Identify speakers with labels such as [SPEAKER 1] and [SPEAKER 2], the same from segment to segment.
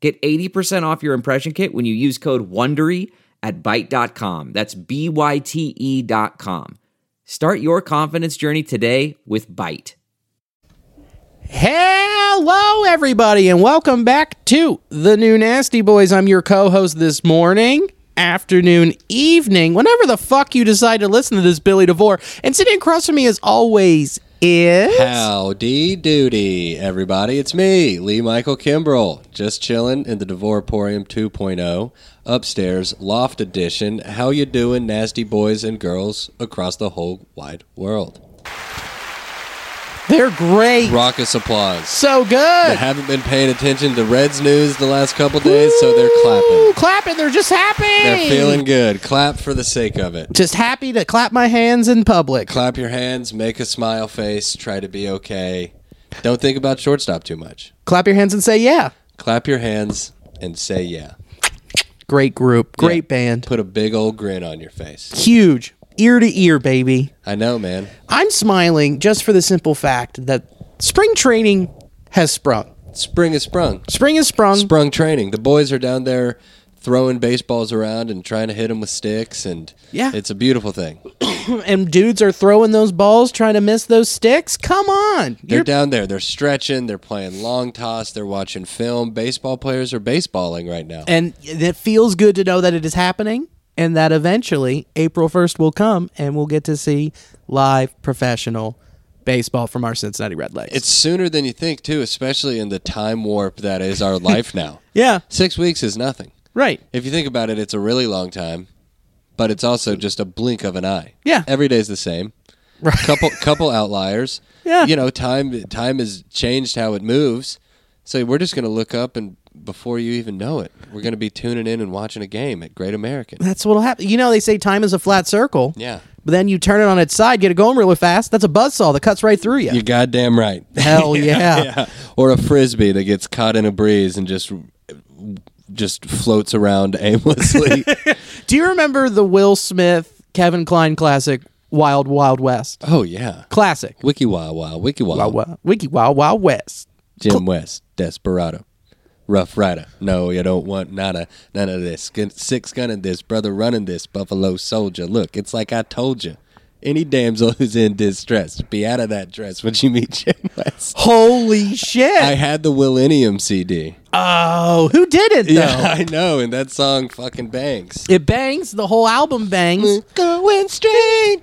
[SPEAKER 1] Get 80% off your impression kit when you use code WONDERY at Byte.com. That's B-Y-T-E E dot com. Start your confidence journey today with Byte.
[SPEAKER 2] Hello, everybody, and welcome back to the new Nasty Boys. I'm your co host this morning, afternoon, evening, whenever the fuck you decide to listen to this, Billy DeVore. And sitting across from me, as always, is.
[SPEAKER 3] Howdy doody, everybody. It's me, Lee Michael Kimbrell, just chilling in the Devorporium 2.0, oh, upstairs, loft edition. How you doing, nasty boys and girls across the whole wide world?
[SPEAKER 2] They're great.
[SPEAKER 3] Raucous applause.
[SPEAKER 2] So
[SPEAKER 3] I
[SPEAKER 2] good.
[SPEAKER 3] haven't been paying attention to Reds news the last couple days, so they're
[SPEAKER 2] Ooh,
[SPEAKER 3] clapping.
[SPEAKER 2] clapping. They're just happy.
[SPEAKER 3] They're feeling good. Clap for the sake of it.
[SPEAKER 2] Just happy to clap my hands in public.
[SPEAKER 3] Clap your hands, make a smile face, try to be okay. Don't think about shortstop too much.
[SPEAKER 2] Clap your hands and say, yeah.
[SPEAKER 3] Clap your hands and say yeah.
[SPEAKER 2] Great group. Great
[SPEAKER 3] Yeah.
[SPEAKER 2] band.
[SPEAKER 3] Put a big old grin on your face.
[SPEAKER 2] Huge. Ear to ear, baby.
[SPEAKER 3] I know, man.
[SPEAKER 2] I'm smiling just for the simple fact that spring training has sprung.
[SPEAKER 3] Spring is sprung.
[SPEAKER 2] Spring has sprung.
[SPEAKER 3] Sprung training. The boys are down there throwing baseballs around and trying to hit them with sticks, and
[SPEAKER 2] Yeah.
[SPEAKER 3] it's a beautiful thing.
[SPEAKER 2] and dudes are throwing those balls, trying to miss those sticks. Come on.
[SPEAKER 3] They're
[SPEAKER 2] You're-
[SPEAKER 3] down there. They're stretching. They're playing long toss. They're watching film. Baseball players are baseballing right now.
[SPEAKER 2] and it feels good to know that it is happening and that eventually April 1st will come and we'll get to see live professional baseball from our Cincinnati Redlegs.
[SPEAKER 3] It's sooner than you think, too, especially in the time warp that is our life now.
[SPEAKER 2] yeah,
[SPEAKER 3] Six weeks is nothing.
[SPEAKER 2] right.
[SPEAKER 3] If you think about it, it's a really long time, but it's also just a blink of an eye.
[SPEAKER 2] Yeah.
[SPEAKER 3] every day's the same. Right. Couple couple outliers.
[SPEAKER 2] Yeah.
[SPEAKER 3] you know, time time has changed how it moves. So we're just gonna look up and before you even know it, we're gonna be tuning in and watching a game at Great American.
[SPEAKER 2] That's what'll happen. You know, they say time is a flat circle.
[SPEAKER 3] Yeah.
[SPEAKER 2] But then you turn it on its side, get it going really fast. That's a buzzsaw that cuts right through you.
[SPEAKER 3] You're goddamn right.
[SPEAKER 2] Hell yeah.
[SPEAKER 3] Or a frisbee that gets caught in a breeze and just just floats around aimlessly.
[SPEAKER 2] Do you remember the Will Smith, Kevin Klein classic, Wild Wild West?
[SPEAKER 3] oh yeah.
[SPEAKER 2] Classic.
[SPEAKER 3] Wiki wow wow wiki wow
[SPEAKER 2] Wild, Wild- Wiki Wild Wild West.
[SPEAKER 3] Jim West, Desperado, Rough Rider. No, you don't want nada, none of this. Gun- Six gunning this, brother running this, Buffalo Soldier. Look, it's like I told you. Any damsel who's in distress, be out of that dress when you meet Jim West.
[SPEAKER 2] Holy shit.
[SPEAKER 3] I had the Willennium CD.
[SPEAKER 2] oh, who did it though?
[SPEAKER 3] Yeah, I know, and that song fucking bangs.
[SPEAKER 2] It bangs, the whole album
[SPEAKER 3] Mm,
[SPEAKER 2] bangs.
[SPEAKER 3] Going straight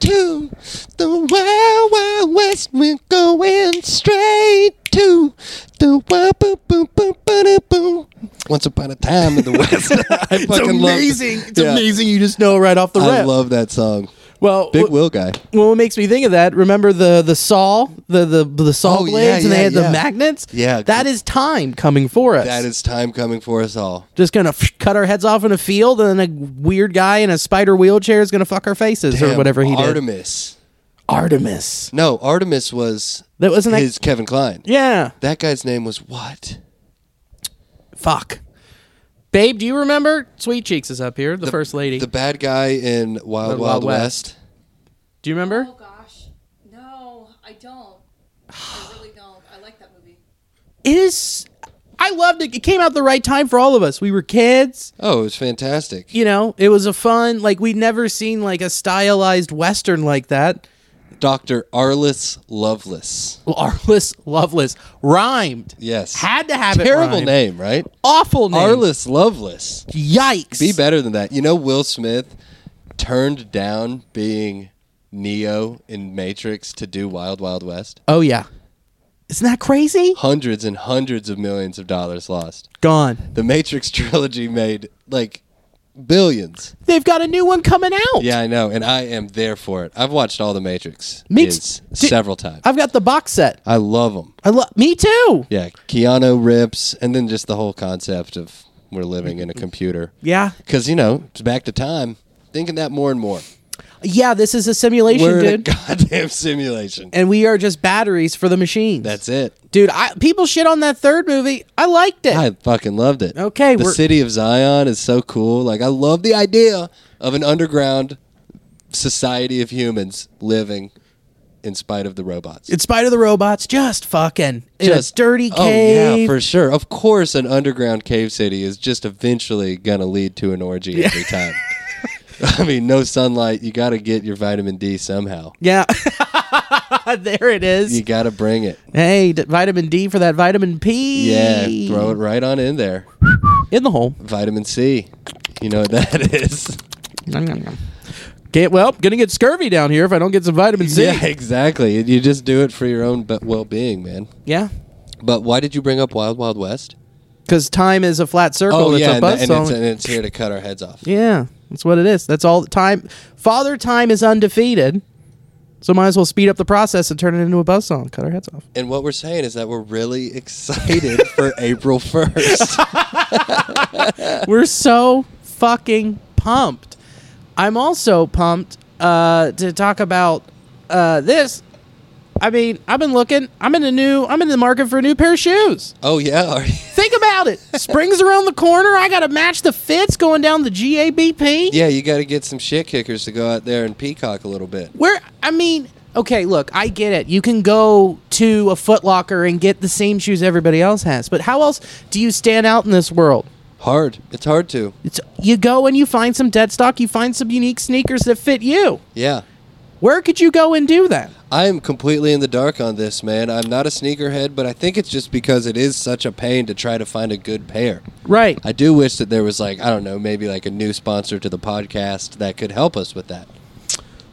[SPEAKER 3] to the Wild Wild West. We're going straight to the Wild Boo Boo Boo Boo Boo. Once upon a time in the West. I
[SPEAKER 2] It's
[SPEAKER 3] fucking love-
[SPEAKER 2] amazing. It's
[SPEAKER 3] Yeah.
[SPEAKER 2] amazing you just know it right off the
[SPEAKER 3] I
[SPEAKER 2] rip.
[SPEAKER 3] love that song.
[SPEAKER 2] well,
[SPEAKER 3] Big
[SPEAKER 2] wh-
[SPEAKER 3] Will guy.
[SPEAKER 2] well, what makes me think of that? Remember the the saw, the the the saw
[SPEAKER 3] Oh, yeah,
[SPEAKER 2] blades, and they
[SPEAKER 3] yeah,
[SPEAKER 2] had
[SPEAKER 3] yeah.
[SPEAKER 2] the magnets.
[SPEAKER 3] Yeah.
[SPEAKER 2] that is time coming for us.
[SPEAKER 3] That is time coming for us all.
[SPEAKER 2] just gonna f- cut our heads off in a field, and then a weird guy in a spider wheelchair is gonna fuck our faces or
[SPEAKER 3] Damn,
[SPEAKER 2] whatever he did.
[SPEAKER 3] Artemis.
[SPEAKER 2] Artemis.
[SPEAKER 3] No, Artemis was
[SPEAKER 2] That wasn't that-
[SPEAKER 3] his Kevin Klein.
[SPEAKER 2] Yeah.
[SPEAKER 3] That guy's name was what?
[SPEAKER 2] Fuck. Babe, do you remember? Sweet Cheeks is up here, the, first lady.
[SPEAKER 3] The bad guy in Wild Wild,
[SPEAKER 2] Wild West.
[SPEAKER 3] West.
[SPEAKER 2] do you remember?
[SPEAKER 4] Oh gosh, no, I don't. I really don't. I like that movie.
[SPEAKER 2] It is. I loved it. It came out the right time for all of us. We were kids.
[SPEAKER 3] Oh, it was fantastic.
[SPEAKER 2] You know, it was a fun. Like we'd never seen like a stylized western like that.
[SPEAKER 3] Dr. Arliss Lovelace.
[SPEAKER 2] Arliss Loveless rhymed.
[SPEAKER 3] Yes.
[SPEAKER 2] had to have it.
[SPEAKER 3] Terrible
[SPEAKER 2] rhymed.
[SPEAKER 3] name, right?
[SPEAKER 2] Awful name.
[SPEAKER 3] Arliss Lovelace.
[SPEAKER 2] Yikes.
[SPEAKER 3] Be better than that. You know, Will Smith turned down being Neo in Matrix to do Wild Wild West.
[SPEAKER 2] oh yeah. Isn't that crazy?
[SPEAKER 3] Hundreds and hundreds of millions of dollars lost.
[SPEAKER 2] Gone.
[SPEAKER 3] The Matrix trilogy made like billions.
[SPEAKER 2] They've got a new one coming out.
[SPEAKER 3] Yeah, I know, and I am there for it. I've watched all the Matrix
[SPEAKER 2] Me
[SPEAKER 3] is
[SPEAKER 2] t-
[SPEAKER 3] several times.
[SPEAKER 2] I've got the box set.
[SPEAKER 3] I love them.
[SPEAKER 2] I love. Me too.
[SPEAKER 3] Yeah, Keanu rips, and then just the whole concept of we're living in a computer.
[SPEAKER 2] Yeah.
[SPEAKER 3] Because, you know, it's back to time. Thinking that more and more.
[SPEAKER 2] Yeah, this is a simulation,
[SPEAKER 3] We're in a
[SPEAKER 2] dude.
[SPEAKER 3] goddamn simulation.
[SPEAKER 2] and we are just batteries for the machines.
[SPEAKER 3] That's it.
[SPEAKER 2] dude. I, people shit on that third movie. I liked it.
[SPEAKER 3] I fucking loved it.
[SPEAKER 2] Okay,
[SPEAKER 3] the
[SPEAKER 2] we're-
[SPEAKER 3] city of Zion is so cool. Like I love the idea of an underground society of humans living in spite of the robots.
[SPEAKER 2] in spite of the robots, just fucking
[SPEAKER 3] Just-
[SPEAKER 2] in a dirty
[SPEAKER 3] Oh yeah,
[SPEAKER 2] cave.
[SPEAKER 3] for sure. Of course, an underground cave city is just eventually gonna lead to an orgy every time. I mean, no sunlight. You got to get your vitamin D somehow.
[SPEAKER 2] yeah. there it is.
[SPEAKER 3] You got to bring it.
[SPEAKER 2] Hey, d- vitamin D for that vitamin P.
[SPEAKER 3] Yeah, throw it right on in there.
[SPEAKER 2] in the hole.
[SPEAKER 3] Vitamin C. You know what that is.
[SPEAKER 2] Nom, nom, nom. Get well. Gonna get scurvy down here if I don't get some vitamin C.
[SPEAKER 3] Yeah, exactly. You just do it for your own be- well-being, man.
[SPEAKER 2] Yeah.
[SPEAKER 3] But why did you bring up Wild Wild West?
[SPEAKER 2] Because time is a flat circle.
[SPEAKER 3] Oh
[SPEAKER 2] it's
[SPEAKER 3] yeah,
[SPEAKER 2] a
[SPEAKER 3] and,
[SPEAKER 2] buzzsaw.
[SPEAKER 3] and it's, and it's here to cut our heads off.
[SPEAKER 2] Yeah, that's what it is. That's all the time. Father Time is undefeated, so might as well speed up the process and turn it into a buzz song. Cut our heads off.
[SPEAKER 3] And what we're saying is that we're really excited for April first.
[SPEAKER 2] We're so fucking pumped. I'm also pumped uh, to talk about uh, this. I mean, I've been looking. I'm in a new. I'm in the market for a new pair of shoes.
[SPEAKER 3] oh yeah, are you-
[SPEAKER 2] Think about it. Spring's around the corner. I got to match the fits going down the GABP.
[SPEAKER 3] yeah. You got to get some shit kickers to go out there and peacock a little bit.
[SPEAKER 2] Where I mean, okay, look, I get it. You can go to a Foot Locker and get the same shoes everybody else has, but how else do you stand out in this world?
[SPEAKER 3] Hard. It's hard to.
[SPEAKER 2] It's you go and you find some dead stock, you find some unique sneakers that fit you.
[SPEAKER 3] Yeah.
[SPEAKER 2] Where could you go and do that?
[SPEAKER 3] I am completely in the dark on this, man. I'm not a sneakerhead, but I think it's just because it is such a pain to try to find a good pair.
[SPEAKER 2] Right.
[SPEAKER 3] I do wish that there was like I don't know, maybe like a new sponsor to the podcast that could help us with that.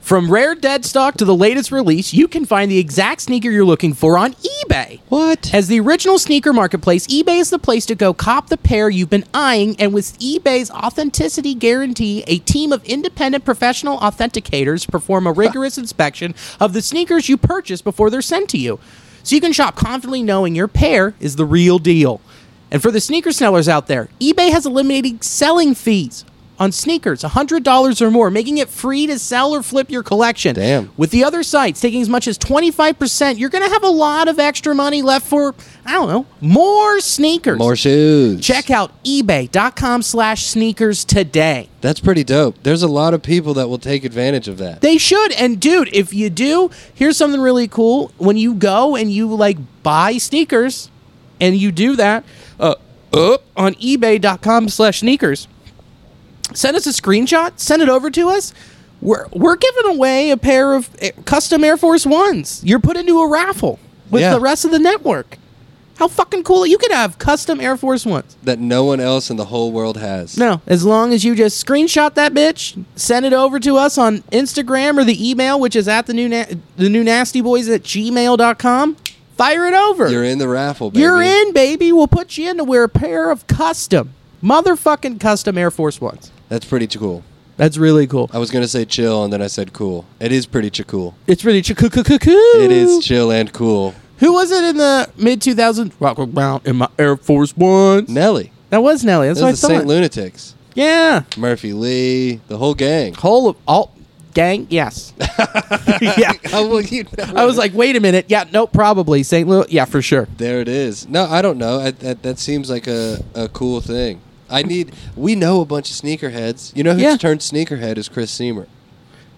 [SPEAKER 2] From rare dead stock to the latest release, you can find the exact sneaker you're looking for on eBay.
[SPEAKER 3] What?
[SPEAKER 2] As the original sneaker marketplace, eBay is the place to go cop the pair you've been eyeing, and with eBay's authenticity guarantee, a team of independent professional authenticators perform a rigorous inspection of the sneakers you purchase before they're sent to you. So you can shop confidently knowing your pair is the real deal. And for the sneaker sellers out there, eBay has eliminated selling fees on sneakers, $100 or more, making it free to sell or flip your collection.
[SPEAKER 3] Damn.
[SPEAKER 2] With the other sites taking as much as 25%, you're going to have a lot of extra money left for, I don't know, more sneakers.
[SPEAKER 3] More shoes.
[SPEAKER 2] Check out ebay.com slash sneakers today.
[SPEAKER 3] That's pretty dope. There's a lot of people that will take advantage of that.
[SPEAKER 2] They should. And dude, if you do, here's something really cool. When you go and you like buy sneakers and you do that uh, up on ebay.com slash sneakers, send us a screenshot, send it over to us. We're, we're giving away a pair of uh, custom Air Force Ones. You're put into a raffle with
[SPEAKER 3] Yeah.
[SPEAKER 2] the rest of the network. How fucking cool. You could have custom Air Force Ones.
[SPEAKER 3] that no one else in the whole world has.
[SPEAKER 2] No, as long as you just screenshot that bitch, send it over to us on Instagram or the email, which is at the new na- the new nasty boys at gmail.com. Fire it over.
[SPEAKER 3] You're in the raffle, baby.
[SPEAKER 2] You're in, baby. We'll put you in to wear a pair of custom, motherfucking custom Air Force Ones.
[SPEAKER 3] That's pretty ch- cool.
[SPEAKER 2] That's really cool.
[SPEAKER 3] I was going to say chill, and then I said cool. It is pretty ch- cool.
[SPEAKER 2] It's really ch- coo- coo- coo-
[SPEAKER 3] It is chill and cool.
[SPEAKER 2] Who was it in the mid 2000s? Rock around in my Air Force Ones.
[SPEAKER 3] Nelly.
[SPEAKER 2] That was Nelly. That's what I
[SPEAKER 3] Those are the
[SPEAKER 2] thought.
[SPEAKER 3] St. Lunatics.
[SPEAKER 2] yeah.
[SPEAKER 3] Murphy Lee, the whole gang.
[SPEAKER 2] Whole of all gang. Yes. yeah.
[SPEAKER 3] How will you know?
[SPEAKER 2] I was like, wait a minute. Yeah, no, probably St. Louis. Yeah, for sure.
[SPEAKER 3] There it is. No, I don't know. I, that, that seems like a, a cool thing. I need. We know a bunch of sneakerheads. You know who's
[SPEAKER 2] Yeah.
[SPEAKER 3] turned sneakerhead is Chris Seamer.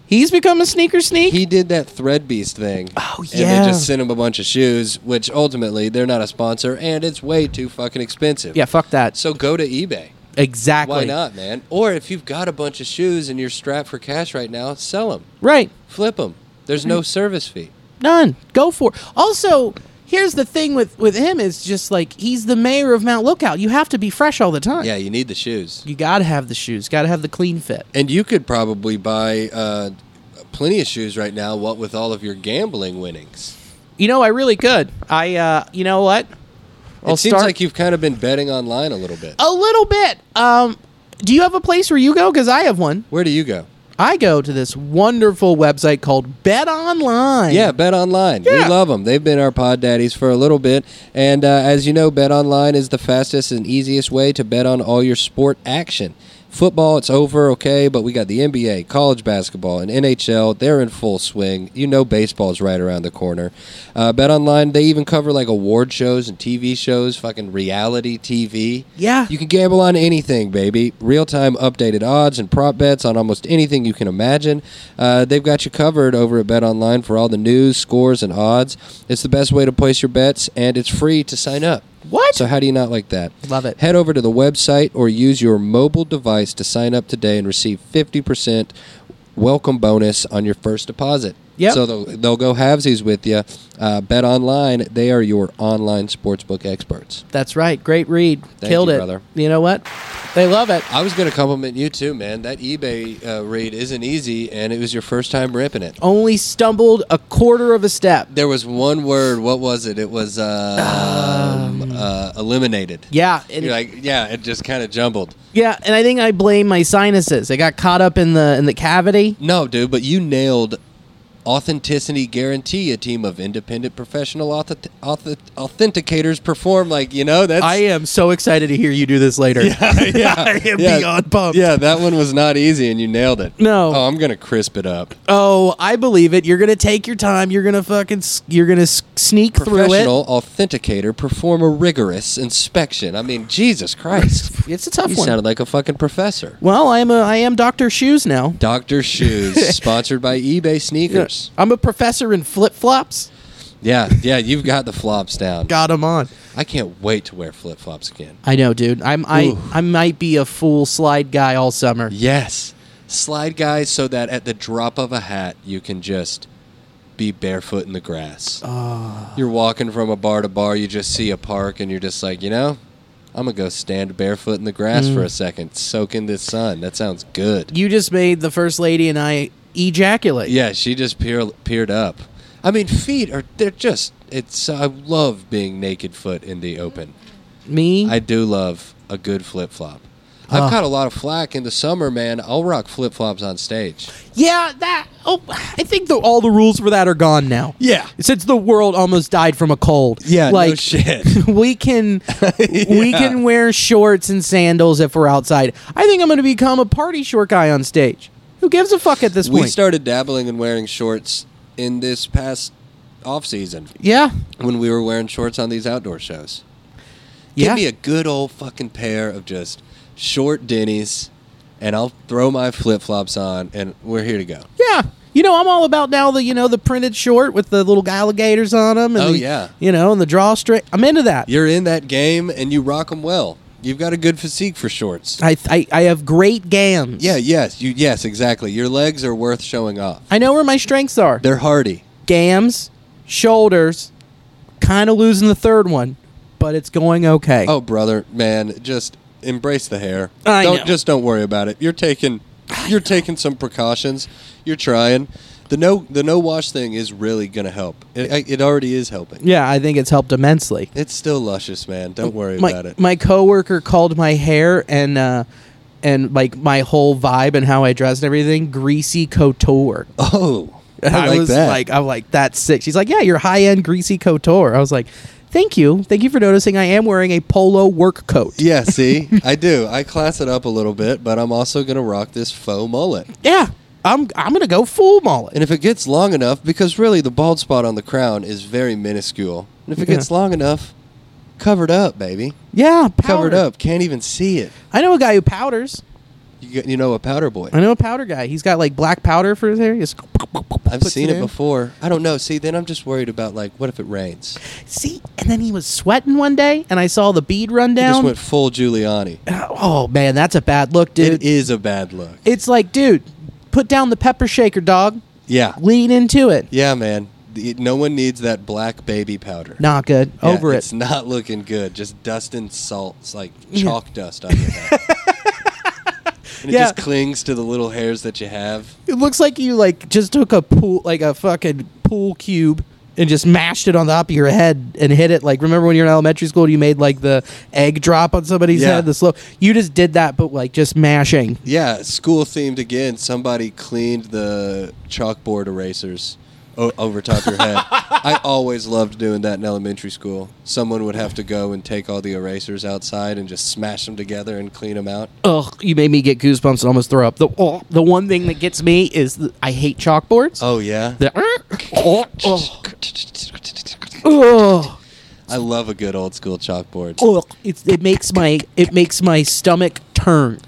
[SPEAKER 2] He's become a sneaker sneak.
[SPEAKER 3] He did that Thread Beast thing.
[SPEAKER 2] Oh,
[SPEAKER 3] And
[SPEAKER 2] yeah.
[SPEAKER 3] they just sent him a bunch of shoes, which ultimately they're not a sponsor, and it's way too fucking expensive.
[SPEAKER 2] yeah, fuck that.
[SPEAKER 3] So go to eBay.
[SPEAKER 2] exactly.
[SPEAKER 3] Why not, man? Or if you've got a bunch of shoes and you're strapped for cash right now, sell them,
[SPEAKER 2] Right.
[SPEAKER 3] flip them. There's no service fee.
[SPEAKER 2] None. Go for. It. Also, here's the thing with with him is just like he's the mayor of Mount Lookout. You have to be fresh all the time.
[SPEAKER 3] Yeah, you need the shoes.
[SPEAKER 2] You gotta have the shoes. Gotta have the clean fit.
[SPEAKER 3] And you could probably buy uh, plenty of shoes right now, what with all of your gambling winnings.
[SPEAKER 2] You know, I really could. I. uh You know what? I'll
[SPEAKER 3] it seems
[SPEAKER 2] start Oh.
[SPEAKER 3] like you've kind of been betting online a little bit.
[SPEAKER 2] a little bit. Um, do you have a place where you go? Because I have one.
[SPEAKER 3] Where do you go?
[SPEAKER 2] I go to this wonderful website called Bet Online.
[SPEAKER 3] Yeah, Bet Online. We love them. They've been our pod daddies for a little bit. And uh, as you know, Bet Online is the fastest and easiest way to bet on all your sport action. Football, it's over, okay, but we got the NBA, college basketball, and NHL. They're in full swing. You know, baseball's right around the corner. Uh, Bet Online, they even cover like award shows and TV shows, fucking reality TV.
[SPEAKER 2] Yeah.
[SPEAKER 3] You can gamble on anything, baby. Real time updated odds and prop bets on almost anything you can imagine. Uh, they've got you covered over at Bet Online for all the news, scores, and odds. It's the best way to place your bets, and it's free to sign up.
[SPEAKER 2] What?
[SPEAKER 3] So, how do you not like that?
[SPEAKER 2] Love it.
[SPEAKER 3] Head over to the website or use your mobile device to sign up today and receive 50% welcome bonus on your first deposit.
[SPEAKER 2] Yep.
[SPEAKER 3] So they'll, they'll go halvesies with you. Uh, Bet Online, they are your online sportsbook experts.
[SPEAKER 2] That's right. Great read.
[SPEAKER 3] Thank
[SPEAKER 2] Killed
[SPEAKER 3] you,
[SPEAKER 2] it.
[SPEAKER 3] brother.
[SPEAKER 2] You know what? They love it.
[SPEAKER 3] I was going to compliment you too, man. That eBay uh, raid isn't easy, and it was your first time ripping it.
[SPEAKER 2] Only stumbled a quarter of a step.
[SPEAKER 3] There was one word. What was it? It was uh, um, uh, eliminated.
[SPEAKER 2] Yeah. and-
[SPEAKER 3] You're like, yeah, it just kind of jumbled.
[SPEAKER 2] yeah, and I think I blame my sinuses. I got caught up in the in the cavity.
[SPEAKER 3] No, dude, but you nailed authenticity guarantee. A team of independent professional auth- auth- authenticators perform like you know that's
[SPEAKER 2] I am so excited to hear you do this later.
[SPEAKER 3] yeah,
[SPEAKER 2] I am
[SPEAKER 3] yeah.
[SPEAKER 2] beyond pumped.
[SPEAKER 3] Yeah, that one was not easy, and you nailed it.
[SPEAKER 2] No.
[SPEAKER 3] oh, I'm gonna crisp it up.
[SPEAKER 2] Oh, I believe it. You're gonna take your time. You're gonna fucking. s- You're gonna s- sneak through it.
[SPEAKER 3] professional authenticator perform a rigorous inspection. I mean, Jesus Christ.
[SPEAKER 2] It's a tough
[SPEAKER 3] you
[SPEAKER 2] one.
[SPEAKER 3] sounded like a fucking professor.
[SPEAKER 2] well, I'm a. I am Doctor Shoes now.
[SPEAKER 3] Dr. Shoes, sponsored by eBay Sneakers.
[SPEAKER 2] I'm a professor in flip flops.
[SPEAKER 3] Yeah, yeah, you've got the flops down.
[SPEAKER 2] Got him on.
[SPEAKER 3] I can't wait to wear flip flops again.
[SPEAKER 2] I know, dude. I'm. I.
[SPEAKER 3] Ooh.
[SPEAKER 2] I might be a fool slide guy all summer.
[SPEAKER 3] Yes. Slide guys so that at the drop of a hat you can just be barefoot in the grass. You're walking from a bar to bar, you just see a park and you're just like, you know, I'm gonna go stand barefoot in the grass for a second, soak in this sun. That sounds good.
[SPEAKER 2] You just made the first lady and I ejaculate.
[SPEAKER 3] Yeah, she just peer, peered up. I mean, feet are they're just it's I love being naked foot in the open.
[SPEAKER 2] Me.
[SPEAKER 3] I do love a good flip flop. I've caught a lot of flack in the summer, man. I'll rock flip flops on stage.
[SPEAKER 2] yeah. That. Oh, I think the, all the rules for that are gone now.
[SPEAKER 3] Yeah.
[SPEAKER 2] Since the world almost died from a cold.
[SPEAKER 3] Yeah, no
[SPEAKER 2] Like
[SPEAKER 3] shit.
[SPEAKER 2] we can we can wear shorts and sandals if we're outside. I think I'm going to become a party short guy on stage. Who gives a fuck at this
[SPEAKER 3] We
[SPEAKER 2] point?
[SPEAKER 3] started dabbling in wearing shorts in this past off season
[SPEAKER 2] yeah.
[SPEAKER 3] when we were wearing shorts on these outdoor shows.
[SPEAKER 2] Yeah.
[SPEAKER 3] Give me a good old fucking pair of just short Denny's, and I'll throw my flip flops on, and we're here to go.
[SPEAKER 2] yeah. You know, I'm all about now the you know the printed short with the little alligators on them. And
[SPEAKER 3] Oh,
[SPEAKER 2] the-
[SPEAKER 3] yeah.
[SPEAKER 2] You know, and the drawstring. I'm into that.
[SPEAKER 3] You're in that game, and you rock them well. You've got a good physique for shorts.
[SPEAKER 2] I, I I have great gams.
[SPEAKER 3] Yeah, yes, you yes, exactly. Your legs are worth showing off.
[SPEAKER 2] I know where my strengths are.
[SPEAKER 3] They're hardy.
[SPEAKER 2] gams, shoulders. Kind of losing the third one, but it's going okay.
[SPEAKER 3] Oh, brother, man, just embrace the hair.
[SPEAKER 2] I
[SPEAKER 3] don't
[SPEAKER 2] know.
[SPEAKER 3] just don't worry about it. You're taking you're taking some precautions. You're trying. The no the no wash thing is really going to help. It, I- it already is helping.
[SPEAKER 2] Yeah, I think it's helped immensely.
[SPEAKER 3] It's still luscious, man. Don't worry
[SPEAKER 2] my,
[SPEAKER 3] about it.
[SPEAKER 2] My coworker called my hair and uh, and like my whole vibe and how I dress and everything greasy couture.
[SPEAKER 3] oh, I,
[SPEAKER 2] And
[SPEAKER 3] like
[SPEAKER 2] was
[SPEAKER 3] that.
[SPEAKER 2] like, I'm like, that's sick. She's like, yeah, you're high end greasy couture. I was like, thank you, thank you for noticing. I am wearing a polo work coat.
[SPEAKER 3] yeah, see, I do. I class it up a little bit, but I'm also going to rock this faux mullet.
[SPEAKER 2] Yeah, I'm I'm gonna go full mullet.
[SPEAKER 3] And if it gets long enough, because really the bald spot on the crown is very minuscule. And if it
[SPEAKER 2] Yeah.
[SPEAKER 3] gets long enough, covered up, baby.
[SPEAKER 2] Yeah,
[SPEAKER 3] Covered
[SPEAKER 2] powder.
[SPEAKER 3] up. Can't even see it.
[SPEAKER 2] I know a guy who powders.
[SPEAKER 3] You, got- you know a powder boy.
[SPEAKER 2] I know a powder guy. He's got like black powder for his hair. He just
[SPEAKER 3] I've
[SPEAKER 2] puts
[SPEAKER 3] seen it
[SPEAKER 2] in.
[SPEAKER 3] before. I don't know. See, then I'm just worried about like, what if it rains?
[SPEAKER 2] See, and then he was sweating one day, and I saw the bead run
[SPEAKER 3] He
[SPEAKER 2] down.
[SPEAKER 3] just went full Giuliani.
[SPEAKER 2] Oh man, that's a bad look, dude.
[SPEAKER 3] It is a bad look.
[SPEAKER 2] it's like, dude, put down the pepper shaker, dog.
[SPEAKER 3] Yeah,
[SPEAKER 2] Lean into it.
[SPEAKER 3] yeah, man. The- No one needs that black baby powder.
[SPEAKER 2] Not good.
[SPEAKER 3] Yeah,
[SPEAKER 2] Over
[SPEAKER 3] It's
[SPEAKER 2] it.
[SPEAKER 3] not looking good. Just dusting salts like chalk dust on your head. and it
[SPEAKER 2] Yeah.
[SPEAKER 3] just clings to the little hairs that you have.
[SPEAKER 2] It looks like you like just took a pool, like a fucking pool cube, and just mashed it on the top of your head and hit it. Like remember when you were in elementary school, you made like the egg drop on somebody's
[SPEAKER 3] Yeah.
[SPEAKER 2] head. The slow. You just did that, but like just mashing.
[SPEAKER 3] Yeah, school themed again. Somebody cleaned the chalkboard erasers o- over top your head. I always loved doing that in elementary school. Someone would have to go and take all the erasers outside and just smash them together and clean them out.
[SPEAKER 2] Ugh, you made me get goosebumps and almost throw up. The oh, the one thing that gets me is th- I hate chalkboards.
[SPEAKER 3] Oh yeah,
[SPEAKER 2] The- oh, oh,
[SPEAKER 3] I love a good old school chalkboard.
[SPEAKER 2] oh, it, it makes my it makes my stomach turn.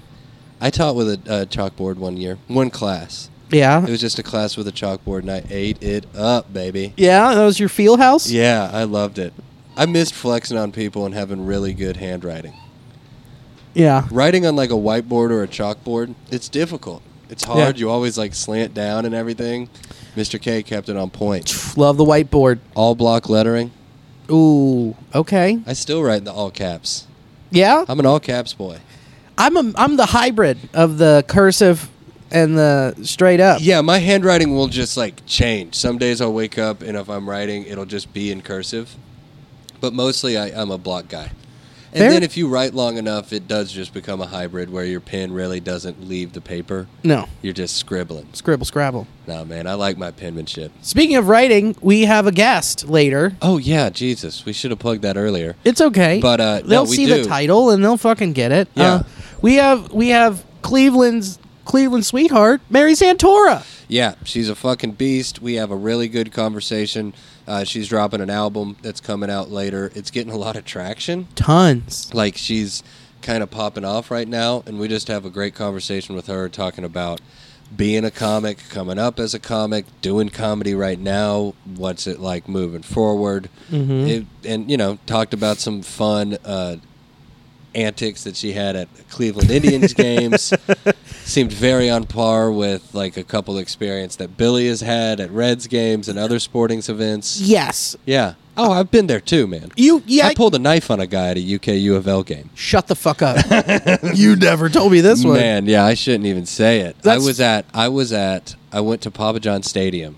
[SPEAKER 3] I taught with a uh, chalkboard one year, one class.
[SPEAKER 2] Yeah,
[SPEAKER 3] It was just a class with a chalkboard, and I ate it up, baby.
[SPEAKER 2] yeah, that was your feel house.
[SPEAKER 3] Yeah, I loved it. I missed flexing on people and having really good handwriting.
[SPEAKER 2] yeah.
[SPEAKER 3] Writing on like a whiteboard or a chalkboard, it's difficult. It's hard.
[SPEAKER 2] Yeah.
[SPEAKER 3] You always like slant down and everything. Mr. K kept it on point.
[SPEAKER 2] Love the whiteboard.
[SPEAKER 3] All block lettering.
[SPEAKER 2] Ooh, okay.
[SPEAKER 3] I still write in the all caps.
[SPEAKER 2] Yeah,
[SPEAKER 3] I'm an all caps boy.
[SPEAKER 2] I'm a, I'm the hybrid of the cursive and the straight up.
[SPEAKER 3] Yeah, my handwriting will just like change. Some days I'll wake up and if I'm writing, it'll just be in cursive. But mostly I, I'm a block guy. And
[SPEAKER 2] Fair.
[SPEAKER 3] then if you write long enough, it does just become a hybrid where your pen really doesn't leave the paper.
[SPEAKER 2] No,
[SPEAKER 3] You're just scribbling.
[SPEAKER 2] scribble, scrabble.
[SPEAKER 3] Nah, man, I like my penmanship.
[SPEAKER 2] Speaking of writing, we have a guest later.
[SPEAKER 3] Oh yeah, Jesus, we should have plugged that earlier.
[SPEAKER 2] It's okay,
[SPEAKER 3] But, uh, no,
[SPEAKER 2] they'll
[SPEAKER 3] we
[SPEAKER 2] see the
[SPEAKER 3] do.
[SPEAKER 2] title and they'll fucking get it.
[SPEAKER 3] Yeah.
[SPEAKER 2] Uh, we have we have Cleveland's Cleveland sweetheart Mary Santora.
[SPEAKER 3] Yeah, she's a fucking beast. We have a really good conversation. Uh, she's dropping an album that's coming out later. It's getting a lot of traction.
[SPEAKER 2] Tons.
[SPEAKER 3] like she's kind of popping off right now and we just have a great conversation with her talking about being a comic coming up as a comic doing comedy right now what's it like moving forward it, and you know talked about some fun uh, antics that she had at cleveland indians games seemed very on par with like a couple experience that billy has had at reds games and other sportings events
[SPEAKER 2] Yes.
[SPEAKER 3] yeah oh i've been there too man
[SPEAKER 2] You yeah.
[SPEAKER 3] I pulled a knife on a guy at a UK U of L game.
[SPEAKER 2] shut the fuck up. you never told me this one.
[SPEAKER 3] Man, yeah, I shouldn't even say it.
[SPEAKER 2] That's-
[SPEAKER 3] I was at I was at I went to Papa John Stadium,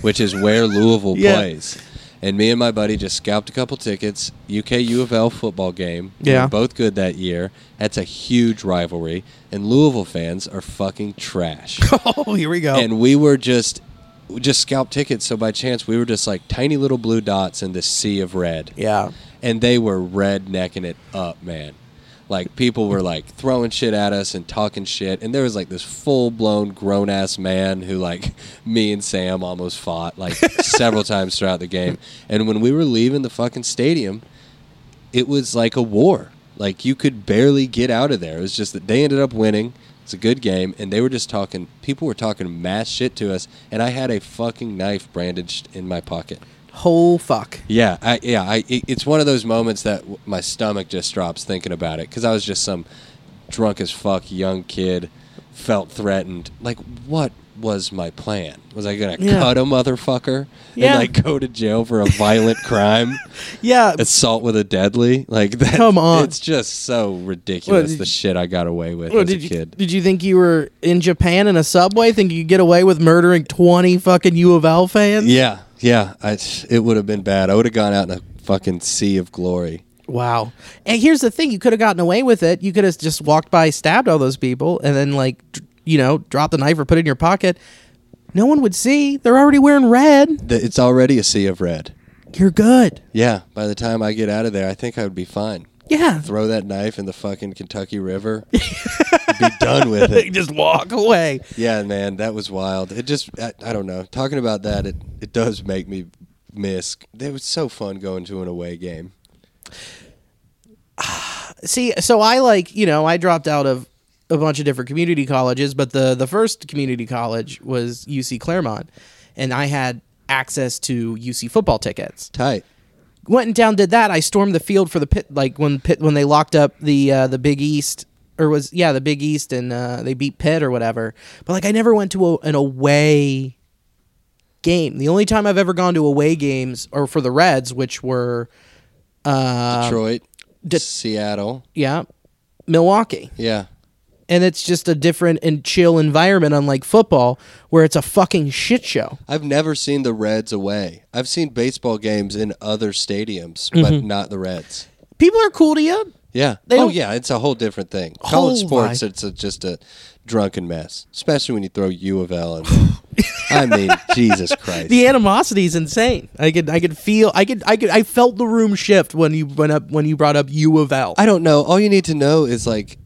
[SPEAKER 3] which is where Louisville
[SPEAKER 2] Yeah.
[SPEAKER 3] plays. And me and my buddy just scalped a couple tickets, UK U of L football game. We
[SPEAKER 2] Yeah.
[SPEAKER 3] were both good that year. That's a huge rivalry. And Louisville fans are fucking trash.
[SPEAKER 2] Oh, here we go.
[SPEAKER 3] and we were just we just scalped tickets, so by chance we were just like tiny little blue dots in this sea of red.
[SPEAKER 2] yeah.
[SPEAKER 3] and they were rednecking it up, man. Like people were like throwing shit at us and talking shit, and there was like this full blown grown ass man who like me and Sam almost fought like several times throughout the game. And when we were leaving the fucking stadium, it was like a war. Like you could barely get out of there. It was just that they ended up winning. It's a good game, and they were just talking. People were talking mass shit to us, and I had a fucking knife brandished in my pocket.
[SPEAKER 2] Whole fuck.
[SPEAKER 3] Yeah, I, yeah. I, it- it's one of those moments that w- my stomach just drops thinking about it because I was just some drunk as fuck young kid, felt threatened. Like, what was my plan? Was I gonna
[SPEAKER 2] Yeah.
[SPEAKER 3] cut a motherfucker
[SPEAKER 2] Yeah.
[SPEAKER 3] and like go to jail for a violent crime,
[SPEAKER 2] Yeah.
[SPEAKER 3] assault with a deadly? Like, that,
[SPEAKER 2] Come on.
[SPEAKER 3] it's just so ridiculous
[SPEAKER 2] did
[SPEAKER 3] the
[SPEAKER 2] you-
[SPEAKER 3] shit I got away with
[SPEAKER 2] Well,
[SPEAKER 3] as a
[SPEAKER 2] did you
[SPEAKER 3] kid.
[SPEAKER 2] did you think you were in Japan in a subway? Think you could get away with murdering twenty fucking U of L fans?
[SPEAKER 3] yeah, yeah. I, it would have been bad. I would have gone out in a fucking sea of glory.
[SPEAKER 2] Wow. And here's the thing: you could have gotten away with it. You could have just walked by, stabbed all those people, and then like, dr- you know, dropped the knife or put it in your pocket. No one would see. They're already wearing red.
[SPEAKER 3] Th- It's already a sea of red.
[SPEAKER 2] You're good.
[SPEAKER 3] Yeah, by the time I get out of there, I think I would be fine.
[SPEAKER 2] Yeah.
[SPEAKER 3] Throw that knife in the fucking Kentucky River. be done with it.
[SPEAKER 2] Just walk away.
[SPEAKER 3] Yeah, man, that was wild. It just, I, I don't know. Talking about that, it, it does make me miss. It was so fun going to an away game.
[SPEAKER 2] see so i like you know i dropped out of a bunch of different community colleges but the the first community college was uc claremont and i had access to uc football tickets
[SPEAKER 3] Tight.
[SPEAKER 2] went and down did that i stormed the field for the pit like when pit when they locked up the uh the big east or was yeah the big east and uh they beat pitt or whatever but like i never went to a, an away game the only time i've ever gone to away games are for the reds which were
[SPEAKER 3] Detroit, Seattle.
[SPEAKER 2] yeah milwaukee
[SPEAKER 3] Yeah.
[SPEAKER 2] and it's just a different and chill environment, unlike football, where it's a fucking shit show.
[SPEAKER 3] I've never seen the Reds away. I've seen baseball games in other stadiums, but not the Reds.
[SPEAKER 2] People are cool to you.
[SPEAKER 3] Yeah.
[SPEAKER 2] They
[SPEAKER 3] oh,
[SPEAKER 2] don't- Oh
[SPEAKER 3] yeah. It's a whole different thing. College
[SPEAKER 2] Whole
[SPEAKER 3] sports,
[SPEAKER 2] lot.
[SPEAKER 3] it's a, just a drunken mess, especially when you throw U of L in there. I mean, Jesus Christ.
[SPEAKER 2] The animosity is insane. I could, I could feel, I could, I could, I felt the room shift when you went up, when you brought up U of L.
[SPEAKER 3] I don't know. All you need to know is like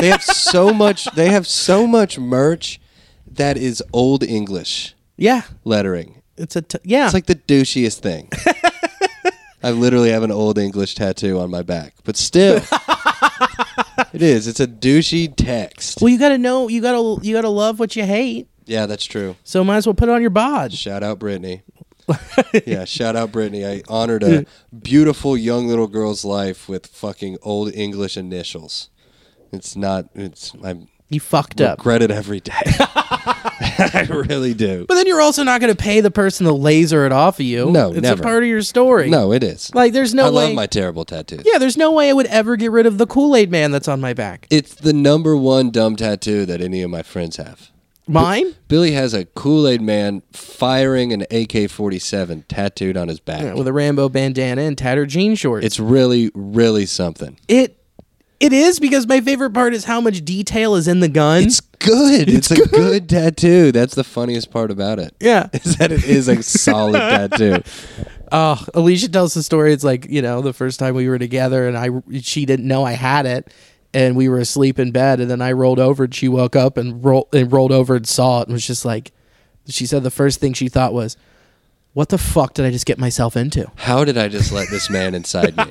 [SPEAKER 3] they have so much. They have so much merch that is old English
[SPEAKER 2] yeah,
[SPEAKER 3] lettering.
[SPEAKER 2] it's a, t- yeah,
[SPEAKER 3] It's like the douchiest thing. I literally have an old English tattoo on my back, but still, it is. It's a douchey text.
[SPEAKER 2] Well, you gotta know, you gotta, you gotta love what you hate.
[SPEAKER 3] Yeah, that's true.
[SPEAKER 2] So might as well put it on your bodge.
[SPEAKER 3] Shout out Brittany. yeah, shout out Brittany. I honored a beautiful young little girl's life with fucking old English initials. It's not. It's. I'm
[SPEAKER 2] You fucked up.
[SPEAKER 3] regret it every day. I really do.
[SPEAKER 2] But then you're also not going to pay the person to laser it off of you.
[SPEAKER 3] No,
[SPEAKER 2] it's
[SPEAKER 3] never.
[SPEAKER 2] a part of your story.
[SPEAKER 3] No, it is.
[SPEAKER 2] like there's no
[SPEAKER 3] I
[SPEAKER 2] way.
[SPEAKER 3] love my terrible tattoos.
[SPEAKER 2] yeah, there's no way I would ever get rid of the Kool Aid Man that's on my back.
[SPEAKER 3] It's the number one dumb tattoo that any of my friends have.
[SPEAKER 2] Mine?
[SPEAKER 3] Billy has a Kool Aid man firing an AK 47 tattooed on his back.
[SPEAKER 2] Yeah, with a Rambo bandana and tattered jean shorts.
[SPEAKER 3] it's really, really something.
[SPEAKER 2] it. It is because my favorite part is how much detail is in the gun.
[SPEAKER 3] It's good. It's, a good tattoo. That's the funniest part about it.
[SPEAKER 2] yeah.
[SPEAKER 3] Is that it is a solid tattoo.
[SPEAKER 2] Oh, Alicia tells the story. It's like you know the first time we were together, and I she didn't know I had it, and we were asleep in bed, and then I rolled over, and she woke up and rolled and rolled over and saw it, and was just like, she said the first thing she thought was, "What the fuck did I just get myself into?"
[SPEAKER 3] How did I just let this man inside me?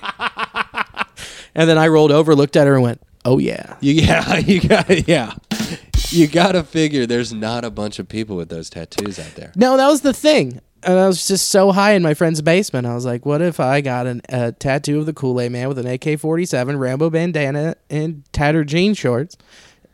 [SPEAKER 2] And then I rolled over, looked at her, and went, "Oh yeah."
[SPEAKER 3] You, yeah, you got yeah. You got to figure there's not a bunch of people with those tattoos out there.
[SPEAKER 2] No, that was the thing. And I was just so high in my friend's basement. I was like, what if I got an, a tattoo of the Kool Aid Man with an AK 47, Rambo bandana, and tattered jean shorts?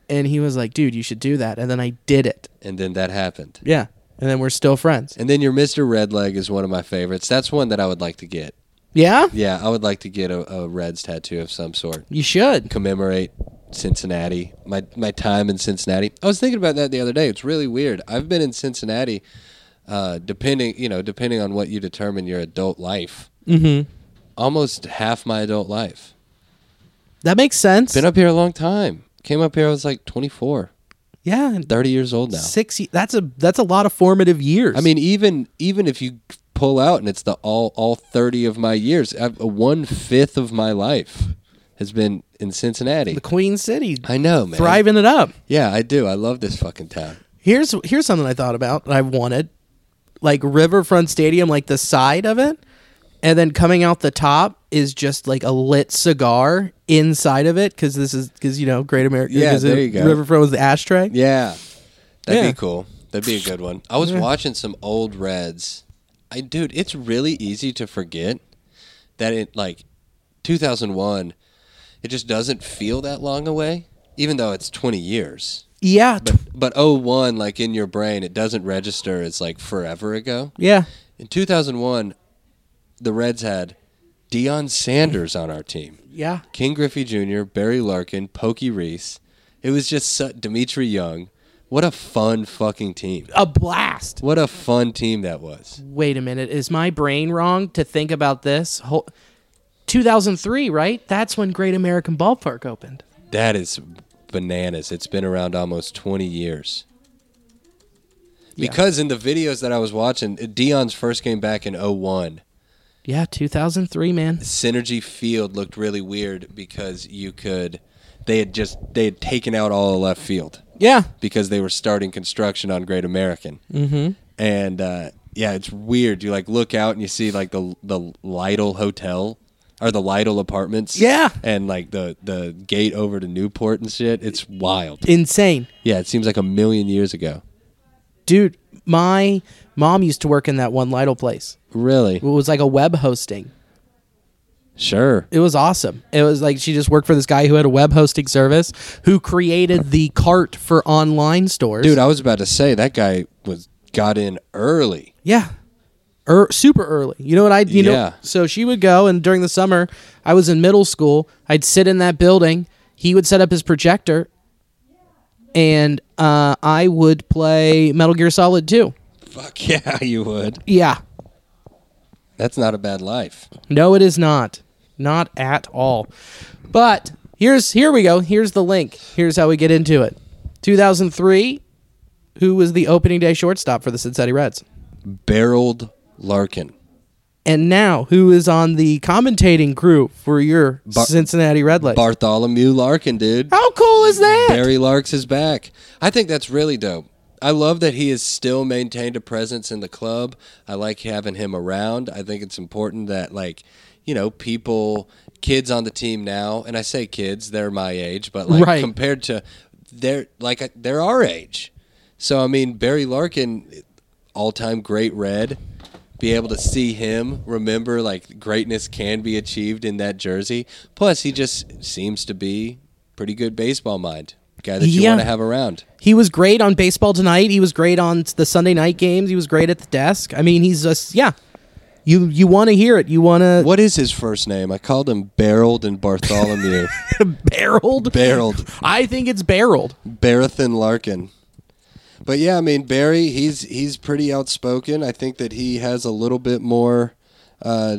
[SPEAKER 2] And he was like, dude, you should do that. And then I did it.
[SPEAKER 3] And then that happened.
[SPEAKER 2] Yeah. And then we're still friends.
[SPEAKER 3] And then your Mr. Redleg is one of my favorites. That's one that I would like to get.
[SPEAKER 2] Yeah?
[SPEAKER 3] Yeah, I would like to get a, a Reds tattoo of some sort.
[SPEAKER 2] You should.
[SPEAKER 3] Commemorate Cincinnati, my my time in Cincinnati. I was thinking about that the other day. It's really weird. I've been in Cincinnati, uh, depending you know depending on what you determine your adult life. Mm-hmm. Almost half my adult life.
[SPEAKER 2] That makes sense.
[SPEAKER 3] Been up here a long time. Came up here, I was like 24,
[SPEAKER 2] yeah. and
[SPEAKER 3] 30 years old now.
[SPEAKER 2] Six. ye- That's a that's a lot of formative years.
[SPEAKER 3] I mean, even even if you pull out and it's the all all thirty of my years, uh, one fifth of my life has been in Cincinnati.
[SPEAKER 2] the Queen City,
[SPEAKER 3] I know, man.
[SPEAKER 2] thriving it up.
[SPEAKER 3] Yeah, I do. I love this fucking town.
[SPEAKER 2] Here's here's something I thought about that I wanted, like Riverfront Stadium, like the side of it, and then coming out the top is just like a lit cigar inside of it because this is because you know Great America.
[SPEAKER 3] Yeah,
[SPEAKER 2] 'cause
[SPEAKER 3] there
[SPEAKER 2] it-
[SPEAKER 3] you go.
[SPEAKER 2] Riverfront was the ashtray.
[SPEAKER 3] Yeah, that'd
[SPEAKER 2] Yeah.
[SPEAKER 3] be cool. That'd be a good one. I was watching some old Reds. I dude, it's really easy to forget that it like 2001. It just doesn't feel that long away, even though it's 20 years.
[SPEAKER 2] Yeah, t-
[SPEAKER 3] But 01, like in your brain, it doesn't register as like forever ago.
[SPEAKER 2] yeah.
[SPEAKER 3] In 2001, the Reds had Deion Sanders on our team.
[SPEAKER 2] Yeah.
[SPEAKER 3] King Griffey Jr., Barry Larkin, Pokey Reese. It was just su- Dimitri Young. What a fun fucking team.
[SPEAKER 2] A blast.
[SPEAKER 3] What a fun team that was.
[SPEAKER 2] Wait a minute. Is my brain wrong to think about this? Whole- 2003, right? That's when Great American Ballpark opened.
[SPEAKER 3] That is bananas. It's been around almost 20 years. Because in the videos that I was watching, Dion's first game back in 01,
[SPEAKER 2] Yeah, 2003, man.
[SPEAKER 3] Synergy Field looked really weird because you could they had just they had taken out all the left field
[SPEAKER 2] Yeah.
[SPEAKER 3] because they were starting construction on Great American. Mm-hmm. And uh, yeah, it's weird. You like look out and you see like the the Lytle Hotel or the Lytle Apartments.
[SPEAKER 2] Yeah.
[SPEAKER 3] and like the the gate over to Newport and shit. It's wild.
[SPEAKER 2] Insane.
[SPEAKER 3] Yeah, it seems like a million years ago.
[SPEAKER 2] dude my mom used to work in that one lidl place
[SPEAKER 3] Really?
[SPEAKER 2] it was like a web hosting
[SPEAKER 3] Sure.
[SPEAKER 2] it was awesome it was like she just worked for this guy who had a web hosting service who created the cart for online stores
[SPEAKER 3] Dude, I was about to say that guy was got in early.
[SPEAKER 2] yeah er, super early you know what i you
[SPEAKER 3] Yeah.
[SPEAKER 2] know so she would go and during the summer i was in middle school i'd sit in that building he would set up his projector, and uh, I would play Metal Gear Solid 2.
[SPEAKER 3] Fuck yeah, you would.
[SPEAKER 2] Yeah.
[SPEAKER 3] That's not a bad life.
[SPEAKER 2] No, it is not. Not at all. But here's here we go. Here's the link. Here's how we get into it. 2003, who was the opening day shortstop for the Cincinnati Reds?
[SPEAKER 3] Barreled Larkin.
[SPEAKER 2] And now, who is on the commentating crew for your Cincinnati Red Legs?
[SPEAKER 3] Bartholomew Larkin, dude.
[SPEAKER 2] how cool is that?
[SPEAKER 3] Barry Larks is back. I think that's really dope. I love that he has still maintained a presence in the club. I like having him around. I think it's important that, like, you know, people, kids on the team now, and I say kids, they're my age, but like
[SPEAKER 2] Right.
[SPEAKER 3] compared to, they're like uh, they're our age. So I mean, Barry Larkin, all-time great Red. Be able to see him, remember like greatness can be achieved in that jersey. Plus, he just seems to be pretty good baseball mind guy that you
[SPEAKER 2] Yeah.
[SPEAKER 3] want to have around.
[SPEAKER 2] He was great on baseball tonight. He was great on the Sunday night games. He was great at the desk. I mean, he's just yeah. You you want to hear it? You want to
[SPEAKER 3] What is his first name? I called him Barreled and Bartholomew.
[SPEAKER 2] barreled?
[SPEAKER 3] Barreled.
[SPEAKER 2] I think it's barreled.
[SPEAKER 3] Barathan Larkin. But yeah, I mean Barry, he's he's pretty outspoken. I think that he has a little bit more. Uh,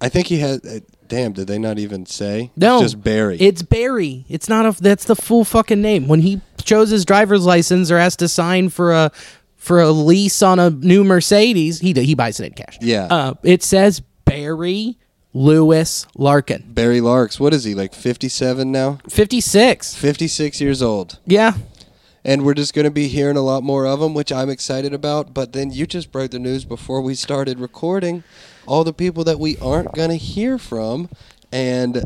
[SPEAKER 3] I think he has. Uh, damn, did they not even say?
[SPEAKER 2] No,
[SPEAKER 3] It's just Barry.
[SPEAKER 2] It's Barry. It's not a. That's the full fucking name. When he chose his driver's license or asked to sign for a for a lease on a new Mercedes, he he buys it in cash.
[SPEAKER 3] Yeah.
[SPEAKER 2] Uh, it says Barry Lewis Larkin,
[SPEAKER 3] Barry Larks. What is he like? Fifty-seven now.
[SPEAKER 2] fifty six.
[SPEAKER 3] Fifty-six years old.
[SPEAKER 2] Yeah.
[SPEAKER 3] and we're just going to be hearing a lot more of them, which I'm excited about. But then you just broke the news before we started recording, all the people that we aren't going to hear from, and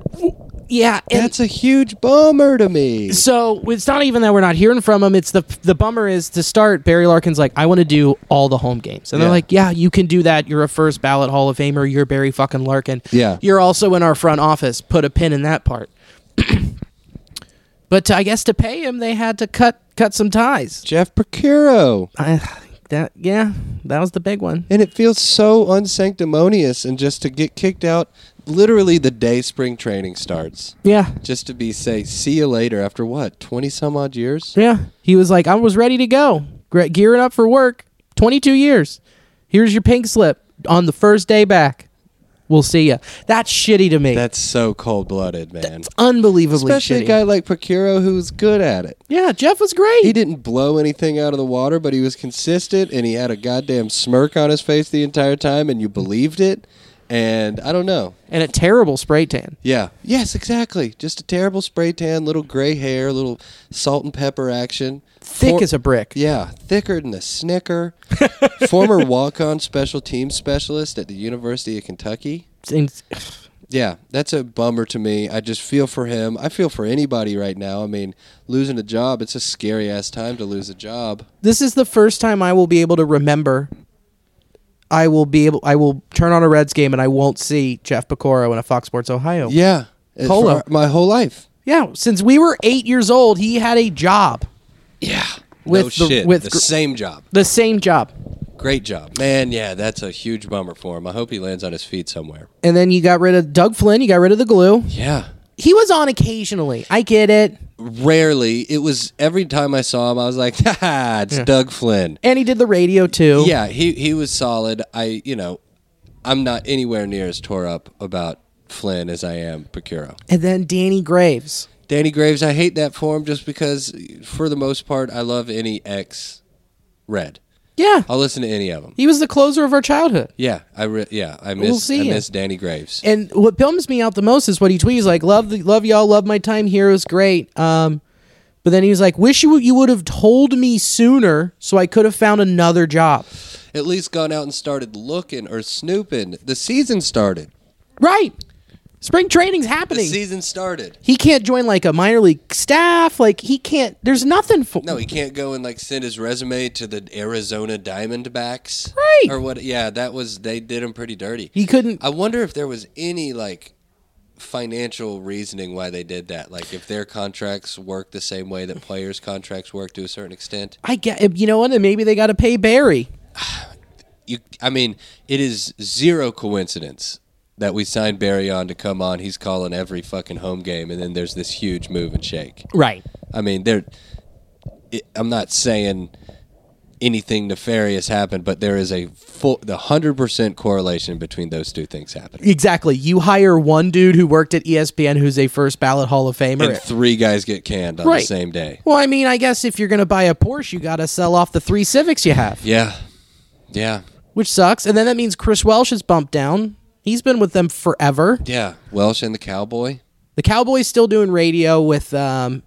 [SPEAKER 2] Yeah. and-
[SPEAKER 3] that's a huge bummer to me.
[SPEAKER 2] So it's not even that we're not hearing from him. It's the the bummer is to start. Barry Larkin's like, I want to do all the home games, and
[SPEAKER 3] Yeah.
[SPEAKER 2] they're like, Yeah, you can do that. You're a first ballot Hall of Famer. You're Barry fucking Larkin.
[SPEAKER 3] Yeah.
[SPEAKER 2] you're also in our front office. Put a pin in that part. but to, I guess to pay him, they had to cut cut some ties.
[SPEAKER 3] Jeff Procuro,
[SPEAKER 2] I, that yeah, that was the big one.
[SPEAKER 3] and it feels so unsanctimonious, and just to get kicked out literally the day spring training starts,
[SPEAKER 2] Yeah,
[SPEAKER 3] just to be say see you later after what twenty some odd years.
[SPEAKER 2] yeah. He was like, I was ready to go, Gre- gearing up for work. Twenty two years. Here's your pink slip on the first day back. We'll see ya. That's shitty to me.
[SPEAKER 3] That's so cold blooded, man.
[SPEAKER 2] unbelievably
[SPEAKER 3] Especially a
[SPEAKER 2] shitty.
[SPEAKER 3] guy like Procuro who's good at it.
[SPEAKER 2] yeah, Jeff was great.
[SPEAKER 3] he didn't blow anything out of the water, but he was consistent and he had a goddamn smirk on his face the entire time and you believed it. And I don't know.
[SPEAKER 2] and a terrible spray tan.
[SPEAKER 3] Yeah. Yes, exactly. Just a terrible spray tan, little gray hair, little salt and pepper action.
[SPEAKER 2] Thick
[SPEAKER 3] For-
[SPEAKER 2] as a brick.
[SPEAKER 3] Yeah, thicker than a snicker. Former walk-on special team specialist at the University of Kentucky.
[SPEAKER 2] And-
[SPEAKER 3] Yeah, that's a bummer to me. I just feel for him. I feel for anybody right now. I mean, losing a job, it's a scary ass time to lose a job.
[SPEAKER 2] This is the first time I will be able to remember. I will be able. I will turn on a Reds game and I won't see Jeff Picoro in a Fox Sports Ohio.
[SPEAKER 3] Yeah, it-
[SPEAKER 2] Polo.
[SPEAKER 3] for my whole life.
[SPEAKER 2] Yeah, Since we were eight years old, he had a job,
[SPEAKER 3] Yeah,
[SPEAKER 2] With
[SPEAKER 3] no
[SPEAKER 2] the-
[SPEAKER 3] shit.
[SPEAKER 2] with
[SPEAKER 3] the
[SPEAKER 2] gr-
[SPEAKER 3] same job,
[SPEAKER 2] the same job.
[SPEAKER 3] great job, man. Yeah, that's a huge bummer for him. I hope he lands on his feet somewhere.
[SPEAKER 2] And then you got rid of Doug Flynn. You got rid of the glue.
[SPEAKER 3] Yeah,
[SPEAKER 2] He was on occasionally. I get it.
[SPEAKER 3] rarely. It was every time I saw him, I was like, "Ha ha, it's Doug Flynn."
[SPEAKER 2] And he did the radio too.
[SPEAKER 3] Yeah, he he was solid. I you know, I'm not anywhere near as tore up about Flynn as I am Pacuro.
[SPEAKER 2] And then Danny Graves.
[SPEAKER 3] Danny Graves, I hate that for him just because, for the most part, I love any ex Red.
[SPEAKER 2] Yeah.
[SPEAKER 3] I'll listen to any of them.
[SPEAKER 2] He was the closer of our childhood.
[SPEAKER 3] Yeah, I re- yeah, I miss
[SPEAKER 2] see
[SPEAKER 3] I
[SPEAKER 2] ya.
[SPEAKER 3] miss Danny Graves.
[SPEAKER 2] And what bums me out the most is what he tweets like, "Love the love y'all, love my time here it was great." Um, but then he was like, "Wish you you would have told me sooner, so I could have found another job."
[SPEAKER 3] at least gone out and started looking or snooping. The season started.
[SPEAKER 2] Right? Spring training's
[SPEAKER 3] The
[SPEAKER 2] happening.
[SPEAKER 3] season started.
[SPEAKER 2] he can't join like a minor league staff. Like he can't. There's nothing for.
[SPEAKER 3] No, he can't go and like send his resume to the Arizona Diamondbacks.
[SPEAKER 2] Right.
[SPEAKER 3] Or what yeah, that was they did him pretty dirty.
[SPEAKER 2] He couldn't.
[SPEAKER 3] I wonder if there was any like financial reasoning why they did that. Like if their contracts work the same way that players' contracts work to a certain extent.
[SPEAKER 2] I get. eh, You know what? And maybe they got to pay Barry.
[SPEAKER 3] You I mean, it is zero coincidence that we signed Barry on to come on. He's calling every fucking home game, and then there's this huge move and shake.
[SPEAKER 2] Right.
[SPEAKER 3] I mean, there. it- I'm not saying anything nefarious happened, but there is a full, the hundred percent correlation between those two things happening.
[SPEAKER 2] Exactly. You hire one dude who worked at E ESPN who's a first ballot Hall of Famer.
[SPEAKER 3] And three guys get canned on the same day.
[SPEAKER 2] Well, I mean, I guess if you're going to buy a Porsche, you got to sell off the three Civics you have,
[SPEAKER 3] Yeah, yeah,
[SPEAKER 2] which sucks. And then that means Chris Welsh is bumped down. He's been with them forever.
[SPEAKER 3] yeah. Welsh and the cowboy.
[SPEAKER 2] The Cowboys still doing radio with um,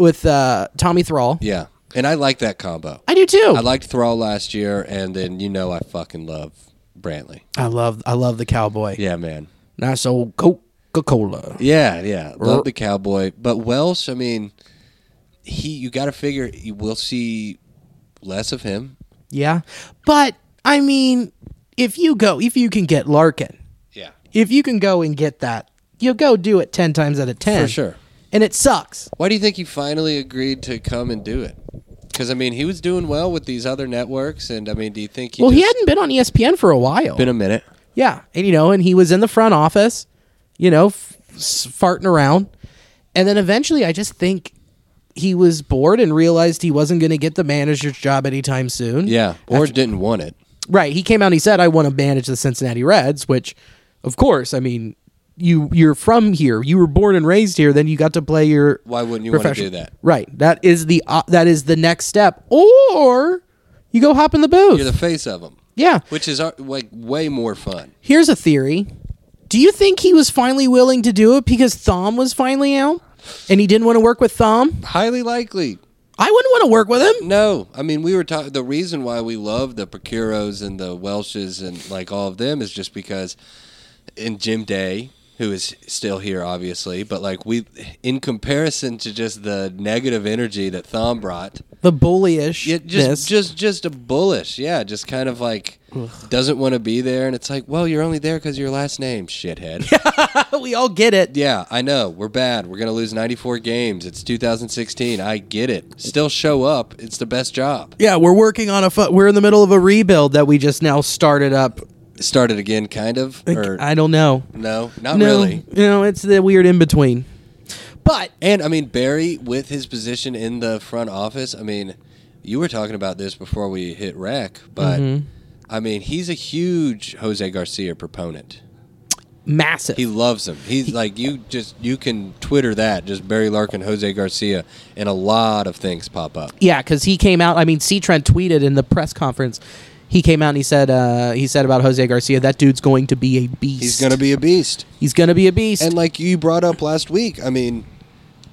[SPEAKER 2] with uh, Tommy Thrall.
[SPEAKER 3] Yeah, and I like that combo.
[SPEAKER 2] I do too.
[SPEAKER 3] I liked Thrall last year, and then you know I fucking love Brantley.
[SPEAKER 2] I love I love the Cowboy.
[SPEAKER 3] Yeah, man.
[SPEAKER 2] Nice old Coca Cola.
[SPEAKER 3] Yeah, yeah. Love the cowboy, but Welsh. I mean, he. You got to figure you will see less of him.
[SPEAKER 2] Yeah, but I mean, if you go, if you can get Larkin,
[SPEAKER 3] Yeah,
[SPEAKER 2] if you can go and get that, you'll go do it ten times out of ten
[SPEAKER 3] for sure.
[SPEAKER 2] And it sucks.
[SPEAKER 3] Why do you think he finally agreed to come and do it? Because I mean, he was doing well with these other networks, and I mean, do you think he?
[SPEAKER 2] well, he
[SPEAKER 3] just-
[SPEAKER 2] hadn't been on E ESPN for a while.
[SPEAKER 3] been a minute.
[SPEAKER 2] Yeah, and you know, and he was in the front office, you know, f- s- farting around, and then eventually, I just think he was bored and realized he wasn't going to get the manager's job anytime soon.
[SPEAKER 3] Yeah, or didn't want it.
[SPEAKER 2] right. He came out and he said, "I want to manage the Cincinnati Reds," which, of course, I mean, you you're from here, you were born and raised here, then you got to play your
[SPEAKER 3] Why wouldn't you want to
[SPEAKER 2] profession-
[SPEAKER 3] do that?
[SPEAKER 2] Right. That is the uh, that is the next step, or you go hop in the booth.
[SPEAKER 3] You're the face of them,
[SPEAKER 2] yeah.
[SPEAKER 3] which is uh, like way more fun.
[SPEAKER 2] Here's a theory. Do you think he was finally willing to do it because Thom was finally out and he didn't want to work with Thom?
[SPEAKER 3] Highly likely.
[SPEAKER 2] I wouldn't want to work with him.
[SPEAKER 3] No, I mean we were talking. The reason why we love the Procuros and the Welshes and like all of them is just because, and Jim Day, who is still here, obviously, but like we, in comparison to just the negative energy that Thom brought,
[SPEAKER 2] The bullyish.
[SPEAKER 3] yeah, just just just a bullish, yeah, just kind of like doesn't want to be there, and it's like, well, you're only there because your last name, shithead.
[SPEAKER 2] we all get it.
[SPEAKER 3] Yeah, I know. We're bad. We're going to lose 94 games. It's 2016. I get it. Still show up. It's the best job.
[SPEAKER 2] Yeah, we're working on a. Fu- we're in the middle of a rebuild that we just now started up.
[SPEAKER 3] Started again, kind of. Or
[SPEAKER 2] I don't know.
[SPEAKER 3] no, not
[SPEAKER 2] no,
[SPEAKER 3] really.
[SPEAKER 2] You know, it's the weird in between. But
[SPEAKER 3] And I mean Barry with his position in the front office. I mean, you were talking about this before we hit rec, but
[SPEAKER 2] Mm-hmm.
[SPEAKER 3] I mean he's a huge Jose Garcia proponent.
[SPEAKER 2] massive.
[SPEAKER 3] He loves him. He's like you just you can Twitter that just Barry Larkin, Jose Garcia, and a lot of things pop up.
[SPEAKER 2] Yeah, because he came out. I mean, C. Trent tweeted in the press conference. He came out and he said uh, he said about Jose Garcia that dude's going to be a beast.
[SPEAKER 3] He's gonna be a beast.
[SPEAKER 2] he's gonna be a beast.
[SPEAKER 3] And like you brought up last week, I mean,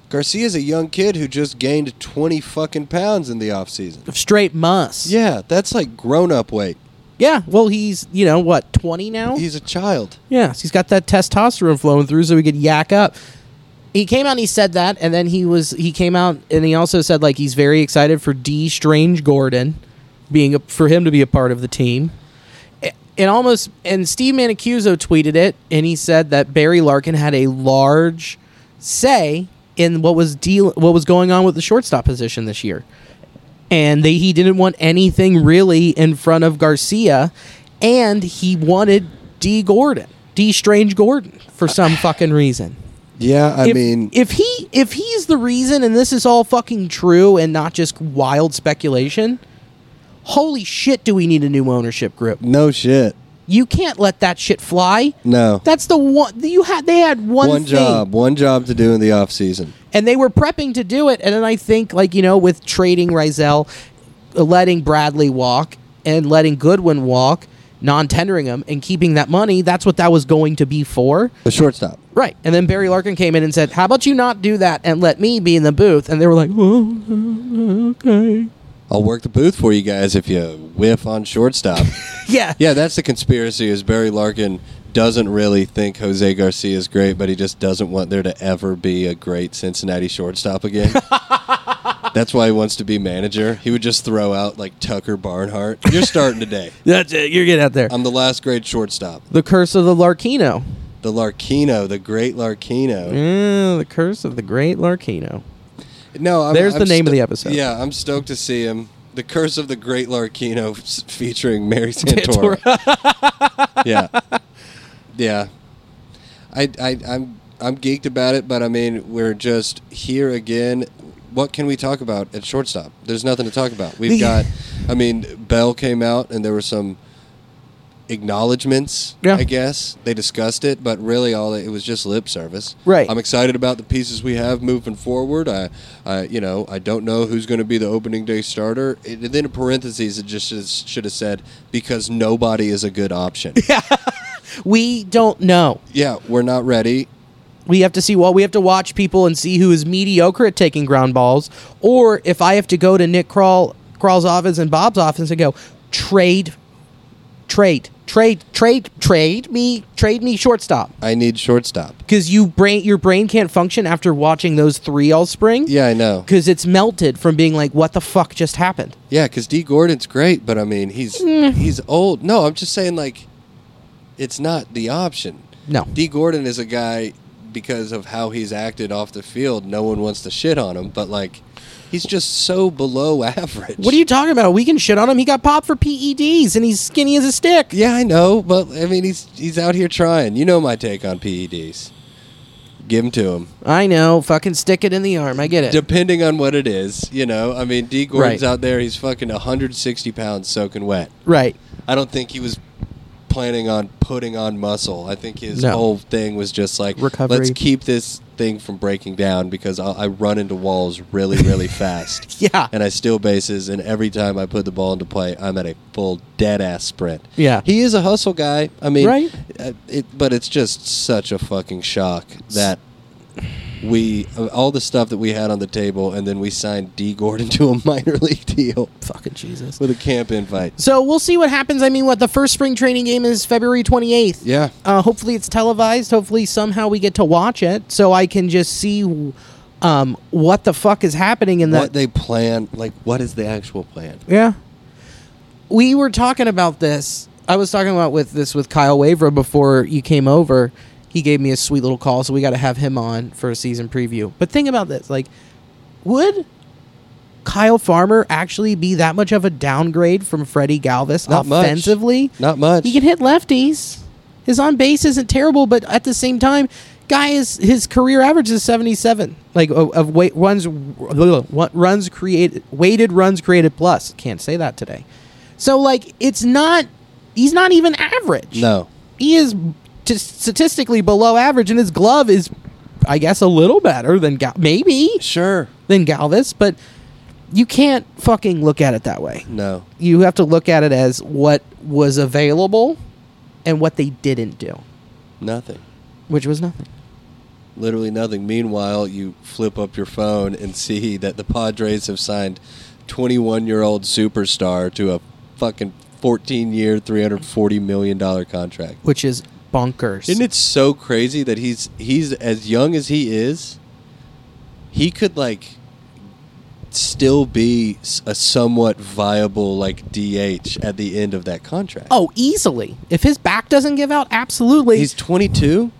[SPEAKER 3] Garcia's a young kid who just gained 20 fucking pounds in the offseason.
[SPEAKER 2] Straight muss.
[SPEAKER 3] Yeah, that's like grown up weight.
[SPEAKER 2] Yeah. Well, he's you know what twenty now.
[SPEAKER 3] He's a child.
[SPEAKER 2] Yes, he's got that testosterone flowing through, so he could yak up. He came out and he said that, and then he was he came out and he also said like he's very excited for D Strange Gordon being a, for him to be a part of the team. A- And almost and Steve Manicuso tweeted it, and he said that Barry Larkin had a large say in what was deal what was going on with the shortstop position this year and they, he didn't want anything really in front of Garcia, and he wanted D Gordon, D Strange Gordon, for some fucking reason.
[SPEAKER 3] Yeah, I
[SPEAKER 2] if,
[SPEAKER 3] mean,
[SPEAKER 2] if he if he's the reason, and this is all fucking true and not just wild speculation, holy shit, do we need a new ownership group?
[SPEAKER 3] no shit.
[SPEAKER 2] You can't let that shit fly.
[SPEAKER 3] No.
[SPEAKER 2] That's the one you had. They had one,
[SPEAKER 3] one
[SPEAKER 2] thing.
[SPEAKER 3] job, one job to do in the offseason.
[SPEAKER 2] and they were prepping to do it. And then I think, like you know, with trading Rizel, letting Bradley walk and letting Goodwin walk, non-tendering him and keeping that money, that's what that was going to be for,
[SPEAKER 3] A shortstop.
[SPEAKER 2] right? And then Barry Larkin came in and said, "How about you not do that and let me be in the booth?" And they were like, "Well, "Okay,
[SPEAKER 3] I'll work the booth for you guys if you whiff on shortstop.
[SPEAKER 2] yeah,
[SPEAKER 3] yeah, that's the conspiracy is Barry Larkin doesn't really think Jose Garcia is great, but he just doesn't want there to ever be a great Cincinnati shortstop again. that's why he wants to be manager. He would just throw out like Tucker Barnhart. You're starting today.
[SPEAKER 2] that's it. You're getting out there."
[SPEAKER 3] I'm the last great shortstop.
[SPEAKER 2] the curse of the Larkino.
[SPEAKER 3] The Larkino, the great Larkino.
[SPEAKER 2] Yeah, the curse of the great Larkino.
[SPEAKER 3] No, I'm,
[SPEAKER 2] There's the
[SPEAKER 3] I'm
[SPEAKER 2] name of the episode.
[SPEAKER 3] Yeah, I'm stoked to see him. The Curse of the Great Larkino s- featuring Mary Santora. yeah. yeah. I, I I'm I'm geeked about it, but I mean we're just here again. What can we talk about at shortstop? There's nothing to talk about. We've got, I mean, Bell came out and there were some acknowledgments.
[SPEAKER 2] Yeah.
[SPEAKER 3] I guess they discussed it, but really all it, it was just lip service.
[SPEAKER 2] Right.
[SPEAKER 3] I'm excited about the pieces we have moving forward. I, I you know, I don't know who's going to be the opening day starter. It, and then in parentheses, it just is- should have said because nobody is a good option.
[SPEAKER 2] We don't know.
[SPEAKER 3] yeah, we're not ready.
[SPEAKER 2] We have to see what we have to watch people and see who is mediocre at taking ground balls, or if I have to go to Nick Crawl Crawl's office and Bob's office and go trade, trade, trade, trade, trade me, trade me shortstop
[SPEAKER 3] I need shortstop.
[SPEAKER 2] because you brain your brain can't function after watching those three all spring.
[SPEAKER 3] Yeah, I know.
[SPEAKER 2] because it's melted from being like what the fuck just happened.
[SPEAKER 3] Yeah, because D Gordon's great, but I mean he's
[SPEAKER 2] Mm.
[SPEAKER 3] he's old. No, I'm just saying like it's not the option.
[SPEAKER 2] No.
[SPEAKER 3] D Gordon is a guy because of how he's acted off the field. No one wants to shit on him, but like he's just so below average.
[SPEAKER 2] What are you talking about? We can shit on him. He got popped for PEDs and he's skinny as a stick.
[SPEAKER 3] Yeah, I know, but I mean he's he's out here trying. You know my take on PEDs. Give him to him.
[SPEAKER 2] I know. Fucking stick it in the arm. I get it.
[SPEAKER 3] Depending on what it is, you know. I mean, D Gordon's
[SPEAKER 2] Right.
[SPEAKER 3] out there. He's fucking 160 pounds soaking wet.
[SPEAKER 2] right.
[SPEAKER 3] I don't think he was planning on putting on muscle. I think his
[SPEAKER 2] No.
[SPEAKER 3] whole thing was just like,
[SPEAKER 2] Recovery.
[SPEAKER 3] let's keep this thing from breaking down because i I run into walls really, really fast.
[SPEAKER 2] Yeah.
[SPEAKER 3] And I steal bases, and every time I put the ball into play, I'm at a full dead ass sprint.
[SPEAKER 2] Yeah.
[SPEAKER 3] He is a hustle guy. I mean,
[SPEAKER 2] Right.
[SPEAKER 3] uh, It, but it's just such a fucking shock that. We uh, all the stuff that we had on the table, and then we signed D Gordon to a minor league deal
[SPEAKER 2] Fucking Jesus.
[SPEAKER 3] with a camp invite.
[SPEAKER 2] So we'll see what happens. I mean, what the first spring training game is February 28th.
[SPEAKER 3] Yeah.
[SPEAKER 2] Uh, hopefully it's televised. Hopefully somehow we get to watch it so I can just see um, what the fuck is happening in
[SPEAKER 3] what
[SPEAKER 2] that.
[SPEAKER 3] they plan like what is the actual plan
[SPEAKER 2] yeah. We were talking about this. I was talking about with this with Kyle Waver before you came over. He gave me a sweet little call, so we got to have him on for a season preview. But think about this: like, would Kyle Farmer actually be that much of a downgrade from Freddie Galvis
[SPEAKER 3] Not much.
[SPEAKER 2] offensively?
[SPEAKER 3] not much
[SPEAKER 2] He can hit lefties. His on base isn't terrible, but at the same time, guy is his career average is seventy seven. Like of, of weight runs, what runs created weighted runs created plus. Can't say that today. So like it's not. He's not even average.
[SPEAKER 3] no
[SPEAKER 2] he is t- statistically below average, and his glove is, I guess, a little better than Gal- maybe
[SPEAKER 3] sure
[SPEAKER 2] than Galvis, but you can't fucking look at it that way
[SPEAKER 3] no
[SPEAKER 2] you have to look at it as what was available and what they didn't do,
[SPEAKER 3] nothing
[SPEAKER 2] which was nothing.
[SPEAKER 3] literally nothing meanwhile you flip up your phone and see that the padres have signed 21 year old superstar to a fucking 14 year 340 million dollar contract
[SPEAKER 2] Which is bonkers.
[SPEAKER 3] Isn't it so crazy that he's he's as young as he is? He could like still be s- a somewhat viable like DH at the end of that contract.
[SPEAKER 2] Oh, easily. If his back doesn't give out, absolutely.
[SPEAKER 3] he's 22,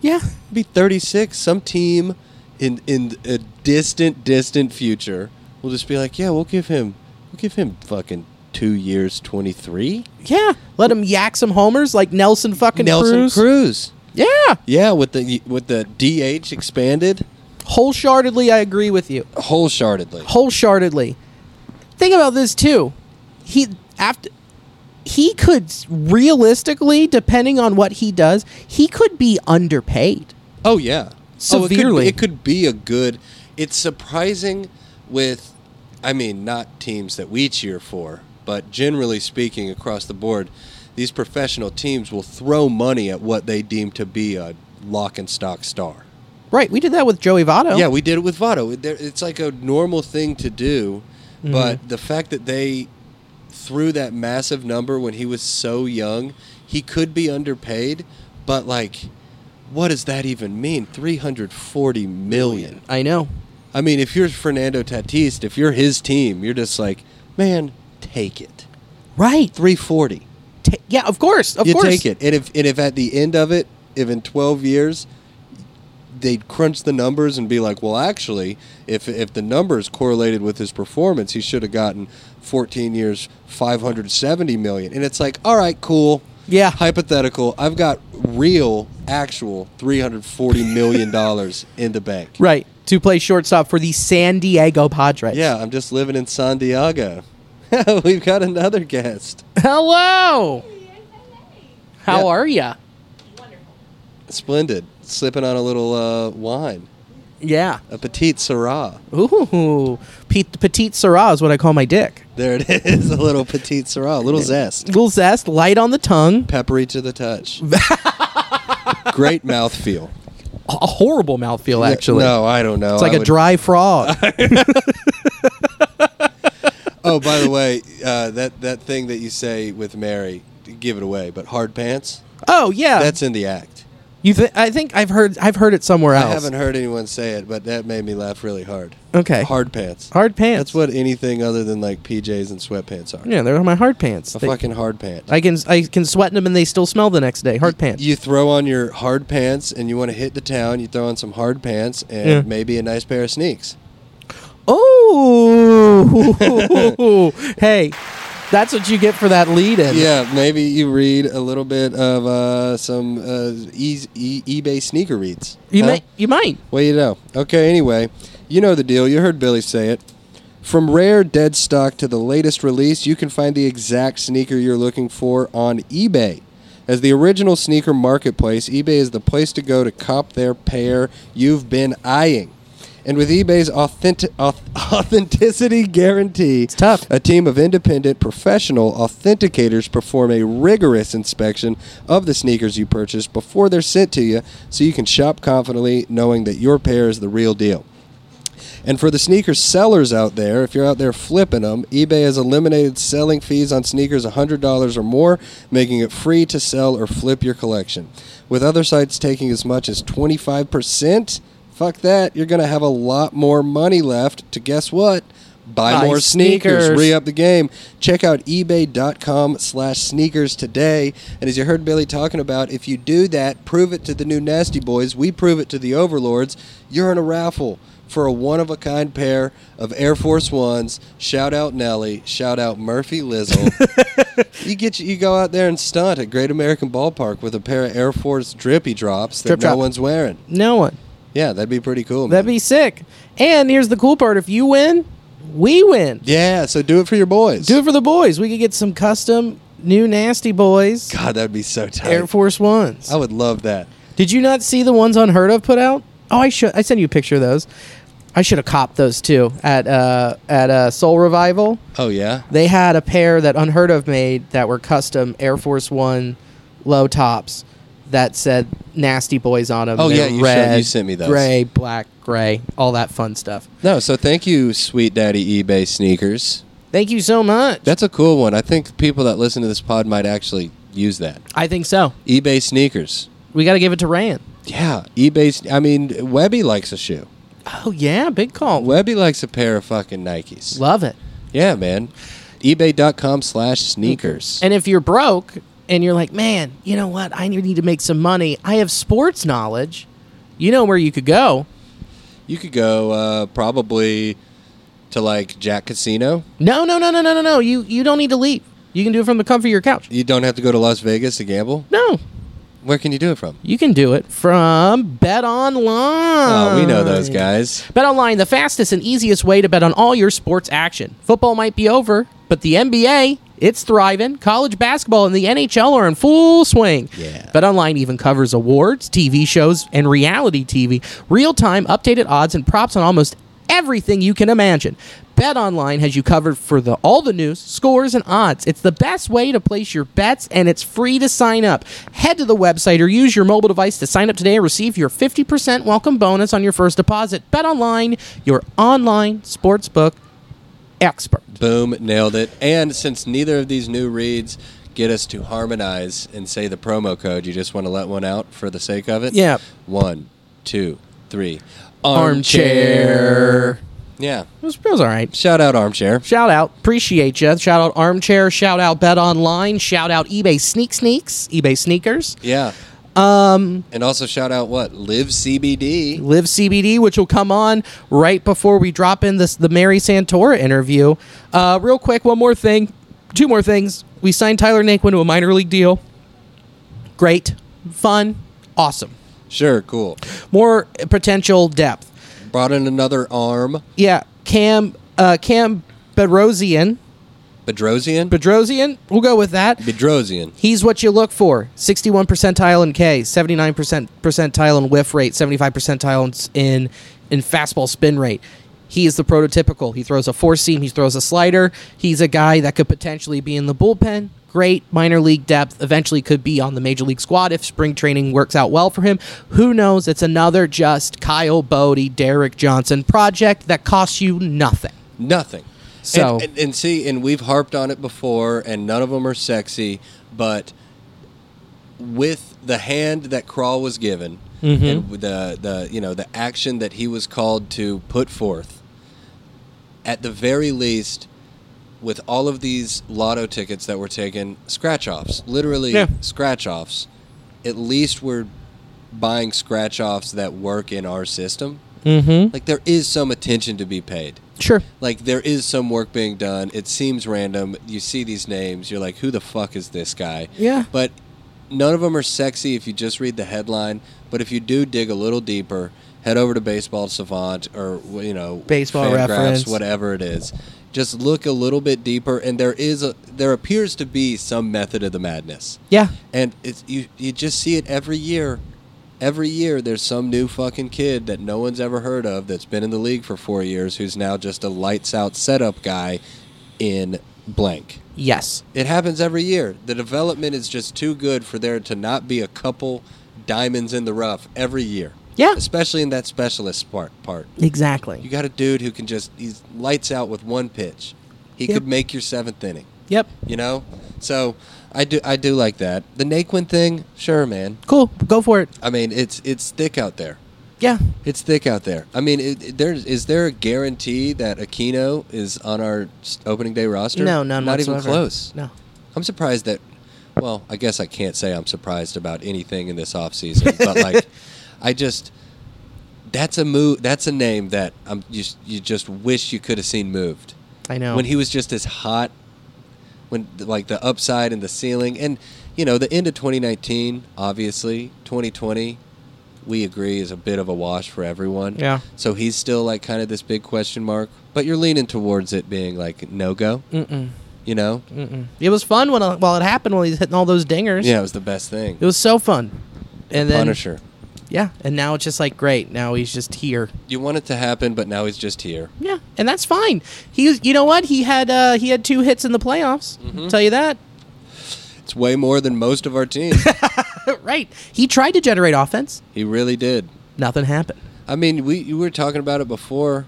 [SPEAKER 2] yeah.
[SPEAKER 3] be 36. Some team in in a distant distant future will just be like, yeah, we'll give him we'll give him fucking two years, 23.
[SPEAKER 2] Yeah. Let him yak some homers like Nelson fucking
[SPEAKER 3] Nelson
[SPEAKER 2] Cruz.
[SPEAKER 3] Cruz.
[SPEAKER 2] Yeah.
[SPEAKER 3] Yeah, with the with the DH expanded
[SPEAKER 2] Wholeheartedly, I agree with you.
[SPEAKER 3] wholeheartedly.
[SPEAKER 2] Wholeheartedly. Think about this too. He after he could s- realistically, depending on what he does, he could be underpaid.
[SPEAKER 3] Oh yeah,
[SPEAKER 2] Severely.
[SPEAKER 3] Oh, it, could be, it could be a good. It's surprising with, I mean, not teams that we cheer for, but generally speaking, across the board, these professional teams will throw money at what they deem to be a lock and stock star.
[SPEAKER 2] Right. We did that with Joey Votto.
[SPEAKER 3] Yeah, we did it with Votto. It- there- It's like a normal thing to do, but the fact that they threw that massive number when he was so young, he could be underpaid, but like, what does that even mean? 340 million.
[SPEAKER 2] I know.
[SPEAKER 3] I mean, if you're Fernando Tatis, if you're his team, you're just like, man, take it.
[SPEAKER 2] Right.
[SPEAKER 3] 340.
[SPEAKER 2] Ta- yeah, of course, of
[SPEAKER 3] you
[SPEAKER 2] course.
[SPEAKER 3] take it. And if and if at the end of it, if in twelve years they'd crunch the numbers and be like, well, actually, if if the numbers correlated with his performance, he should have gotten fourteen years, five hundred seventy million. And it's like, all right, cool.
[SPEAKER 2] Yeah.
[SPEAKER 3] Hypothetical. I've got real, actual $340 million in the bank.
[SPEAKER 2] Right. To play shortstop for the San Diego Padres.
[SPEAKER 3] Yeah, I'm just living in San Diego. We've got another guest.
[SPEAKER 2] Hello. How
[SPEAKER 3] Yeah.
[SPEAKER 2] are ya?
[SPEAKER 3] Splendid. Slipping on a little uh, wine,
[SPEAKER 2] Yeah.
[SPEAKER 3] a petite Syrah.
[SPEAKER 2] Ooh. Pete, petite Syrah is what I call my dick.
[SPEAKER 3] There it is, a little petite Syrah, a little zest.
[SPEAKER 2] Little zest, light on the tongue,
[SPEAKER 3] Peppery to the touch. Great mouthfeel.
[SPEAKER 2] a horrible mouthfeel actually.
[SPEAKER 3] No, I don't know.
[SPEAKER 2] It's like
[SPEAKER 3] a
[SPEAKER 2] a dry frog.
[SPEAKER 3] Oh, by the way, uh, that, that thing that you say with Mary, give it away, but hard pants,
[SPEAKER 2] oh yeah.
[SPEAKER 3] that's in the act.
[SPEAKER 2] you th- I think I've heard I've heard it somewhere
[SPEAKER 3] I
[SPEAKER 2] else.
[SPEAKER 3] haven't heard anyone say it, but that made me laugh really hard.
[SPEAKER 2] Okay.
[SPEAKER 3] Hard pants.
[SPEAKER 2] Hard pants.
[SPEAKER 3] That's what anything other than like PJs and sweatpants are.
[SPEAKER 2] Yeah, they're my hard pants.
[SPEAKER 3] A
[SPEAKER 2] They-
[SPEAKER 3] fucking hard pant.
[SPEAKER 2] I can I can sweat in them and they still smell the next day. Hard pants.
[SPEAKER 3] you throw on your hard pants and you want to hit the town, you throw on some hard pants and
[SPEAKER 2] Yeah.
[SPEAKER 3] maybe a nice pair of sneaks.
[SPEAKER 2] Oh, hey, that's what you get for that lead in.
[SPEAKER 3] Yeah, maybe you read a little bit of uh, some uh, e- e- eBay sneaker reads.
[SPEAKER 2] you
[SPEAKER 3] Huh?
[SPEAKER 2] might. You might.
[SPEAKER 3] Well, you know. Okay, anyway, you know the deal. You heard Billy say it. From rare dead stock to the latest release, you can find the exact sneaker you're looking for on eBay. As the original sneaker marketplace, eBay is the place to go to cop their pair you've been eyeing. And with eBay's authentic, authenticity guarantee,
[SPEAKER 2] It's tough.
[SPEAKER 3] a team of independent professional authenticators perform a rigorous inspection of the sneakers you purchase before they're sent to you so you can shop confidently knowing that your pair is the real deal. And for the sneaker sellers out there, if you're out there flipping them, eBay has eliminated selling fees on sneakers $100 or more, making it free to sell or flip your collection. With other sites taking as much as 25%, fuck that, you're going to have a lot more money left to guess what? Buy,
[SPEAKER 2] Buy
[SPEAKER 3] more sneakers,
[SPEAKER 2] sneakers.
[SPEAKER 3] re up the game. Check out ebay.com slash sneakers today. And as you heard Billy talking about, if you do that, prove it to the new Nasty Boys, we prove it to the Overlords, you're in a raffle for a one of a kind pair of Air Force Ones. Shout out Nelly. Shout out Murphy Lizzle. you get you go out there and stunt at Great American Ballpark with a pair of Air Force drippy drops that
[SPEAKER 2] Drip
[SPEAKER 3] no
[SPEAKER 2] drop.
[SPEAKER 3] one's wearing.
[SPEAKER 2] No one.
[SPEAKER 3] Yeah, that'd be pretty cool.
[SPEAKER 2] That'd
[SPEAKER 3] man.
[SPEAKER 2] be sick. And here's the cool part: if you win, we win.
[SPEAKER 3] Yeah, so do it for your boys.
[SPEAKER 2] Do it for the boys. We could get some custom new nasty boys
[SPEAKER 3] God, Oh. that'd be so tight.
[SPEAKER 2] Air Force Ones.
[SPEAKER 3] I would love that.
[SPEAKER 2] Did you not see the ones Unheard of put out? Oh, I should. I sent you a picture of those. I should have copped those too at uh, at uh, Soul Revival.
[SPEAKER 3] Oh yeah.
[SPEAKER 2] They had a pair that Unheard of made that were custom Air Force One low tops that said "Nasty Boys" on them.
[SPEAKER 3] Oh,
[SPEAKER 2] They
[SPEAKER 3] yeah,
[SPEAKER 2] were
[SPEAKER 3] you showed-
[SPEAKER 2] red,
[SPEAKER 3] you sent me those.
[SPEAKER 2] Gray, black, gray, all that fun stuff.
[SPEAKER 3] No, so thank you, Sweet Daddy eBay sneakers.
[SPEAKER 2] Thank you so much.
[SPEAKER 3] That's a cool one. I think people that listen to this pod might actually use that.
[SPEAKER 2] I think so.
[SPEAKER 3] eBay sneakers.
[SPEAKER 2] We got to give it to Rand.
[SPEAKER 3] Yeah, eBay. sne- I mean, Webby likes a shoe.
[SPEAKER 2] Oh yeah, big call.
[SPEAKER 3] Webby likes a pair of fucking Nikes.
[SPEAKER 2] Love it.
[SPEAKER 3] Yeah, man. eBay.com slash sneakers.
[SPEAKER 2] And if you're broke and you're like, man, you know what? I need to make some money. I have sports knowledge. You know where you could go.
[SPEAKER 3] You could go uh, probably to like Jack Casino.
[SPEAKER 2] No, no, no, no, no, no, no. You you don't need to leave. You can do it from the comfort of your couch.
[SPEAKER 3] You don't have to go to Las Vegas to gamble.
[SPEAKER 2] No,
[SPEAKER 3] Where can you do it from?
[SPEAKER 2] you can do it from Bet Online.
[SPEAKER 3] Oh, we know those guys.
[SPEAKER 2] Bet Online, the fastest and easiest way to bet on all your sports action. Football might be over, but the NBA, it's thriving. College basketball and the NHL are in full swing.
[SPEAKER 3] Yeah.
[SPEAKER 2] Bet Online even covers awards, TV shows, and reality TV. Real time, updated odds and props on almost everything you can imagine. Bet Online has you covered for the all the news, scores, and odds. It's the best way to place your bets, and it's free to sign up. Head to the website or use your mobile device to sign up today and receive your 50% welcome bonus on your first deposit. Bet Online, your online sportsbook expert.
[SPEAKER 3] Boom, nailed it. And since neither of these new reads get us to harmonize and say the promo code, you just want to let one out for the sake of it?
[SPEAKER 2] Yeah.
[SPEAKER 3] One, two, three.
[SPEAKER 2] Armchair.
[SPEAKER 3] Yeah.
[SPEAKER 2] It was, it was all right.
[SPEAKER 3] Shout out Armchair.
[SPEAKER 2] Shout out. Appreciate you. Shout out Armchair. Shout out Bet Online. Shout out eBay Sneak Sneaks. eBay Sneakers.
[SPEAKER 3] Yeah. Um and also shout out what? Live CBD.
[SPEAKER 2] Live CBD, which will come on right before we drop in this the Mary Santora interview. Uh, real quick, one more thing. Two more things. We signed Tyler Naquin to a minor league deal. Great, fun, awesome.
[SPEAKER 3] Sure, cool.
[SPEAKER 2] More potential depth.
[SPEAKER 3] Brought in another arm.
[SPEAKER 2] Yeah, Cam uh, Cam Bedrosian.
[SPEAKER 3] Bedrosian?
[SPEAKER 2] Bedrosian. We'll go with that.
[SPEAKER 3] Bedrosian.
[SPEAKER 2] He's what you look for. 61 percentile in K, 79 percent percentile in whiff rate, 75 percentile in s- in, in fastball spin rate. He is the prototypical. He throws a four seam, he throws a slider. He's a guy that could potentially be in the bullpen. Great minor league depth. Eventually could be on the major league squad if spring training works out well for him. Who knows? It's another just Kyle Bodie, Derek Johnson project that costs you nothing.
[SPEAKER 3] Nothing.
[SPEAKER 2] So-
[SPEAKER 3] and, and, and see, and we've harped on it before, and none of them are sexy, but with the hand that Crawl was given,
[SPEAKER 2] Mm-hmm.
[SPEAKER 3] and with the the you know the action that he was called to put forth, at the very least, with all of these lotto tickets that were taken, scratch offs, literally
[SPEAKER 2] Yeah.
[SPEAKER 3] scratch offs. At least we're buying scratch offs that work in our system. Mm-hmm. Like there is some attention to be paid
[SPEAKER 2] Sure.
[SPEAKER 3] like there is some work being done. It seems random. You see these names, you're like, who the fuck is this guy?
[SPEAKER 2] Yeah.
[SPEAKER 3] But none of them are sexy if you just read the headline. But if you do dig a little deeper, head over to Baseball Savant or you know
[SPEAKER 2] Baseball
[SPEAKER 3] Fangraphs,
[SPEAKER 2] Reference.
[SPEAKER 3] whatever it is. Just look a little bit deeper, and there is a there appears to be some method of the madness.
[SPEAKER 2] Yeah.
[SPEAKER 3] And it's you you just see it every year. Every year there's some new fucking kid that no one's ever heard of that's been in the league for 4 years who's now just a lights out setup guy in blank.
[SPEAKER 2] Yes.
[SPEAKER 3] It happens every year. The development is just too good for there to not be a couple diamonds in the rough every year.
[SPEAKER 2] Yeah.
[SPEAKER 3] Especially in that specialist part part. You
[SPEAKER 2] Exactly.
[SPEAKER 3] got a dude who can just he's lights out with one pitch. He
[SPEAKER 2] Yep.
[SPEAKER 3] could make your 7th inning
[SPEAKER 2] Yep.
[SPEAKER 3] you know so i do i do like that the naquin thing sure man
[SPEAKER 2] Cool. Go for it.
[SPEAKER 3] i mean it's it's thick out there
[SPEAKER 2] Yeah.
[SPEAKER 3] it's thick out there i mean it, it- there is there a guarantee that aquino is on our s- opening day roster
[SPEAKER 2] No, none
[SPEAKER 3] not even
[SPEAKER 2] whatsoever.
[SPEAKER 3] close
[SPEAKER 2] No.
[SPEAKER 3] i'm surprised that well i guess i can't say i'm surprised about anything in this offseason but like i just that's a move that's a name that i'm you, s- you just wish you could have seen moved
[SPEAKER 2] I know.
[SPEAKER 3] when he was just as hot when like the upside and the ceiling and you know the end of 2019 obviously 2020 we agree is a bit of a wash for everyone
[SPEAKER 2] Yeah.
[SPEAKER 3] so he's still like kind of this big question mark but you're leaning towards it being like no go
[SPEAKER 2] Mm-mm.
[SPEAKER 3] you know
[SPEAKER 2] It was fun when while it happened when he's hitting all those dingers.
[SPEAKER 3] yeah it was the best thing
[SPEAKER 2] It was so fun. And then
[SPEAKER 3] punisher
[SPEAKER 2] Yeah, and now it's just like great. Now he's just here.
[SPEAKER 3] you want it to happen but now he's just here
[SPEAKER 2] Yeah, and that's fine. He was, you know what? He had uh he had two hits in the playoffs.
[SPEAKER 3] Mm-hmm.
[SPEAKER 2] Tell you that.
[SPEAKER 3] it's way more than most of our team
[SPEAKER 2] right. He tried to generate offense.
[SPEAKER 3] he really did
[SPEAKER 2] Nothing happened.
[SPEAKER 3] I mean, we you were talking about it before.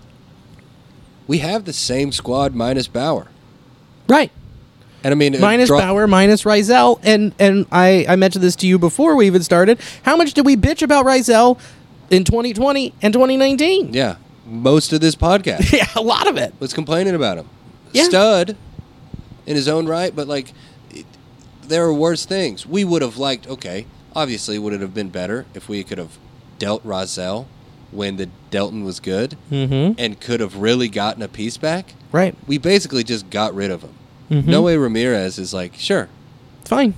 [SPEAKER 3] We have the same squad minus Bauer,
[SPEAKER 2] Right.
[SPEAKER 3] and I mean
[SPEAKER 2] Minus
[SPEAKER 3] draw-
[SPEAKER 2] Bauer, minus Rizel, and and I I mentioned this to you before we even started. How much did we bitch about Rizel in 2020 and 2019?
[SPEAKER 3] Yeah, most of this podcast
[SPEAKER 2] yeah, a lot of it.
[SPEAKER 3] was complaining about him.
[SPEAKER 2] Yeah.
[SPEAKER 3] Stud in his own right, but like it, there are worse things. We would have liked. Okay, obviously, would it have been better if we could have dealt Rozelle when the Delton was good
[SPEAKER 2] Mm-hmm.
[SPEAKER 3] and could have really gotten a piece back?
[SPEAKER 2] Right.
[SPEAKER 3] We basically just got rid of him.
[SPEAKER 2] Mm-hmm.
[SPEAKER 3] No way Ramirez is like sure.
[SPEAKER 2] Fine.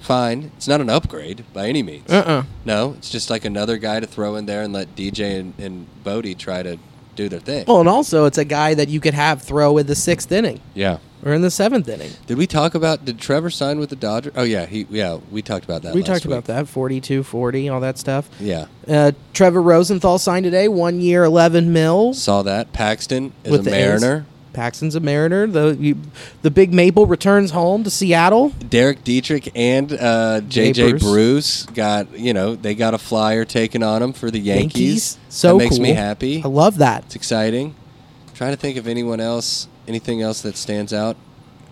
[SPEAKER 3] fine. It's not an upgrade by any means.
[SPEAKER 2] Uh-uh.
[SPEAKER 3] No, it's just like another guy to throw in there and let DJ and, and Bodie try to do their thing.
[SPEAKER 2] Well, and also it's a guy that you could have throw in the sixth inning
[SPEAKER 3] yeah.
[SPEAKER 2] or in the seventh inning.
[SPEAKER 3] Did we talk about did Trevor sign with the Dodgers? Oh yeah, he yeah, we talked about that.
[SPEAKER 2] We
[SPEAKER 3] last
[SPEAKER 2] talked
[SPEAKER 3] week.
[SPEAKER 2] about that 42, 40, all that stuff.
[SPEAKER 3] Yeah.
[SPEAKER 2] Uh, Trevor Rosenthal signed today, one year, 11 mil
[SPEAKER 3] Saw that. Paxton is
[SPEAKER 2] with
[SPEAKER 3] a
[SPEAKER 2] the A's.
[SPEAKER 3] Mariner.
[SPEAKER 2] Paxton's a Mariner. The you, the big Maple returns home to Seattle.
[SPEAKER 3] Derek Dietrich and uh,
[SPEAKER 2] Jay
[SPEAKER 3] JJ
[SPEAKER 2] Bruce.
[SPEAKER 3] Bruce. got you know, they got a flyer taken on them for the Yankees.
[SPEAKER 2] Yankees. So
[SPEAKER 3] that makes
[SPEAKER 2] cool.
[SPEAKER 3] me happy.
[SPEAKER 2] I love that.
[SPEAKER 3] It's exciting. trying to think of anyone else anything else that stands out.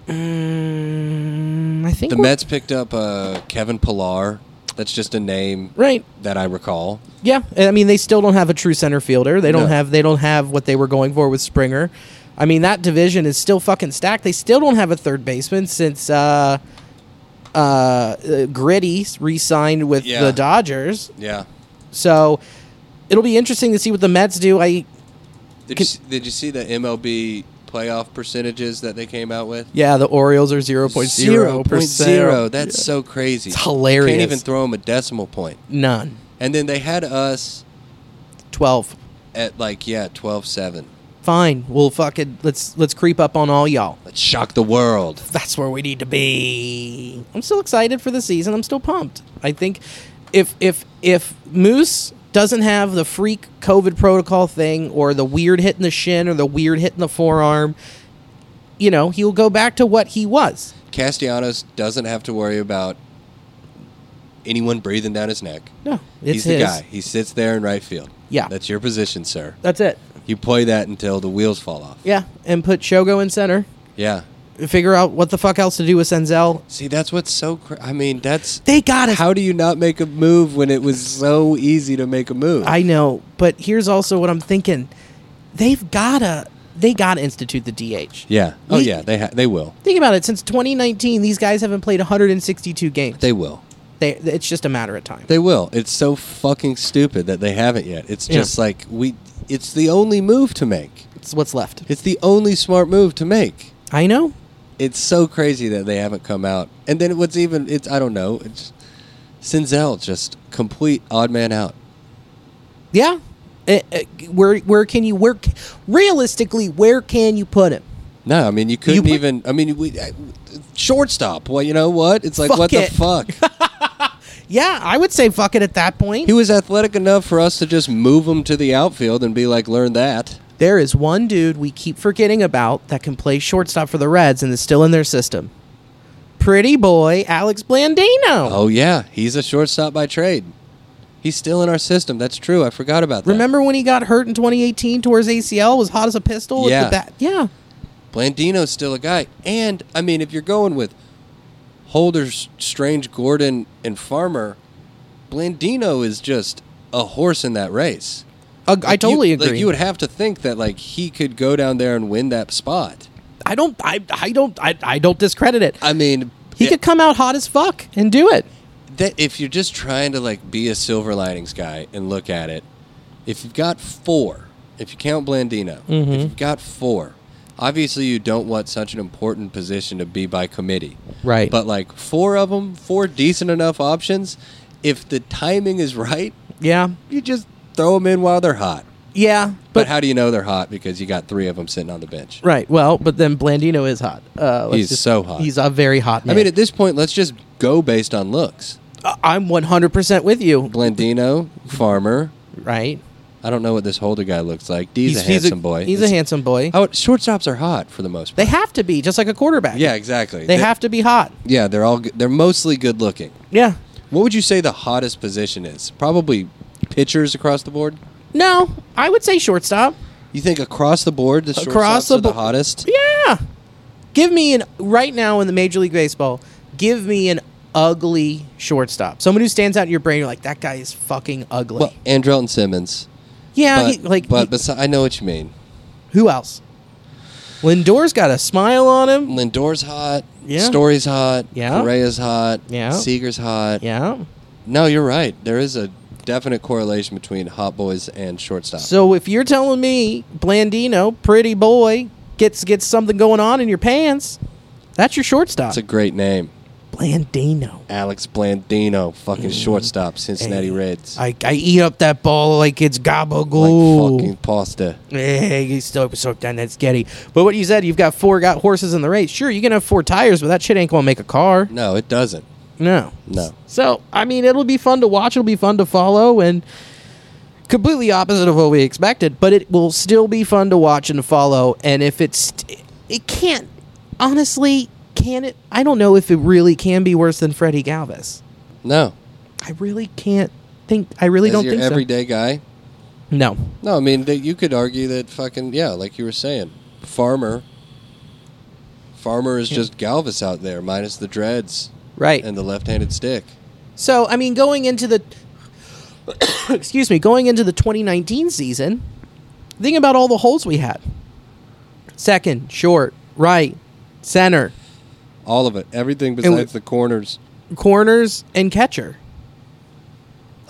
[SPEAKER 2] Mm, I think
[SPEAKER 3] The
[SPEAKER 2] we're-
[SPEAKER 3] Mets picked up uh, Kevin Pillar. That's just a name
[SPEAKER 2] Right.
[SPEAKER 3] that I recall.
[SPEAKER 2] Yeah. I mean, they still don't have a true center fielder. They don't
[SPEAKER 3] No.
[SPEAKER 2] have they don't have what they were going for with Springer. I mean, that division is still fucking stacked. They still don't have a third baseman since uh, uh, uh, Gritty re-signed with
[SPEAKER 3] Yeah.
[SPEAKER 2] the Dodgers.
[SPEAKER 3] Yeah.
[SPEAKER 2] So it'll be interesting to see what the Mets do. I Can-
[SPEAKER 3] Did, you, see- did you see the MLB playoff percentages that they came out with?
[SPEAKER 2] Yeah, the Orioles are 0.0%.
[SPEAKER 3] 0.0. That's so crazy.
[SPEAKER 2] It's hilarious.
[SPEAKER 3] Can't even throw them a decimal point.
[SPEAKER 2] None.
[SPEAKER 3] And then they had us
[SPEAKER 2] 12.
[SPEAKER 3] at like yeah 12-7.
[SPEAKER 2] Fine. We'll fucking let's let's creep up on all y'all.
[SPEAKER 3] Let's shock the world.
[SPEAKER 2] That's where we need to be. I'm still excited for the season. I'm still pumped. I think if if if Moose doesn't have the freak COVID protocol thing or the weird hit in the shin or the weird hit in the forearm, you know, he'll go back to what he was.
[SPEAKER 3] Castellanos doesn't have to worry about anyone breathing down his neck.
[SPEAKER 2] No, it's
[SPEAKER 3] He's
[SPEAKER 2] his.
[SPEAKER 3] the guy. He sits there in right field.
[SPEAKER 2] Yeah.
[SPEAKER 3] That's your position, sir.
[SPEAKER 2] That's it.
[SPEAKER 3] You play that until the wheels fall off.
[SPEAKER 2] Yeah, and put Shogo in center.
[SPEAKER 3] Yeah.
[SPEAKER 2] Figure out what the fuck else to do with Senzel.
[SPEAKER 3] See, that's what's so. Cra- I mean, that's
[SPEAKER 2] They got us.
[SPEAKER 3] how do you not make a move when it was so easy to make a move?
[SPEAKER 2] I know, but here's also what I'm thinking. They've gotta they gotta institute the DH.
[SPEAKER 3] yeah. Oh
[SPEAKER 2] We-
[SPEAKER 3] yeah. They ha- they will.
[SPEAKER 2] Think about it. Since 2019, these guys haven't played 162 games.
[SPEAKER 3] They will.
[SPEAKER 2] They, it's just a matter of time.
[SPEAKER 3] They will. It's so fucking stupid that they haven't yet. It's
[SPEAKER 2] Yeah.
[SPEAKER 3] just like we. It's the only move to make.
[SPEAKER 2] It's what's left.
[SPEAKER 3] It's the only smart move to make.
[SPEAKER 2] I know.
[SPEAKER 3] It's so crazy that they haven't come out. And then what's even? It's I don't know. It's Sinzel just complete odd man out.
[SPEAKER 2] Yeah. Eh, eh, where where can you work? Realistically, where can you put him?
[SPEAKER 3] No, I mean you couldn't
[SPEAKER 2] put-
[SPEAKER 3] even. I mean, we I, shortstop. Well, you know what? It's like
[SPEAKER 2] Fuck
[SPEAKER 3] what
[SPEAKER 2] it.
[SPEAKER 3] the fuck.
[SPEAKER 2] Yeah, I would say fuck it at that point.
[SPEAKER 3] he was athletic enough for us to just move him to the outfield and be like, learn that.
[SPEAKER 2] There is one dude we keep forgetting about that can play shortstop for the Reds and is still in their system. Pretty boy, Alex Blandino.
[SPEAKER 3] Oh yeah, he's a shortstop by trade. He's still in our system. That's true. I forgot about that.
[SPEAKER 2] Remember when he got hurt in 2018 tore his ACL, was hot as a pistol? with the
[SPEAKER 3] Yeah.
[SPEAKER 2] bat? Yeah.
[SPEAKER 3] Blandino's still a guy. And I mean, if you're going with Holders, Strange, Gordon, and Farmer, Blandino is just a horse in that race.
[SPEAKER 2] Ag- I
[SPEAKER 3] Like, you-
[SPEAKER 2] totally agree.
[SPEAKER 3] Like you would have to think that like he could go down there and win that spot.
[SPEAKER 2] I don't I, I don't I, I don't discredit it.
[SPEAKER 3] I mean,
[SPEAKER 2] He could come out hot as fuck and do it.
[SPEAKER 3] that if you're just trying to like be a silver linings guy and look at it, if you've got four, if you count Blandino,
[SPEAKER 2] Mm-hmm.
[SPEAKER 3] if you've got four, obviously you don't want such an important position to be by committee,
[SPEAKER 2] Right.
[SPEAKER 3] But like four of them, four decent enough options. If the timing is right,
[SPEAKER 2] Yeah.
[SPEAKER 3] you just throw them in while they're hot.
[SPEAKER 2] Yeah.
[SPEAKER 3] But,
[SPEAKER 2] But,
[SPEAKER 3] how do you know they're hot? Because you got three of them sitting on the bench.
[SPEAKER 2] right. Well, but then Blandino is hot. Uh, let's
[SPEAKER 3] He's
[SPEAKER 2] just-
[SPEAKER 3] so hot.
[SPEAKER 2] He's a very hot man.
[SPEAKER 3] I mean, at this point, let's just go based on looks.
[SPEAKER 2] I- I'm 100% with you.
[SPEAKER 3] Blandino, Farmer,
[SPEAKER 2] Right.
[SPEAKER 3] I don't know what this Holder guy looks like. He's, a handsome boy.
[SPEAKER 2] He's a
[SPEAKER 3] It's-
[SPEAKER 2] handsome boy.
[SPEAKER 3] Oh, shortstops are hot for the most
[SPEAKER 2] They
[SPEAKER 3] part.
[SPEAKER 2] have to be just like a quarterback.
[SPEAKER 3] yeah, exactly.
[SPEAKER 2] They have to be hot.
[SPEAKER 3] Yeah, they're all. g- They're mostly good looking.
[SPEAKER 2] Yeah.
[SPEAKER 3] What would you say the hottest position is? Probably pitchers across the board.
[SPEAKER 2] No, I would say shortstop.
[SPEAKER 3] You think across the board the
[SPEAKER 2] Across
[SPEAKER 3] across
[SPEAKER 2] the
[SPEAKER 3] the, are the
[SPEAKER 2] bo-
[SPEAKER 3] hottest?
[SPEAKER 2] Yeah. Give me an right now in the Major League Baseball. Give me an ugly shortstop. Someone who stands out in your brain. You're like, that guy is fucking ugly.
[SPEAKER 3] Well, Andrelton Simmons.
[SPEAKER 2] yeah.
[SPEAKER 3] but,
[SPEAKER 2] he- like,
[SPEAKER 3] but
[SPEAKER 2] he-
[SPEAKER 3] besi- I know what you mean.
[SPEAKER 2] who else? Lindor's got a smile on him.
[SPEAKER 3] Lindor's hot.
[SPEAKER 2] Yeah.
[SPEAKER 3] Story's hot.
[SPEAKER 2] Yeah.
[SPEAKER 3] Correa's hot.
[SPEAKER 2] Yeah.
[SPEAKER 3] Seager's hot.
[SPEAKER 2] Yeah.
[SPEAKER 3] No, you're right. There is a definite correlation between hot boys and shortstop.
[SPEAKER 2] So if you're telling me Blandino, pretty boy, gets gets something going on in your pants, that's your shortstop.
[SPEAKER 3] That's a great name.
[SPEAKER 2] Blandino.
[SPEAKER 3] Alex Blandino, fucking
[SPEAKER 2] Mm.
[SPEAKER 3] shortstop, Cincinnati Reds.
[SPEAKER 2] I, I eat up that ball like it's gabagool.
[SPEAKER 3] like fucking pasta.
[SPEAKER 2] Hey, he's still soaked down that sketty. But what you said, you've got four got horses in the race. Sure, you can have four tires, but that shit ain't gonna make a car.
[SPEAKER 3] No, it doesn't.
[SPEAKER 2] No.
[SPEAKER 3] No.
[SPEAKER 2] So I mean, it'll be fun to watch. It'll be fun to follow, and completely opposite of what we expected. But it will still be fun to watch and to follow. And if it's, it can't. Honestly, can it? I don't know if it really can be worse than Freddie Galvis.
[SPEAKER 3] No.
[SPEAKER 2] I really can't think. I really
[SPEAKER 3] As
[SPEAKER 2] don't
[SPEAKER 3] your
[SPEAKER 2] think
[SPEAKER 3] everyday guy.
[SPEAKER 2] so. No.
[SPEAKER 3] No, I mean, that you could argue that fucking, yeah, like you were saying, Farmer. Farmer is just Galvis out there, minus the dreads
[SPEAKER 2] Right.
[SPEAKER 3] and the left handed stick.
[SPEAKER 2] So, I mean, going into the excuse me, going into the 2019 season, think about all the holes we had. Second, short, right, center,
[SPEAKER 3] All of it. Everything
[SPEAKER 2] we-
[SPEAKER 3] besides the corners.
[SPEAKER 2] corners, and catcher.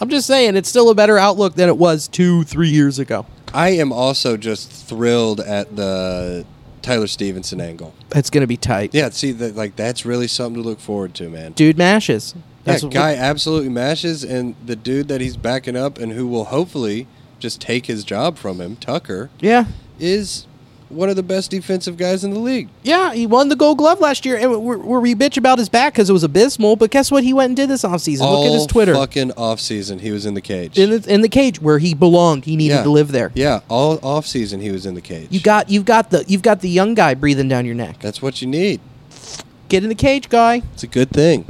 [SPEAKER 2] I'm just saying, it's still a better outlook than it was two, three years ago.
[SPEAKER 3] I am also just thrilled at the Tyler Stevenson angle.
[SPEAKER 2] It's gonna be tight.
[SPEAKER 3] Yeah, see, that like that's really something to look forward to, man.
[SPEAKER 2] Dude mashes.
[SPEAKER 3] That
[SPEAKER 2] That's what we-
[SPEAKER 3] guy absolutely mashes, and the dude that he's backing up and who will hopefully just take his job from him, Tucker,
[SPEAKER 2] yeah.
[SPEAKER 3] is one of the best defensive guys in the league.
[SPEAKER 2] Yeah, he won the Gold Glove last year, and we're, we're we bitch about his back because it was abysmal. But guess what? He went and did this offseason. Look at his
[SPEAKER 3] All
[SPEAKER 2] Twitter
[SPEAKER 3] fucking off season, he was in the cage.
[SPEAKER 2] in the in the cage where he belonged. He needed
[SPEAKER 3] Yeah.
[SPEAKER 2] to live there.
[SPEAKER 3] Yeah, all off season he was in the cage.
[SPEAKER 2] You got you've got the you've got the young guy breathing down your neck.
[SPEAKER 3] That's what you need.
[SPEAKER 2] Get in the cage, guy.
[SPEAKER 3] It's a good thing.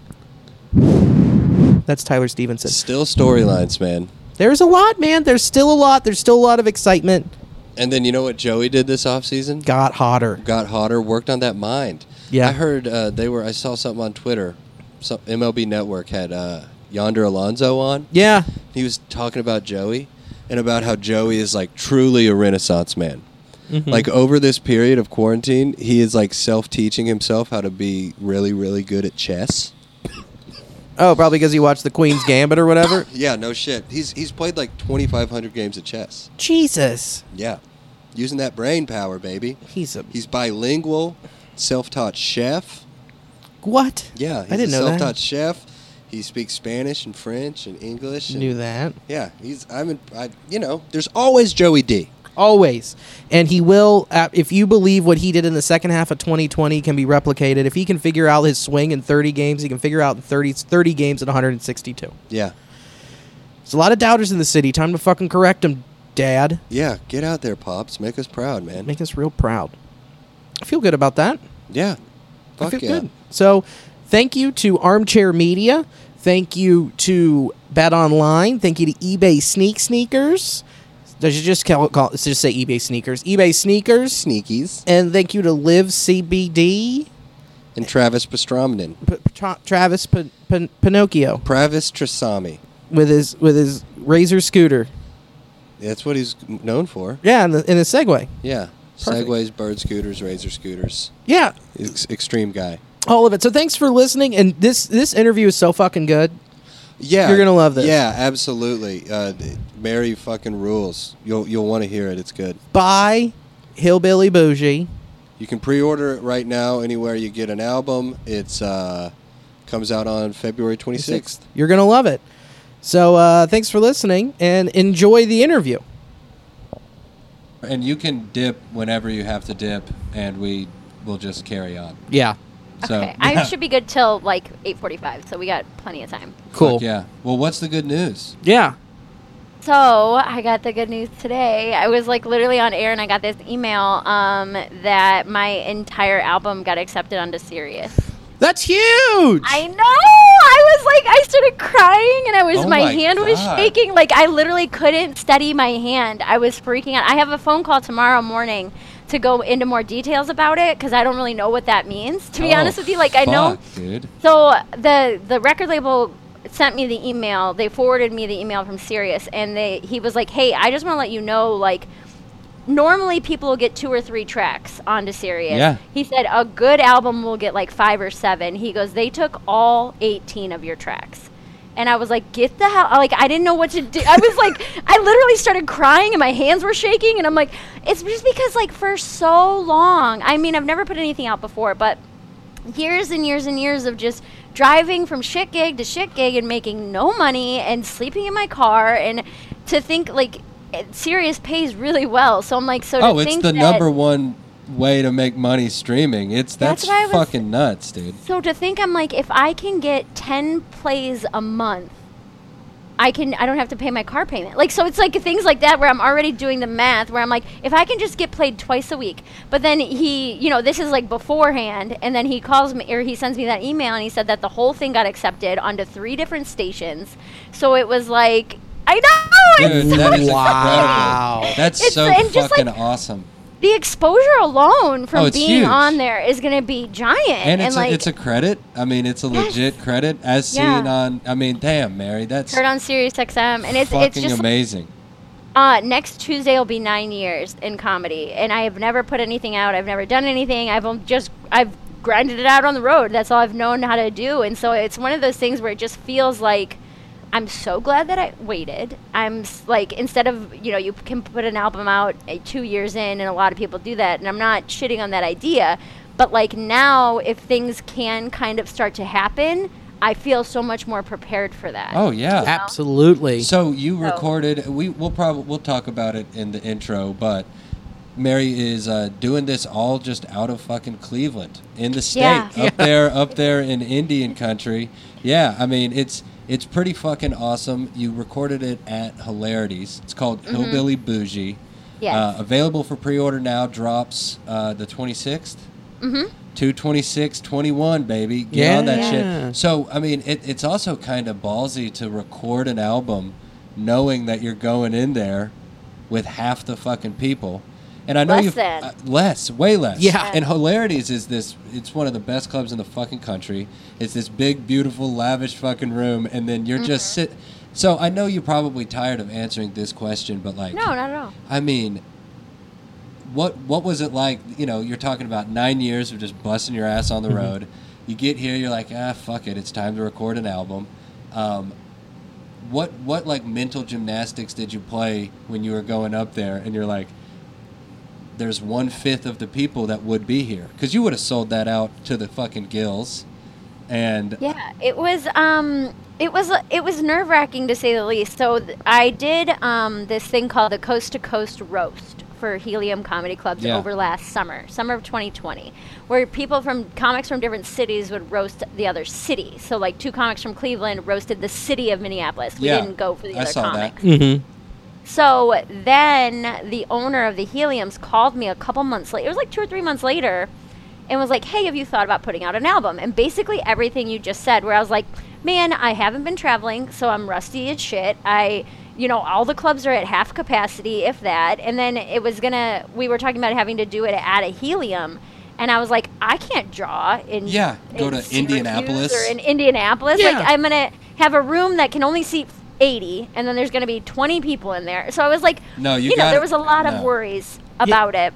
[SPEAKER 2] That's Tyler Stevenson.
[SPEAKER 3] Still storylines, man.
[SPEAKER 2] There's a lot, man. There's still a lot. There's still a lot of excitement.
[SPEAKER 3] And then you know what Joey did this off season?
[SPEAKER 2] Got hotter.
[SPEAKER 3] got hotter, worked on that mind.
[SPEAKER 2] Yeah.
[SPEAKER 3] I heard uh, they were. I saw something on Twitter. Some MLB Network had uh, Yonder Alonso on.
[SPEAKER 2] Yeah.
[SPEAKER 3] He was talking about Joey and about how Joey is like truly a Renaissance man.
[SPEAKER 2] Mm-hmm.
[SPEAKER 3] Like over this period of quarantine, he is like self teaching himself how to be really, really good at chess.
[SPEAKER 2] Oh, probably because he watched the Queen's Gambit or whatever.
[SPEAKER 3] Yeah, no shit. He's he's played like twenty five hundred games of chess.
[SPEAKER 2] Jesus.
[SPEAKER 3] Yeah, using that brain power, baby.
[SPEAKER 2] He's a
[SPEAKER 3] He's bilingual, self taught chef.
[SPEAKER 2] what?
[SPEAKER 3] Yeah, he's
[SPEAKER 2] I didn't
[SPEAKER 3] a
[SPEAKER 2] know
[SPEAKER 3] self-taught
[SPEAKER 2] that.
[SPEAKER 3] chef. He speaks Spanish and French and English. And,
[SPEAKER 2] Knew that.
[SPEAKER 3] Yeah, he's. I'm. In, I, you know, there's always Joey D.
[SPEAKER 2] always. And he will, uh, if you believe what he did in the second half of 2020 can be replicated, if he can figure out his swing in 30 games, he can figure out in 30, 30 games in 162.
[SPEAKER 3] Yeah,
[SPEAKER 2] There's a lot of doubters in the city. Time to fucking correct him, Dad.
[SPEAKER 3] yeah. Get out there, pops. Make us proud, man.
[SPEAKER 2] Make us real proud. I feel good about that.
[SPEAKER 3] yeah. Fuck
[SPEAKER 2] I feel
[SPEAKER 3] yeah.
[SPEAKER 2] good. So, thank you to Armchair Media. Thank you to Bet Online. Thank you to eBay Sneak Sneakers. Does it just call, call just say eBay Sneakers? eBay Sneakers.
[SPEAKER 3] Sneakies
[SPEAKER 2] And thank you to Live CBD,
[SPEAKER 3] and Travis Pastromnin.
[SPEAKER 2] P- Tra- Travis P- P- Pinocchio
[SPEAKER 3] Travis Trasami.
[SPEAKER 2] with his with his razor scooter.
[SPEAKER 3] That's what he's known for.
[SPEAKER 2] Yeah, and, the, and his Segway.
[SPEAKER 3] Yeah.
[SPEAKER 2] Perfect.
[SPEAKER 3] Segways, bird scooters, razor scooters.
[SPEAKER 2] Yeah,
[SPEAKER 3] Ex- extreme guy.
[SPEAKER 2] all of it. So thanks for listening. And this this interview is so fucking good.
[SPEAKER 3] Yeah,
[SPEAKER 2] You're gonna love this.
[SPEAKER 3] Yeah, absolutely. Uh, Mary fucking rules. You'll you'll want to hear it. It's good.
[SPEAKER 2] Bye, Hillbilly Bougie.
[SPEAKER 3] You can pre-order it right now anywhere you get an album. It's uh, comes out on February 26th.
[SPEAKER 2] You're gonna love it. So uh, thanks for listening and enjoy the interview.
[SPEAKER 3] And you can dip whenever you have to dip, and we will just carry on.
[SPEAKER 2] Yeah,
[SPEAKER 5] Okay, I should be good till like 8:45, so we got plenty of time.
[SPEAKER 2] cool.
[SPEAKER 3] yeah. Well, what's the good news?
[SPEAKER 2] yeah.
[SPEAKER 5] So I got the good news today. I was like literally on air, and I got this email um, that my entire album got accepted onto Sirius.
[SPEAKER 2] That's huge.
[SPEAKER 5] I know. I was like, I started crying, and I was
[SPEAKER 3] Oh
[SPEAKER 5] my,
[SPEAKER 3] my
[SPEAKER 5] hand was
[SPEAKER 3] God.
[SPEAKER 5] shaking. Like I literally couldn't steady my hand. I was freaking out. I have a phone call tomorrow morning to go into more details about it because I don't really know what that means. To be
[SPEAKER 3] Oh,
[SPEAKER 5] honest with you, like I know.
[SPEAKER 3] dude.
[SPEAKER 5] So the the record label sent me the email. They forwarded me the email from Sirius, and they he was like, "Hey, I just want to let you know, like." Normally, people will get two or three tracks onto Sirius.
[SPEAKER 3] Yeah.
[SPEAKER 5] He said a good album will get like five or seven. He goes, they took all 18 of your tracks. And I was like, get the hell. Like, I didn't know what to do. I was like, I literally started crying and my hands were shaking. And I'm like, it's just because, like, for so long, I mean, I've never put anything out before, but years and years and years of just driving from shit gig to shit gig and making no money and sleeping in my car and to think like it- Sirius pays really well. So I'm like, so to
[SPEAKER 3] Oh, it's
[SPEAKER 5] think
[SPEAKER 3] the
[SPEAKER 5] that-
[SPEAKER 3] number one way to make money streaming. It's that's,
[SPEAKER 5] That's what I was-
[SPEAKER 3] fucking nuts, dude.
[SPEAKER 5] So to think I'm like, if I can get 10 plays a month, I can I don't have to pay my car payment. Like so it's like things like that where I'm already doing the math where I'm like if I can just get played twice a week. But then he, you know, this is like beforehand and then he calls me or he sends me that email and he said that the whole thing got accepted onto three different stations. So it was like I know it's
[SPEAKER 3] Dude, that is
[SPEAKER 2] Wow.
[SPEAKER 3] incredible. That's
[SPEAKER 5] It's-
[SPEAKER 3] so
[SPEAKER 5] and just,
[SPEAKER 3] fucking
[SPEAKER 5] like-
[SPEAKER 3] awesome.
[SPEAKER 5] the exposure alone from
[SPEAKER 3] Oh, it's
[SPEAKER 5] being
[SPEAKER 3] huge.
[SPEAKER 5] on there is going to be giant
[SPEAKER 3] And, it's
[SPEAKER 5] like
[SPEAKER 3] a, it's a credit. I mean, it's a
[SPEAKER 5] Yes.
[SPEAKER 3] legit credit as seen
[SPEAKER 5] Yeah.
[SPEAKER 3] on. I mean, damn, Mary, that's
[SPEAKER 5] heard on Sirius XM and it's
[SPEAKER 3] fucking
[SPEAKER 5] it's just like,
[SPEAKER 3] amazing.
[SPEAKER 5] Uh, next Tuesday will be nine years in comedy, and I have never put anything out. I've never done anything. I've on- just I've grinded it out on the road. That's all I've known how to do, and so it's one of those things where it just feels like I'm so glad that I waited. I'm s- like, instead of, you know, you p- can put an album out uh, two years in, and a lot of people do that, and I'm not shitting on that idea, but like now, if things can kind of start to happen, I feel so much more prepared for that.
[SPEAKER 3] Oh yeah.
[SPEAKER 2] Absolutely.
[SPEAKER 3] So you recorded. We will probably we'll talk about it in the intro, but Mary is uh, doing this all just out of fucking Cleveland in the state
[SPEAKER 5] Yeah.
[SPEAKER 3] up there, up there in Indian country. Yeah, I mean it's it's pretty fucking awesome. You recorded it at Hilarities. It's called Hillbilly Bougie.
[SPEAKER 5] Yes.
[SPEAKER 3] Uh, available for pre-order now. Drops uh, the twenty sixth. Mm-hmm. 226 21 baby get on that
[SPEAKER 2] Yeah.
[SPEAKER 3] shit so I mean, it, it's also kind of ballsy to record an album knowing that you're going in there with half the fucking people. And I know
[SPEAKER 5] Less
[SPEAKER 3] you
[SPEAKER 5] than.
[SPEAKER 3] uh, less, way less.
[SPEAKER 2] Yeah.
[SPEAKER 3] And Hilarities is this. It's one of the best clubs in the fucking country. It's this big, beautiful, lavish fucking room, and then you're just sit.
[SPEAKER 5] Mm-hmm.
[SPEAKER 3] So I know you're probably tired of answering this question, but like,
[SPEAKER 5] No, not at all.
[SPEAKER 3] I mean, what what was it like? You know, you're talking about nine years of just busting your ass on the road. You get here, you're like, ah, fuck it, it's time to record an album. Um, what what like mental gymnastics did you play when you were going up there? And you're like, there's one fifth of the people that would be here because you would have sold that out to the fucking gills. And
[SPEAKER 5] Yeah, it was um it was it was nerve-wracking to say the least. So th- I did um this thing called the Coast to Coast Roast for Helium Comedy Clubs
[SPEAKER 3] Yeah.
[SPEAKER 5] over last summer, summer of 2020, where people from comics from different cities would roast the other city. So like two comics from Cleveland roasted the city of Minneapolis. We
[SPEAKER 3] Yeah,
[SPEAKER 5] didn't go for the
[SPEAKER 3] I
[SPEAKER 5] other
[SPEAKER 3] saw that.
[SPEAKER 5] comics. So then the owner of the Heliums called me a couple months later. It was like two or three months later and was like, hey, have you thought about putting out an album? And basically everything you just said, where I was like, man, I haven't been traveling, so I'm rusty as shit. I. You know, all the clubs are at half capacity, if that. And then it was gonna, we were talking about having to do it at a helium. And I was like, I can't draw in.
[SPEAKER 3] Yeah, go
[SPEAKER 5] in
[SPEAKER 3] to
[SPEAKER 5] Syracuse
[SPEAKER 3] Indianapolis.
[SPEAKER 5] Or in Indianapolis.
[SPEAKER 2] Yeah.
[SPEAKER 5] Like, I'm gonna have a room that can only seat 80, and then there's gonna be 20 people in there. So I was like,
[SPEAKER 3] No, you
[SPEAKER 5] know,
[SPEAKER 3] got
[SPEAKER 5] there
[SPEAKER 3] it.
[SPEAKER 5] was a lot
[SPEAKER 3] No.
[SPEAKER 5] of worries about it,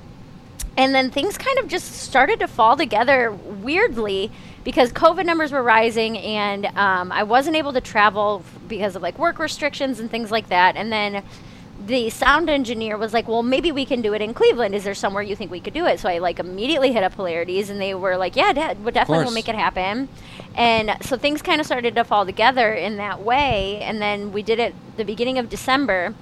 [SPEAKER 5] and then things kind of just started to fall together weirdly because COVID numbers were rising, and um, I wasn't able to travel f- because of like work restrictions and things like that, and then. The sound engineer was like, "Well, maybe we can do it in Cleveland. Is there somewhere you think we could do it?" So I like immediately hit up Polarities, and they were like, "Yeah, dad, we'll definitely
[SPEAKER 3] course.
[SPEAKER 5] we'll make it happen." And so things kind of started to fall together in that way. And then we did it the beginning of December,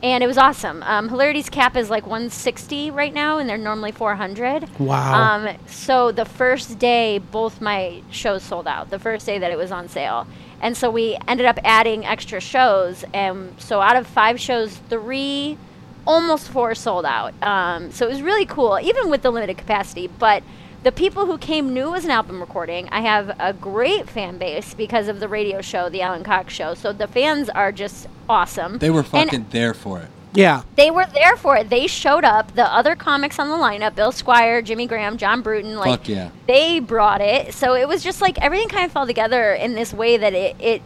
[SPEAKER 5] and it was awesome. Um, Hilarity's cap is like 160 right now, and they're normally 400.
[SPEAKER 2] Wow.
[SPEAKER 5] Um, so the first day, both my shows sold out. The first day that it was on sale, and so we ended up adding extra shows. And so out of five shows, three, almost four sold out. Um, so it was really cool, even with the limited capacity. But the people who came knew it was an album recording. I have a great fan base because of the radio show, the Alan Cox Show. So the fans are just awesome.
[SPEAKER 3] they were
[SPEAKER 5] And
[SPEAKER 3] fucking there for it.
[SPEAKER 2] yeah.
[SPEAKER 5] they were there for it. They showed up. The other comics on the lineup, Bill Squire, Jimmy Graham, John Bruton, like
[SPEAKER 3] Fuck yeah.
[SPEAKER 5] they brought it. So it was just like everything kind of fell together in this way that it, it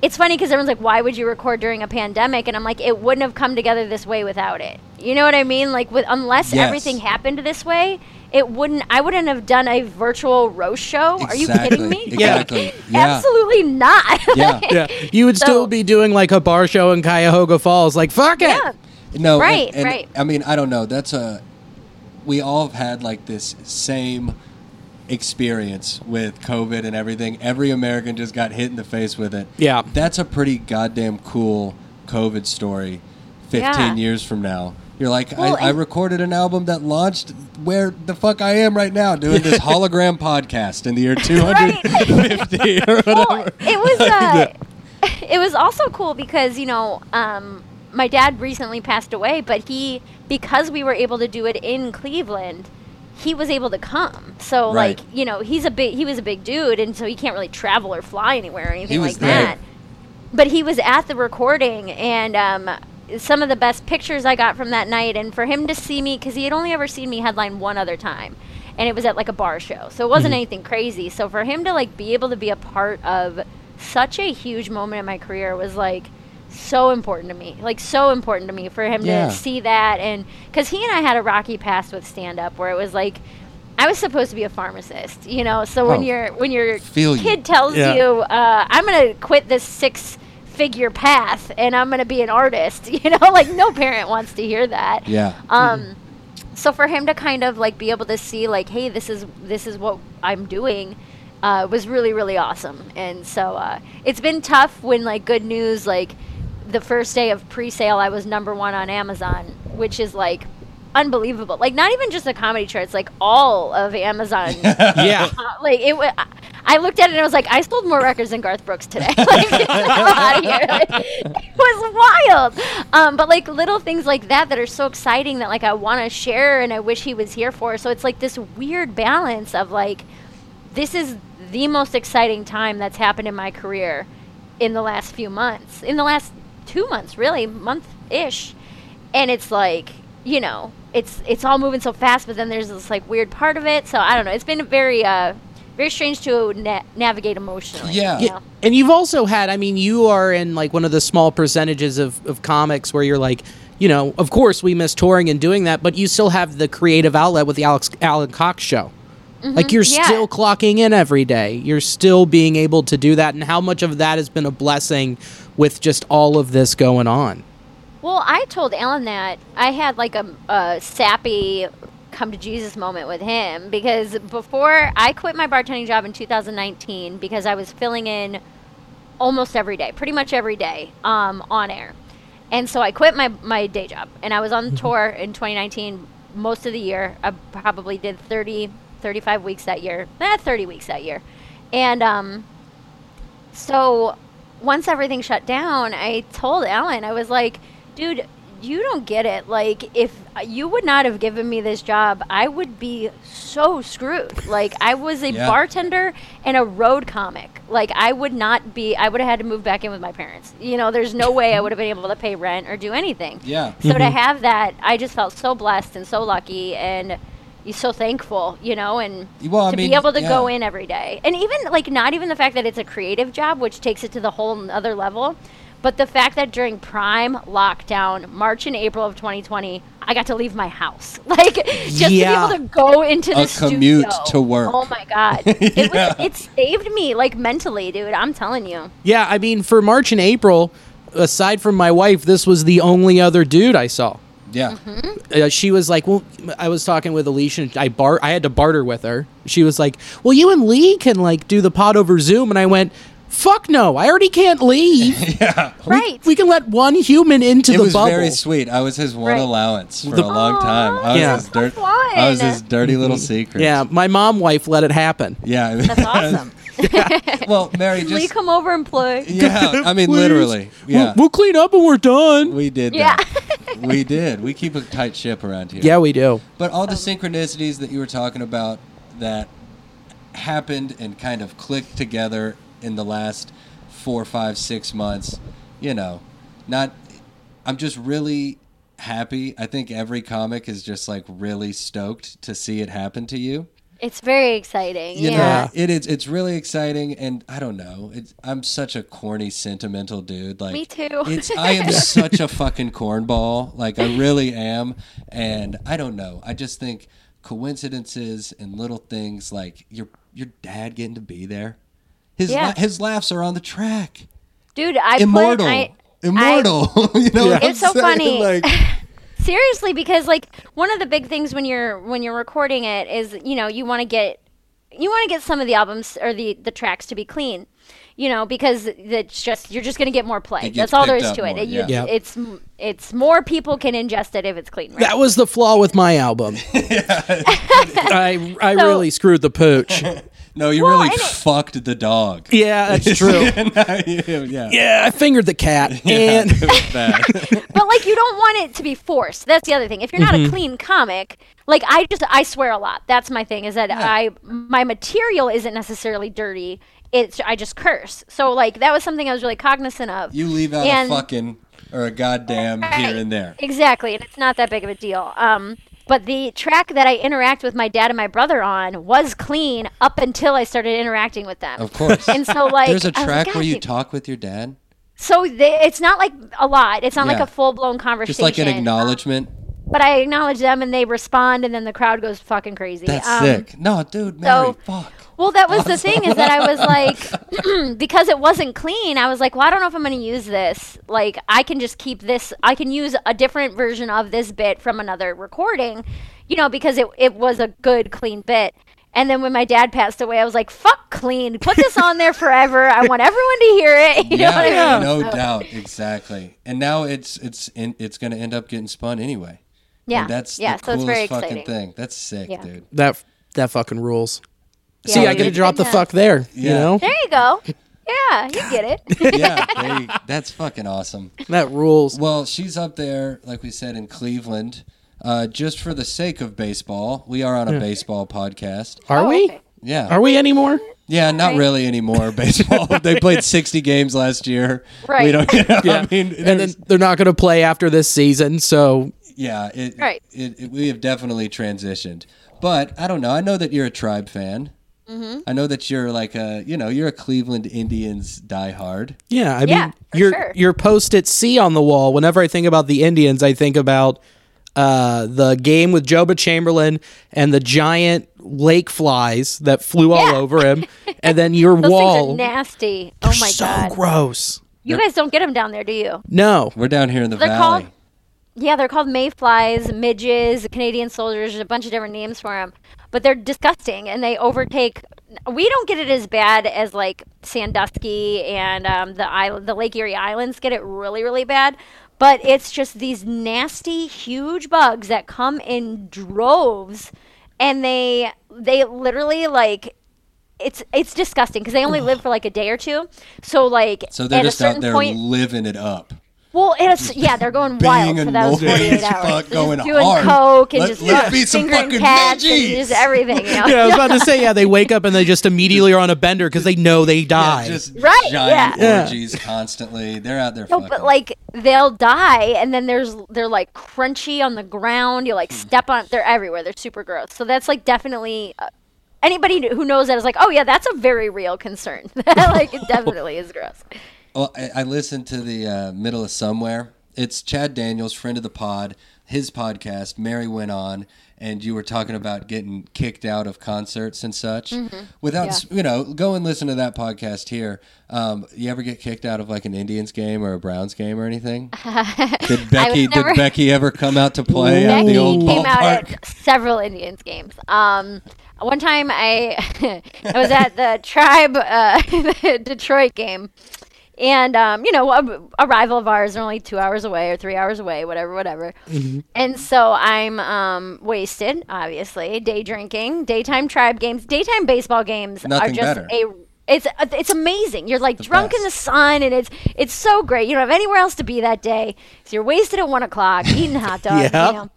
[SPEAKER 5] it's funny because everyone's like, why would you record during a pandemic? And I'm like, it wouldn't have come together this way without it. You know what I mean? Like, with, unless
[SPEAKER 3] Yes.
[SPEAKER 5] everything happened this way, it wouldn't. I wouldn't have done a virtual roast show. Oh, Are you
[SPEAKER 3] Exactly.
[SPEAKER 5] kidding me?
[SPEAKER 3] Exactly.
[SPEAKER 5] Like,
[SPEAKER 3] Yeah.
[SPEAKER 5] Absolutely not.
[SPEAKER 3] Yeah.
[SPEAKER 2] Yeah. You would still
[SPEAKER 5] So-
[SPEAKER 2] be doing like a bar show in Cuyahoga Falls. Like, fuck it.
[SPEAKER 5] yeah.
[SPEAKER 3] No, and-
[SPEAKER 5] Right,
[SPEAKER 3] and,
[SPEAKER 5] right.
[SPEAKER 3] I mean, I don't know. That's a we all have had like this same experience with COVID and everything. Every American just got hit in the face with it.
[SPEAKER 2] Yeah.
[SPEAKER 3] that's a pretty goddamn cool COVID story. Fifteen
[SPEAKER 5] Yeah.
[SPEAKER 3] years from now, you're like,
[SPEAKER 5] Well,
[SPEAKER 3] I, I
[SPEAKER 5] and-
[SPEAKER 3] recorded an album that launched where the fuck I am right now, doing this hologram podcast in the year 250 or whatever.
[SPEAKER 5] well, it was uh, it was also cool because you know um, my dad recently passed away, but he because we were able to do it in Cleveland, he was able to come. So
[SPEAKER 3] Right.
[SPEAKER 5] like you know he's a big he was a big dude, and so he can't really travel or fly anywhere or anything
[SPEAKER 3] was
[SPEAKER 5] like
[SPEAKER 3] there.
[SPEAKER 5] that but he was at the recording and um, some of the best pictures i got from that night and for him to see me because he had only ever seen me headline one other time and it was at like a bar show so it wasn't
[SPEAKER 3] Mm-hmm.
[SPEAKER 5] anything crazy so for him to like be able to be a part of such a huge moment in my career was like so important to me like so important to me for him
[SPEAKER 3] Yeah.
[SPEAKER 5] to see that and because he and i had a rocky past with stand up where it was like i was supposed to be a pharmacist you know so
[SPEAKER 3] Oh.
[SPEAKER 5] when you're when your
[SPEAKER 3] Feel you.
[SPEAKER 5] kid tells
[SPEAKER 2] Yeah.
[SPEAKER 5] you uh, I'm gonna quit this six figure path and I'm going to be an artist. You know, like no parent wants to hear that.
[SPEAKER 3] Yeah.
[SPEAKER 5] Um so for him to kind of like be able to see like hey, this is this is what I'm doing uh, was really really awesome. And so uh, it's been tough when like good news like the first day of pre-sale I was number 1 on Amazon, which is like unbelievable. Like not even just the comedy charts, like all of Amazon
[SPEAKER 2] Yeah.
[SPEAKER 5] uh, like it wa- I looked at it and I was like, I sold more records than Garth Brooks today. like, get out of here. Like, it was wild. Um, but like little things like that that are so exciting that like I want to share and I wish he was here for. So it's like this weird balance of like, this is the most exciting time that's happened in my career in the last few months, in the last two months, really month ish. And it's like, you know, it's it's all moving so fast, but then there's this like weird part of it. So I don't know. It's been very uh, very strange to na- navigate emotionally.
[SPEAKER 3] Yeah.
[SPEAKER 5] you
[SPEAKER 3] Yeah.
[SPEAKER 5] know?
[SPEAKER 2] And you've also had, I mean, you are in like one of the small percentages of, of comics where you're like, you know, of course we miss touring and doing that, but you still have the creative outlet with the Alex Alan Cox show. like you're
[SPEAKER 5] yeah.
[SPEAKER 2] still clocking in every day. You're still being able to do that. And how much of that has been a blessing with just all of this going on?
[SPEAKER 5] Well, I told Alan that I had like a, a sappy come to Jesus moment with him because before I quit my bartending job in 2019 because I was filling in almost every day, pretty much every day um, on air. And so I quit my, my day job and I was on tour in 2019 most of the year. I probably did 30, 35 weeks that year, eh, 30 weeks that year. And um, so once everything shut down, I told Alan, I was like, dude, you don't get it. Like, if you would not have given me this job, I would be so screwed. Like, I was a
[SPEAKER 3] Yeah.
[SPEAKER 5] bartender and a road comic. Like, I would not be, I would have had to move back in with my parents. You know, there's no way I would have been able to pay rent or do anything.
[SPEAKER 3] Yeah.
[SPEAKER 5] So to have that, I just felt so blessed and so lucky and you're so thankful, you know, and
[SPEAKER 3] Well, I
[SPEAKER 5] to
[SPEAKER 3] mean,
[SPEAKER 5] be able to go
[SPEAKER 3] yeah.
[SPEAKER 5] in every day. And even like not even the fact that it's a creative job, which takes it to the whole other level, but the fact that during prime lockdown, March and April of 2020, I got to leave my house. Like just
[SPEAKER 2] Yeah.
[SPEAKER 5] to be able to go into the
[SPEAKER 3] A commute
[SPEAKER 5] studio.
[SPEAKER 3] to work.
[SPEAKER 5] Oh my god. It was it saved me like mentally, dude. I'm telling you.
[SPEAKER 2] Yeah, I mean, for March and April, aside from my wife, this was the only other dude I saw.
[SPEAKER 3] Yeah.
[SPEAKER 5] Mm-hmm.
[SPEAKER 2] uh, she was like, "Well, I was talking with Alicia. And I bar, I had to barter with her. She was like, "Well, you and Lee can like do the pod over Zoom," and I went, "Fuck no! I already can't leave.
[SPEAKER 5] right.
[SPEAKER 2] we can let one human into
[SPEAKER 3] It
[SPEAKER 2] the
[SPEAKER 3] was
[SPEAKER 2] bubble."
[SPEAKER 3] very sweet. I was his one
[SPEAKER 5] Right.
[SPEAKER 3] allowance for
[SPEAKER 2] The-
[SPEAKER 3] a long time. I was
[SPEAKER 2] Yeah. Mm-hmm.
[SPEAKER 3] his
[SPEAKER 5] so
[SPEAKER 3] dirt,
[SPEAKER 5] fun.
[SPEAKER 3] I was his dirty little secret.
[SPEAKER 2] yeah, my mom wife let it happen.
[SPEAKER 3] Yeah.
[SPEAKER 5] That's awesome.
[SPEAKER 3] well, Mary
[SPEAKER 5] Will you
[SPEAKER 3] just
[SPEAKER 5] come over and play?
[SPEAKER 3] Yeah, I mean
[SPEAKER 2] Please.
[SPEAKER 3] literally.
[SPEAKER 2] We'll-
[SPEAKER 3] Yeah.
[SPEAKER 2] we'll, clean up when we're done.
[SPEAKER 3] We did
[SPEAKER 5] Yeah.
[SPEAKER 3] that. we did. We keep a tight ship around here.
[SPEAKER 2] yeah, we do.
[SPEAKER 3] But all the synchronicities that you were talking about that happened and kind of clicked together in the last four, five, six months, you know, not. I'm just really happy. I think every comic is just like really stoked to see it happen to you.
[SPEAKER 5] It's very exciting.
[SPEAKER 3] You
[SPEAKER 5] yeah.
[SPEAKER 3] know, it is. It's really exciting, and I don't know. It's, I'm such a corny, sentimental dude. Like
[SPEAKER 5] Me too.
[SPEAKER 3] It's I am such a fucking cornball. Like I really am, and I don't know. I just think coincidences and little things like your your dad getting to be there. His
[SPEAKER 5] Yeah.
[SPEAKER 3] la- his laughs are on the track.
[SPEAKER 5] Dude, I put-
[SPEAKER 3] Immortal.
[SPEAKER 5] I-
[SPEAKER 3] Immortal. you know, what I'm
[SPEAKER 5] It's so
[SPEAKER 3] saying?
[SPEAKER 5] funny.
[SPEAKER 3] Like,
[SPEAKER 5] seriously because like one of the big things when you're when you're recording it is you know you want to get you want to get some of the albums or the the tracks to be clean you know because it's just you're just going to get more play
[SPEAKER 3] gets
[SPEAKER 5] that's all there
[SPEAKER 3] picked
[SPEAKER 5] is
[SPEAKER 3] up
[SPEAKER 5] to it
[SPEAKER 3] more,
[SPEAKER 5] It- you-
[SPEAKER 2] yeah. Yeah.
[SPEAKER 5] it's it's more people can ingest it if it's clean right?
[SPEAKER 2] That was the flaw with my album. I I
[SPEAKER 5] So-
[SPEAKER 2] really screwed the pooch.
[SPEAKER 3] no, you really
[SPEAKER 5] and it-
[SPEAKER 3] fucked the dog.
[SPEAKER 2] Yeah, that's true.
[SPEAKER 3] yeah.
[SPEAKER 2] Yeah, I fingered the cat and.
[SPEAKER 5] but like you don't want it to be forced that's the other thing if you're not a clean comic like i just i swear a lot that's my thing is that i my material isn't necessarily dirty it's i just curse so like that was something i was really cognizant of
[SPEAKER 3] You leave out
[SPEAKER 5] And-
[SPEAKER 3] a fucking or a goddamn here
[SPEAKER 5] Right.
[SPEAKER 3] and there.
[SPEAKER 5] Exactly, and it's not that big of a deal. Um, but the track that I interact with my dad and my brother on was clean up until I started interacting with them.
[SPEAKER 3] Of course.
[SPEAKER 5] And so, like,
[SPEAKER 3] There's a
[SPEAKER 5] I was like,
[SPEAKER 3] track where
[SPEAKER 5] "God,
[SPEAKER 3] you
[SPEAKER 5] dude."
[SPEAKER 3] talk with your dad.
[SPEAKER 5] So they, it's not like a lot. It's not like
[SPEAKER 3] Yeah.
[SPEAKER 5] a full blown conversation. Um,
[SPEAKER 3] Just like an acknowledgement.
[SPEAKER 5] but I acknowledge them and they respond, and then the crowd goes fucking crazy.
[SPEAKER 3] That's
[SPEAKER 5] Um,
[SPEAKER 3] sick. No, dude, Mary,
[SPEAKER 5] so-
[SPEAKER 3] fuck.
[SPEAKER 5] Well, that was the thing is that I was like, because it wasn't clean, I was like, well, I don't know if I'm going to use this. Like, I can just keep this, I can use a different version of this bit from another recording, you know, because it, it was a good, clean bit. And then when my dad passed away, I was like, fuck clean. Put this on there forever. I want everyone to hear it. You know what I mean?
[SPEAKER 3] yeah, no doubt, exactly. And now it's it's in, it's going to end up getting spun anyway.
[SPEAKER 5] Yeah.
[SPEAKER 3] And that's
[SPEAKER 5] yeah.
[SPEAKER 3] the
[SPEAKER 5] so it's
[SPEAKER 3] coolest
[SPEAKER 5] very
[SPEAKER 3] fucking
[SPEAKER 5] exciting.
[SPEAKER 3] thing. That's sick,
[SPEAKER 5] Yeah.
[SPEAKER 3] dude.
[SPEAKER 2] That that fucking rules.
[SPEAKER 5] Yeah,
[SPEAKER 2] See, I
[SPEAKER 5] it-
[SPEAKER 2] gotta
[SPEAKER 5] it-
[SPEAKER 2] drop the
[SPEAKER 5] yeah.
[SPEAKER 2] fuck there. You
[SPEAKER 3] Yeah.
[SPEAKER 2] know
[SPEAKER 5] There you go. Yeah. You get it.
[SPEAKER 3] Yeah, there you- that's fucking awesome.
[SPEAKER 2] that
[SPEAKER 5] Oh,
[SPEAKER 2] rules.
[SPEAKER 3] Well, she's up there, like we said, in Cleveland. Uh, just for the sake of baseball, we are on a baseball podcast.
[SPEAKER 2] Are
[SPEAKER 5] Oh,
[SPEAKER 2] we?
[SPEAKER 5] okay.
[SPEAKER 3] Yeah,
[SPEAKER 2] Are we anymore?
[SPEAKER 3] yeah, not really anymore. Baseball. they played sixty games last year. We
[SPEAKER 5] Right.
[SPEAKER 3] don't. You know,
[SPEAKER 2] Yeah.
[SPEAKER 3] I mean,
[SPEAKER 2] And then they're not gonna play after this season. So
[SPEAKER 3] Yeah, it,
[SPEAKER 5] Right.
[SPEAKER 3] It, it- we have definitely transitioned, but I don't know. I know that you're a tribe fan.
[SPEAKER 5] Mm-hmm.
[SPEAKER 3] I know that you're like a you know you're a Cleveland Indians diehard.
[SPEAKER 2] yeah, I
[SPEAKER 5] Yeah,
[SPEAKER 2] mean,
[SPEAKER 5] for
[SPEAKER 2] your
[SPEAKER 5] sure.
[SPEAKER 2] your post at sea on the wall. Whenever I think about the Indians, I think about uh, the game with Joba Chamberlain and the giant lake flies that flew all
[SPEAKER 5] Yeah.
[SPEAKER 2] over him, and then your
[SPEAKER 5] Those
[SPEAKER 2] wall.
[SPEAKER 5] things are nasty. Oh my
[SPEAKER 2] so
[SPEAKER 5] God.
[SPEAKER 2] gross.
[SPEAKER 5] You guys don't get them down there, do you?
[SPEAKER 2] No,
[SPEAKER 3] We're down here in the
[SPEAKER 5] They're
[SPEAKER 3] valley.
[SPEAKER 5] called- Yeah, they're called mayflies, midges, Canadian soldiers, there's a bunch of different names for them. But they're disgusting and they overtake. We don't get it as bad as like Sandusky and um, the island, the Lake Erie Islands get it really, really bad. But it's just these nasty, huge bugs that come in droves, and they they literally like it's it's disgusting because they only live for like a day or two. So like
[SPEAKER 3] so they're
[SPEAKER 5] at a
[SPEAKER 3] just
[SPEAKER 5] certain
[SPEAKER 3] out there
[SPEAKER 5] point,
[SPEAKER 3] living it up.
[SPEAKER 5] well, it's, yeah, they're going
[SPEAKER 3] Being
[SPEAKER 5] wild for those
[SPEAKER 3] annoying
[SPEAKER 5] 48
[SPEAKER 3] as
[SPEAKER 5] hours.
[SPEAKER 3] fuck,
[SPEAKER 5] They're
[SPEAKER 3] going
[SPEAKER 5] just doing
[SPEAKER 3] hard.
[SPEAKER 5] coke and
[SPEAKER 3] Let-
[SPEAKER 5] just
[SPEAKER 3] let's beat some
[SPEAKER 5] fingering
[SPEAKER 3] fucking
[SPEAKER 5] cats and
[SPEAKER 3] veggies.
[SPEAKER 5] just everything. You know?
[SPEAKER 2] yeah, I was about to say yeah. They wake up and they just immediately are on a bender because they know they die.
[SPEAKER 3] Just
[SPEAKER 5] Right,
[SPEAKER 3] giant
[SPEAKER 5] yeah.
[SPEAKER 2] Yeah.
[SPEAKER 3] orgies constantly. They're out there.
[SPEAKER 5] No,
[SPEAKER 3] fucking.
[SPEAKER 5] but like they'll die, and then there's they're like crunchy on the ground. You
[SPEAKER 3] Hmm.
[SPEAKER 5] like step on. They're everywhere. They're super gross. So that's like definitely uh, anybody who knows that is like, oh yeah, that's a very real concern. like it definitely is gross.
[SPEAKER 3] Well, Oh, I, I listened to the uh, middle of somewhere. It's Chad Daniels, friend of the pod, his podcast. Mary went on, and you were talking about getting kicked out of concerts and such.
[SPEAKER 5] Mm-hmm.
[SPEAKER 3] Without s- you know, go and listen to that podcast here. Um, you ever get kicked out of like an Indians game or a Browns game or anything? did Becky
[SPEAKER 5] never-
[SPEAKER 3] did Becky ever come out to play at
[SPEAKER 5] Becky
[SPEAKER 3] the old
[SPEAKER 5] came out
[SPEAKER 3] ballpark?
[SPEAKER 5] at several Indians games. Um, one time I, I was at the Tribe uh, the Detroit game, and um, you know a, a rival of ours are only two hours away or three hours away, whatever, whatever.
[SPEAKER 3] Mm-hmm.
[SPEAKER 5] And so I'm um, wasted, obviously, day drinking, daytime Tribe games, daytime baseball games
[SPEAKER 3] Nothing
[SPEAKER 5] are just
[SPEAKER 3] better.
[SPEAKER 5] a it's it's amazing. You're like drunk in the
[SPEAKER 3] best.
[SPEAKER 5] sun, and it's it's so great. You don't have anywhere else to be that day, so you're wasted at one o'clock, eating hot dogs. you
[SPEAKER 2] Yeah.
[SPEAKER 5] know.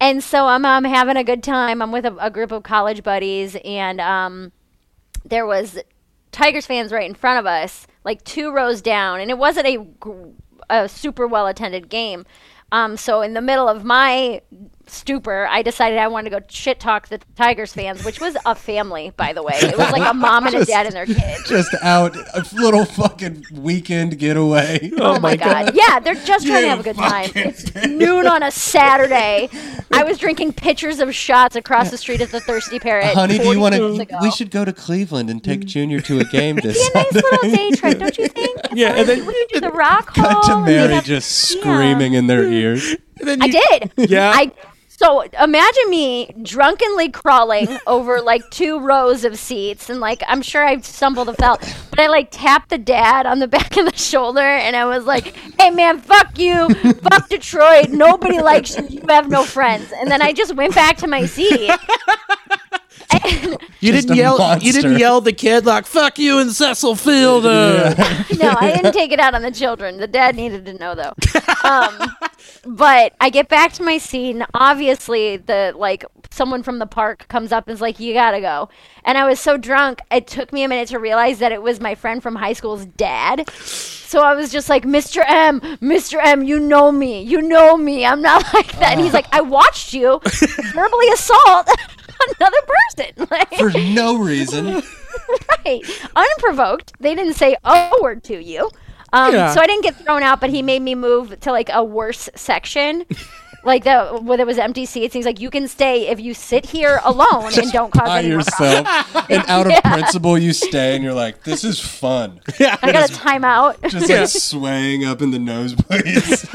[SPEAKER 5] And so I'm, I'm having a good time. I'm with a, a group of college buddies, and um, there was Tigers fans right in front of us, like two rows down, and it wasn't a, gr- a super well attended game. Um, so in the middle of my stupor, I decided I wanted to go shit talk the Tigers fans, which was a family, by the way. It was like a mom and a dad and their kid.
[SPEAKER 3] Just out a little fucking weekend getaway.
[SPEAKER 5] Oh my god. Yeah, they're just trying to have a good time. It's noon on a Saturday. I was drinking pitchers of shots across the street at the Thirsty Parrot.
[SPEAKER 3] Honey, do you
[SPEAKER 5] 40
[SPEAKER 3] want
[SPEAKER 5] years
[SPEAKER 3] to?
[SPEAKER 5] ago.
[SPEAKER 3] We should go to Cleveland and take Junior to a game this
[SPEAKER 5] Be a nice
[SPEAKER 3] Sunday.
[SPEAKER 5] little day trip, don't you think?
[SPEAKER 2] yeah, and then,
[SPEAKER 5] We could do the rock hall.
[SPEAKER 3] Cut to
[SPEAKER 5] and we'd
[SPEAKER 3] Mary
[SPEAKER 5] have-
[SPEAKER 3] just
[SPEAKER 5] Oh, yeah.
[SPEAKER 3] screaming in their ears.
[SPEAKER 2] and then
[SPEAKER 5] I
[SPEAKER 2] you-
[SPEAKER 5] did.
[SPEAKER 2] Yeah.
[SPEAKER 5] I so imagine me drunkenly crawling over like two rows of seats and like I'm sure I stumbled and fell. But I like tapped the dad on the back of the shoulder and I was like, Hey man, fuck you, fuck Detroit, nobody likes you, you have no friends. And then I just went back to my seat.
[SPEAKER 2] You
[SPEAKER 3] Just
[SPEAKER 2] didn't
[SPEAKER 3] a
[SPEAKER 2] yell. You didn't
[SPEAKER 3] monster.
[SPEAKER 2] yell at the kid like "fuck you" and Cecil Fielder.
[SPEAKER 5] no, I didn't take it out on the children. The dad needed to know though. Um, but I get back to my seat, and obviously the like someone from the park comes up and is like, "You gotta go." And I was so drunk, it took me a minute to realize that it was my friend from high school's dad. So I was just like, "Mr. M, Mr. M, you know me, you know me. I'm not like that." And he's like, "I watched you verbally assault." Another person, like,
[SPEAKER 3] For no reason.
[SPEAKER 5] Right. Unprovoked. They didn't say a word to you. Um,
[SPEAKER 2] Yeah.
[SPEAKER 5] So I didn't get thrown out, but he made me move to like a worse section. Like the where there was empty seats, and he's like, "You can stay if you sit here alone and don't cause
[SPEAKER 3] by
[SPEAKER 5] any more problems."
[SPEAKER 3] yourself, and out of principle, you stay, and you're like, "This is fun."
[SPEAKER 5] I got a timeout.
[SPEAKER 3] Just like swaying up in the nosebleeds.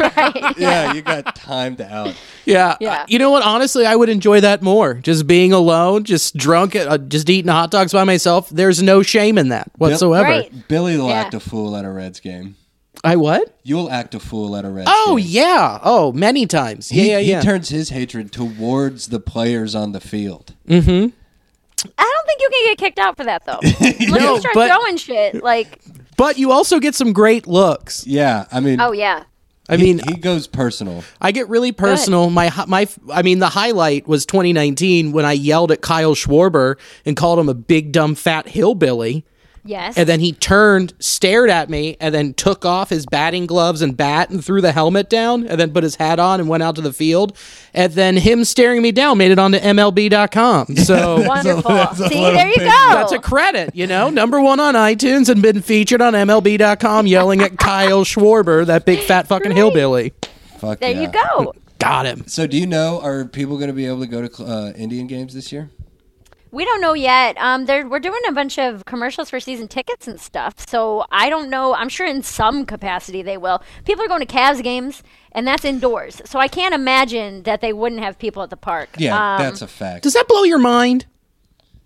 [SPEAKER 3] Yeah, you got timed out.
[SPEAKER 2] Yeah.
[SPEAKER 5] Yeah.
[SPEAKER 2] Uh, you know what? Honestly, I would enjoy that more. Just being alone, just drunk, uh, just eating hot dogs by myself. There's no shame in that whatsoever.
[SPEAKER 5] Right.
[SPEAKER 3] Billy will
[SPEAKER 5] Yeah.
[SPEAKER 3] act a fool at a Reds game.
[SPEAKER 2] I what?
[SPEAKER 3] You'll act a fool at a Reds
[SPEAKER 2] Oh,
[SPEAKER 3] game.
[SPEAKER 2] yeah. Oh, many times. Yeah,
[SPEAKER 3] He,
[SPEAKER 2] yeah,
[SPEAKER 3] he
[SPEAKER 2] yeah.
[SPEAKER 3] turns his hatred towards the players on the field.
[SPEAKER 5] I don't think you can get kicked out for that though. Look
[SPEAKER 2] No,
[SPEAKER 5] at start
[SPEAKER 2] but-
[SPEAKER 5] throwing shit. Like,
[SPEAKER 2] but you also get some great looks.
[SPEAKER 3] Yeah, I mean,
[SPEAKER 5] oh yeah,
[SPEAKER 2] I
[SPEAKER 3] he-
[SPEAKER 2] mean,
[SPEAKER 3] he goes personal.
[SPEAKER 2] I get really personal. My hi- my I mean, the highlight was 2019 when I yelled at Kyle Schwarber and called him a big dumb fat hillbilly.
[SPEAKER 5] yes.
[SPEAKER 2] And then he turned, stared at me, and then took off his batting gloves and bat and threw the helmet down, and then put his hat on and went out to the field. And then him staring me down made it onto MLB.com. So
[SPEAKER 5] wonderful.
[SPEAKER 3] a
[SPEAKER 5] See,
[SPEAKER 3] little
[SPEAKER 5] there you
[SPEAKER 3] thing.
[SPEAKER 5] go.
[SPEAKER 2] that's a credit, you know, number one on iTunes and been featured on MLB.com yelling at Kyle Schwarber, that big fat fucking hillbilly.
[SPEAKER 3] Fuck
[SPEAKER 5] there
[SPEAKER 3] yeah.
[SPEAKER 5] you go.
[SPEAKER 2] Got him.
[SPEAKER 3] So, do you know are people going to be able to go to uh, Indian games this year?
[SPEAKER 5] We don't know yet. Um, they're, we're doing a bunch of commercials for season tickets and stuff. So I don't know. I'm sure in some capacity they will. People are going to Cavs games, and that's indoors. So I can't imagine that they wouldn't have people at the park.
[SPEAKER 3] Yeah,
[SPEAKER 5] Um,
[SPEAKER 3] that's a fact.
[SPEAKER 2] Does that blow your mind?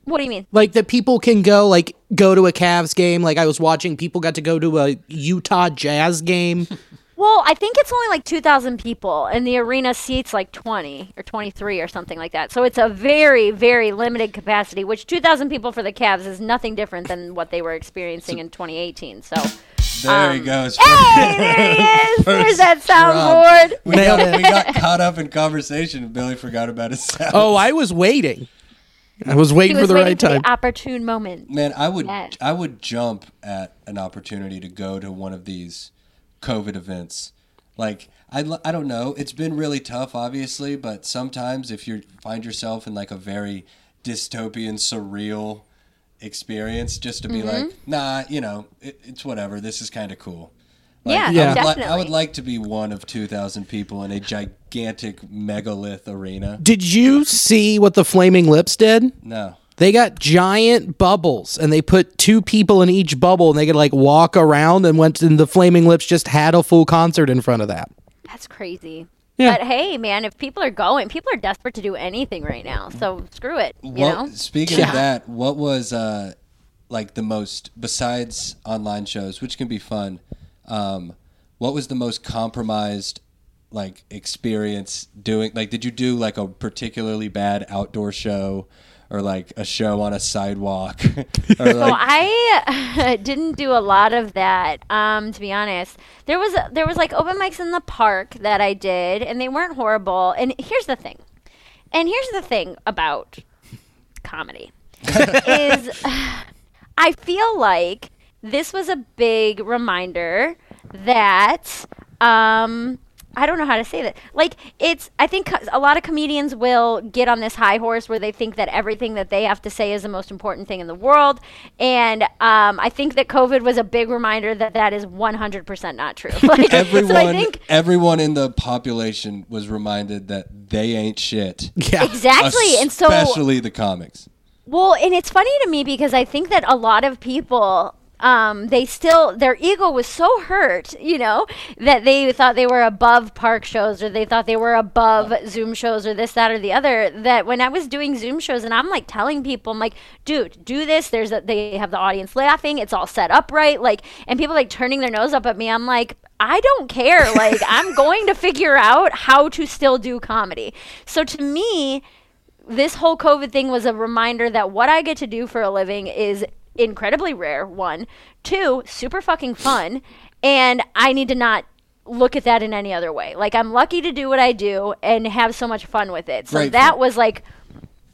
[SPEAKER 5] What do you mean?
[SPEAKER 2] like that people can go like go to a Cavs game. Like I was watching people got to go to a Utah Jazz game.
[SPEAKER 5] Well, I think it's only like 2,000 people, and the arena seats like 20 or 23 or something like that. So it's a very, very limited capacity, which 2,000 people for the Cavs is nothing different than what they were experiencing in 2018. So,
[SPEAKER 3] there he goes.
[SPEAKER 5] hey, there he is. There's that soundboard.
[SPEAKER 3] We
[SPEAKER 2] Nailed
[SPEAKER 3] got,
[SPEAKER 2] it.
[SPEAKER 3] we got caught up in conversation and Billy forgot about his sound.
[SPEAKER 2] Oh, I was waiting. I was
[SPEAKER 5] He
[SPEAKER 2] waiting for
[SPEAKER 5] was
[SPEAKER 2] the
[SPEAKER 5] waiting
[SPEAKER 2] right
[SPEAKER 5] for
[SPEAKER 2] time.
[SPEAKER 5] the opportune moment.
[SPEAKER 3] man, I would
[SPEAKER 5] Yes.
[SPEAKER 3] I would jump at an opportunity to go to one of these COVID events. Like I, l- I don't know. It's been really tough, obviously, but sometimes if you find yourself in like a very dystopian, surreal experience, just to be
[SPEAKER 5] Mm-hmm.
[SPEAKER 3] like, nah, you know, it, it's whatever. This is kind of cool.
[SPEAKER 5] yeah,
[SPEAKER 2] Yeah.
[SPEAKER 3] I would,
[SPEAKER 5] definitely.
[SPEAKER 3] li- I would like to be one of 2,000 people in a gigantic megalith arena.
[SPEAKER 2] Did you see what the Flaming Lips did?
[SPEAKER 3] No.
[SPEAKER 2] They got giant bubbles and they put two people in each bubble and they could like walk around and went and the Flaming Lips just had a full concert in front of that.
[SPEAKER 5] That's crazy.
[SPEAKER 2] Yeah.
[SPEAKER 5] But hey, man, if people are going, people are desperate to do anything right now. So screw it. You
[SPEAKER 3] Well,
[SPEAKER 5] know?
[SPEAKER 3] speaking of that, what was uh, like the most besides online shows, which can be fun? Um, what was the most compromised like experience doing? Like, did you do like a particularly bad outdoor show, or like a show on a sidewalk? or,
[SPEAKER 5] So
[SPEAKER 3] like,
[SPEAKER 5] I didn't do a lot of that, um, to be honest. There was there was like open mics in the park that I did, and they weren't horrible. And here's the thing, and here's the thing about comedy is I feel like this was a big reminder that um I don't know how to say that. Like it's I think co- a lot of comedians will get on this high horse where they think that everything that they have to say is the most important thing in the world and um I think that COVID was a big reminder that that is 100% not true. Like
[SPEAKER 3] everyone,
[SPEAKER 5] so I think
[SPEAKER 3] everyone in the population was reminded that they ain't shit.
[SPEAKER 2] Yeah.
[SPEAKER 5] exactly and so
[SPEAKER 3] especially the comics.
[SPEAKER 5] Well, and it's funny to me because I think that a lot of people um, they still their ego was so hurt, you know, that they thought they were above park shows or they thought they were above Zoom shows or this, that, or the other. That when I was doing Zoom shows and I'm like telling people, I'm like, dude, do this. There's a, they have the audience laughing. It's all set up right, like, and people like turning their nose up at me. I'm like, I don't care. Like, I'm going to figure out how to still do comedy. So to me, this whole COVID thing was a reminder that what I get to do for a living is incredibly rare. One, two, super fucking fun, and I need to not look at that in any other way. Like I'm lucky to do what I do and have so much fun with it. So
[SPEAKER 3] Grateful.
[SPEAKER 5] that was like.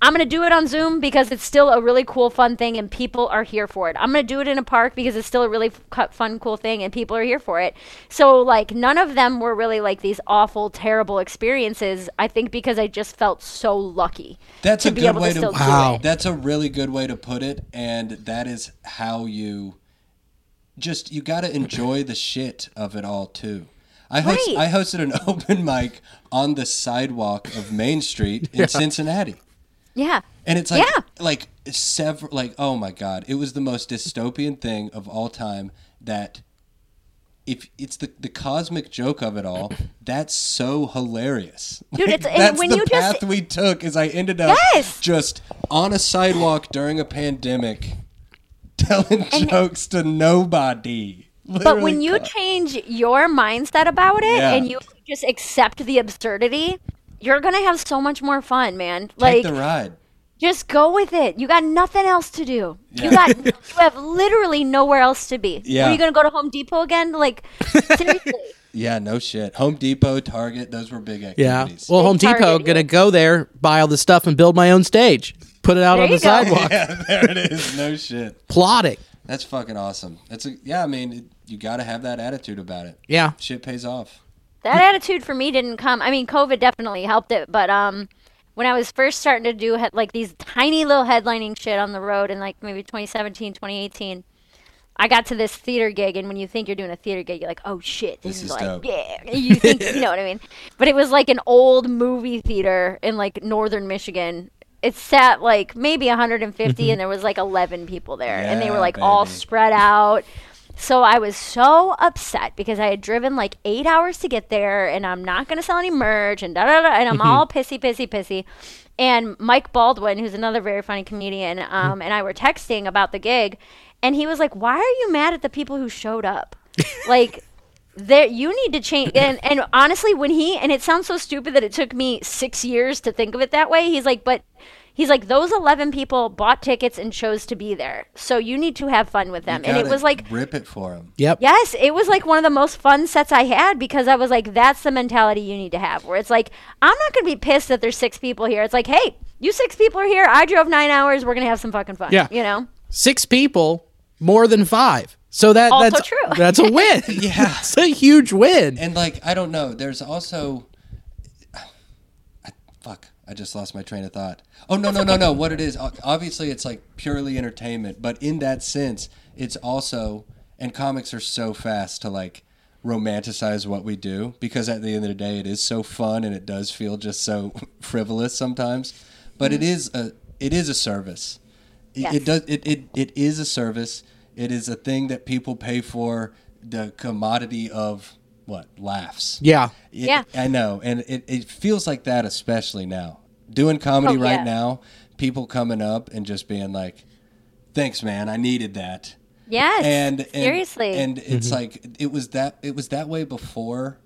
[SPEAKER 5] I'm going to do it on Zoom because it's still a really cool, fun thing and people are here for it. I'm going to do it in a park because it's still a really f- cu- fun, cool thing and people are here for it. So, like, none of them were really like these awful, terrible experiences. I think because I just felt so lucky.
[SPEAKER 3] That's a
[SPEAKER 5] be
[SPEAKER 3] good
[SPEAKER 5] able to
[SPEAKER 3] way to,
[SPEAKER 5] still do
[SPEAKER 2] Wow. it.
[SPEAKER 3] That's a really good way to put it, and that is how you just you got to enjoy the shit of it all too. I host,
[SPEAKER 5] Right.
[SPEAKER 3] I hosted an open mic on the sidewalk of Main Street in Cincinnati.
[SPEAKER 5] Yeah.
[SPEAKER 3] And it's like
[SPEAKER 5] Yeah.
[SPEAKER 3] like several like oh my god, it was the most dystopian thing of all time that if it's the the cosmic joke of it all, that's so hilarious.
[SPEAKER 5] Dude, it's- and
[SPEAKER 3] that's
[SPEAKER 5] when
[SPEAKER 3] the
[SPEAKER 5] you just-
[SPEAKER 3] path we took is I ended up
[SPEAKER 5] Yes!
[SPEAKER 3] just on a sidewalk during a pandemic telling jokes to nobody.
[SPEAKER 5] But
[SPEAKER 3] Literally
[SPEAKER 5] when you
[SPEAKER 3] co-
[SPEAKER 5] change your mindset about it
[SPEAKER 3] Yeah.
[SPEAKER 5] and you just accept the absurdity, you're gonna have so much more fun, man.
[SPEAKER 3] take
[SPEAKER 5] Like
[SPEAKER 3] the ride.
[SPEAKER 5] just go with it. You got nothing else to do. You
[SPEAKER 3] Yeah.
[SPEAKER 5] got you have literally nowhere else to be.
[SPEAKER 3] Yeah.
[SPEAKER 5] Are you gonna go to Home Depot again? Like seriously.
[SPEAKER 3] Yeah, no shit. Home Depot, Target, those were big
[SPEAKER 2] Yeah.
[SPEAKER 3] activities.
[SPEAKER 2] Well, Home
[SPEAKER 5] Target,
[SPEAKER 2] Depot
[SPEAKER 5] yeah.
[SPEAKER 2] gonna go there, buy all the stuff, and build my own stage. Put it out
[SPEAKER 5] There
[SPEAKER 2] on the
[SPEAKER 5] you go.
[SPEAKER 2] sidewalk.
[SPEAKER 3] yeah, there it is. No shit.
[SPEAKER 2] Plotting.
[SPEAKER 3] That's fucking awesome. That's a, yeah. I mean, it, you got to have that attitude about it.
[SPEAKER 2] Yeah.
[SPEAKER 3] Shit pays off.
[SPEAKER 5] That attitude for me didn't come. I mean, COVID definitely helped it, but um, when I was first starting to do he- like these tiny little headlining shit on the road in like maybe 2017, 2018, I got to this theater gig, and when you think you're doing a theater gig, you're like, oh shit, this,
[SPEAKER 3] This
[SPEAKER 5] is,
[SPEAKER 3] is
[SPEAKER 5] like,
[SPEAKER 3] dope.
[SPEAKER 5] yeah, you think you know what I mean? But it was like an old movie theater in like northern Michigan. It sat like maybe
[SPEAKER 3] Mm-hmm.
[SPEAKER 5] 150, and there was like 11 people there, and they were
[SPEAKER 3] Yeah,
[SPEAKER 5] like all
[SPEAKER 3] baby.
[SPEAKER 5] spread out. So I was so upset because I had driven like eight hours to get there, and I'm not going to sell any merch, and da da da, and I'm all
[SPEAKER 3] Mm-hmm.
[SPEAKER 5] pissy, pissy, pissy. And Mike Baldwin, who's another very funny comedian,
[SPEAKER 3] Mm-hmm.
[SPEAKER 5] um, and I were texting about the gig, and he was like, "Why are you mad at the people who showed up? like, there you need to change." And, and honestly, when he and it sounds so stupid that it took me six years to think of it that way. He's like, "But." He's like, those 11 people bought tickets and chose to be there. So you need to have fun with them. And it
[SPEAKER 3] Gotta
[SPEAKER 5] was like,
[SPEAKER 3] rip it for him.
[SPEAKER 2] Yep.
[SPEAKER 5] Yes, it was like one of the most fun sets I had because I was like, that's the mentality you need to have. Where it's like, I'm not going to be pissed that there's six people here. It's like, hey, you six people are here. I drove nine hours. We're going to have some fucking fun.
[SPEAKER 2] Yeah.
[SPEAKER 5] You know?
[SPEAKER 2] Six people, more than five. So that
[SPEAKER 5] Also
[SPEAKER 2] that's
[SPEAKER 5] true.
[SPEAKER 2] that's a win.
[SPEAKER 3] Yeah.
[SPEAKER 2] it's a huge win.
[SPEAKER 3] And like, I don't know. There's also, I, fuck. I just lost my train of thought. Oh no no no no. What it is? o- Obviously, it's like purely entertainment. But in that sense, it's also. And comics are so fast to like romanticize what we do because at the end of the day, it is so fun and it does feel just so frivolous sometimes. But it is a it is a service. It,
[SPEAKER 5] Yes.
[SPEAKER 3] it does it, it it is a service it is a thing that people pay for the commodity of what laughs
[SPEAKER 2] yeah.
[SPEAKER 3] It-
[SPEAKER 5] Yeah.
[SPEAKER 3] i know and it, it feels like that especially now doing comedy
[SPEAKER 5] Oh,
[SPEAKER 3] right
[SPEAKER 5] yeah.
[SPEAKER 3] now people coming up and just being like thanks man i needed that
[SPEAKER 5] Yes.
[SPEAKER 3] and, and
[SPEAKER 5] seriously.
[SPEAKER 3] and it's like it was that it was that way before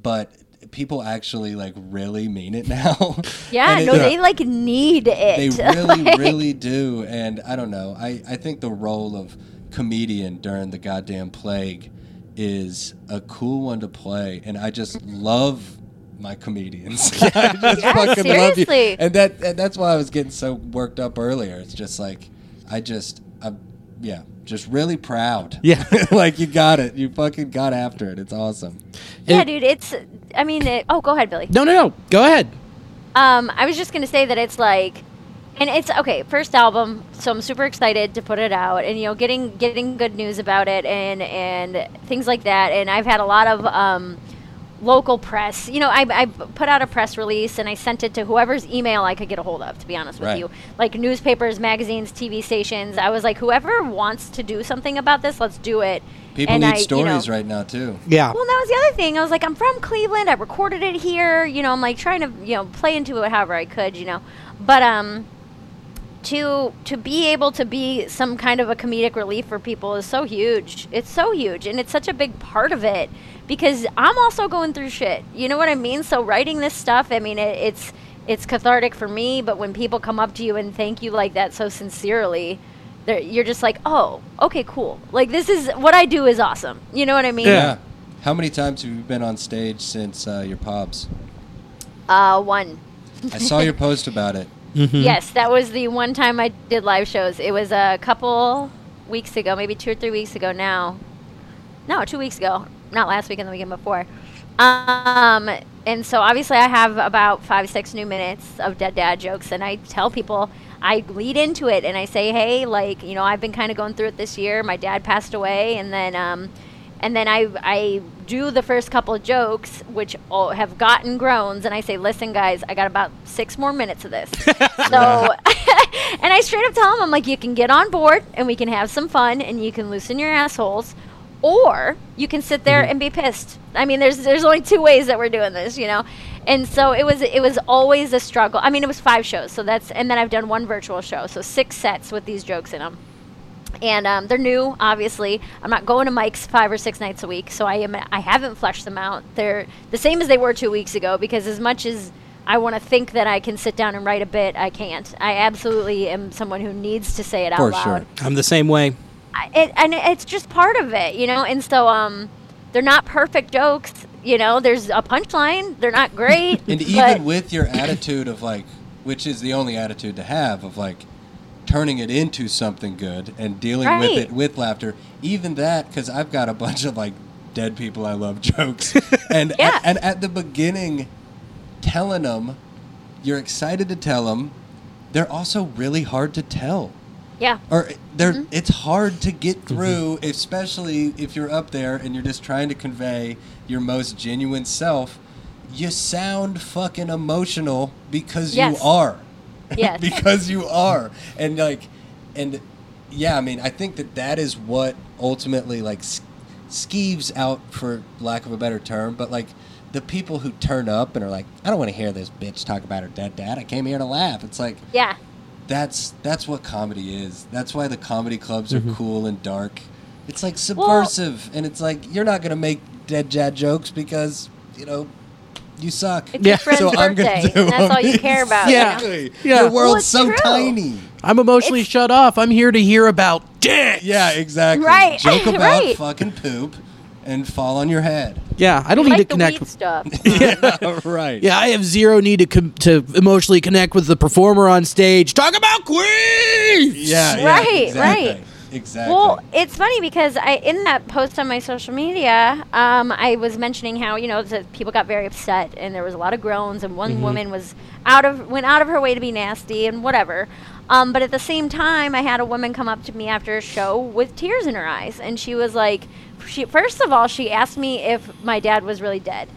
[SPEAKER 3] but people actually like really mean it now
[SPEAKER 5] yeah,
[SPEAKER 3] And it-
[SPEAKER 5] no, they like need it.
[SPEAKER 3] they really
[SPEAKER 5] Like,
[SPEAKER 3] really do and i don't know I, I think the role of comedian during the goddamn plague is a cool one to play and i just love my comedians i just
[SPEAKER 5] Yeah,
[SPEAKER 3] fucking love you
[SPEAKER 5] seriously.
[SPEAKER 3] and that and that's why i was getting so worked up earlier it's just like i just i'm yeah just really proud
[SPEAKER 2] Yeah.
[SPEAKER 3] like you got it you fucking got after it it's awesome
[SPEAKER 5] yeah, dude, it's, I mean, it, oh, go ahead, Billy.
[SPEAKER 2] No, no, no. Go ahead.
[SPEAKER 5] Um, I was just gonna say that it's like, and it's okay. First album, so I'm super excited to put it out, and you know, getting getting good news about it, and and things like that. And I've had a lot of um, local press. You know, I, I put out a press release and I sent it to whoever's email I could get a hold of. To be honest with
[SPEAKER 3] Right.
[SPEAKER 5] you, like newspapers, magazines, TV stations. I was like, whoever wants to do something about this, let's do it.
[SPEAKER 3] people
[SPEAKER 5] And
[SPEAKER 3] need
[SPEAKER 5] I, you know-
[SPEAKER 3] stories right now too
[SPEAKER 2] Yeah.
[SPEAKER 5] well, that was the other thing. I was like, I'm from Cleveland. I recorded it here. You know, I'm like trying to, you know, play into it however I could, you know. But um to to be able to be some kind of a comedic relief for people is so huge. It's so huge and it's such a big part of it because I'm also going through shit. You know what I mean? So writing this stuff, I mean, it, it's it's cathartic for me, but when people come up to you and thank you like that so sincerely, they're- you're just like, "Oh, okay, cool." Like this is what I do is awesome. You know what I mean?
[SPEAKER 3] yeah how many times have you been on stage since uh, your pops
[SPEAKER 5] Uh, one.
[SPEAKER 3] I saw your post about it.
[SPEAKER 5] Yes, that was the one time I did live shows. It was a couple weeks ago, maybe two or three weeks ago now. No, two weeks ago. Not last weekend, the weekend before. Um, and so obviously I have about five, six new minutes of dead dad jokes, and I tell people I lead into it and I say, hey, like you know, I've been kind of going through it this year. My dad passed away, and then um, and then I I do the first couple jokes, which all have gotten groans, and I say, "Listen, guys, I got about six more minutes of this." so, and I straight up tell them, "I'm like, you can get on board, and we can have some fun, and you can loosen your assholes, or you can sit there and be pissed." I mean, there's there's only two ways that we're doing this, you know. And so it was it was always a struggle. I mean, it was five shows, so that's and then I've done one virtual show, so six sets with these jokes in them and um, they're new obviously i'm not going to mike's five or six nights a week so i am i haven't fleshed them out they're the same as they were two weeks ago because as much as i want to think that i can sit down and write a bit i can't i absolutely am someone who needs to say it out
[SPEAKER 3] For
[SPEAKER 5] loud
[SPEAKER 3] sure.
[SPEAKER 2] I'm the same way.
[SPEAKER 5] I- it, and it's just part of it, you know. And so, um, they're not perfect jokes, you know. There's a punchline. They're not great.
[SPEAKER 3] And
[SPEAKER 5] but-
[SPEAKER 3] even with your attitude of like, which is the only attitude to have of like turning it into something good and dealing
[SPEAKER 5] Right.
[SPEAKER 3] with it with laughter, even that, because I've got a bunch of like dead people I love jokes. and, at-
[SPEAKER 5] Yeah.
[SPEAKER 3] and at the beginning, telling them, you're excited to tell them, they're also really hard to tell.
[SPEAKER 5] yeah,
[SPEAKER 3] Or they're,
[SPEAKER 5] Mm-hmm.
[SPEAKER 3] it's hard to get through, especially if you're up there and you're just trying to convey your most genuine self. You sound fucking emotional because
[SPEAKER 5] Yes.
[SPEAKER 3] you are.
[SPEAKER 5] Yes.
[SPEAKER 3] because you are. And like, and yeah, I mean, I think that that is what ultimately like s- skeeves out, for lack of a better term, but like the people who turn up and are like, I don't want to hear this bitch talk about her dead dad. I came here to laugh. It's like,
[SPEAKER 5] yeah.
[SPEAKER 3] that's that's what comedy is. That's why the comedy clubs are cool and dark. It's like
[SPEAKER 5] Well-
[SPEAKER 3] subversive, and it's like you're not gonna make dead dad jokes because you know you suck.
[SPEAKER 5] It's
[SPEAKER 2] Yeah.
[SPEAKER 5] your friend's
[SPEAKER 3] so I'm
[SPEAKER 5] birthday.
[SPEAKER 3] gonna do.
[SPEAKER 5] and that's all you
[SPEAKER 3] them.
[SPEAKER 5] care about. you
[SPEAKER 2] Yeah.
[SPEAKER 5] know?
[SPEAKER 3] Exactly.
[SPEAKER 2] Yeah.
[SPEAKER 3] Your
[SPEAKER 5] Well,
[SPEAKER 3] world's
[SPEAKER 5] it's
[SPEAKER 3] so
[SPEAKER 5] true.
[SPEAKER 3] tiny.
[SPEAKER 2] I'm emotionally shut off. I'm here to hear about dick.
[SPEAKER 3] Yeah, exactly.
[SPEAKER 5] Right.
[SPEAKER 3] Joke about
[SPEAKER 5] Right.
[SPEAKER 3] fucking poop and fall on your head.
[SPEAKER 2] Yeah, I don't
[SPEAKER 5] Like
[SPEAKER 2] need to
[SPEAKER 5] the
[SPEAKER 2] connect.
[SPEAKER 5] weed
[SPEAKER 2] With,
[SPEAKER 5] stuff.
[SPEAKER 3] right.
[SPEAKER 2] yeah, I have zero need to com- to emotionally connect with the performer on stage. Talk about queens.
[SPEAKER 3] Yeah. yeah,
[SPEAKER 5] Right,
[SPEAKER 3] Exactly.
[SPEAKER 5] right.
[SPEAKER 3] Exactly.
[SPEAKER 5] Well, it's funny because I in that post on my social media, um, I was mentioning how you know the people got very upset and there was a lot of groans and one woman was out of went out of her way to be nasty and whatever. Um, but at the same time, I had a woman come up to me after a show with tears in her eyes, and she was like, she, first of all, she asked me if my dad was really dead,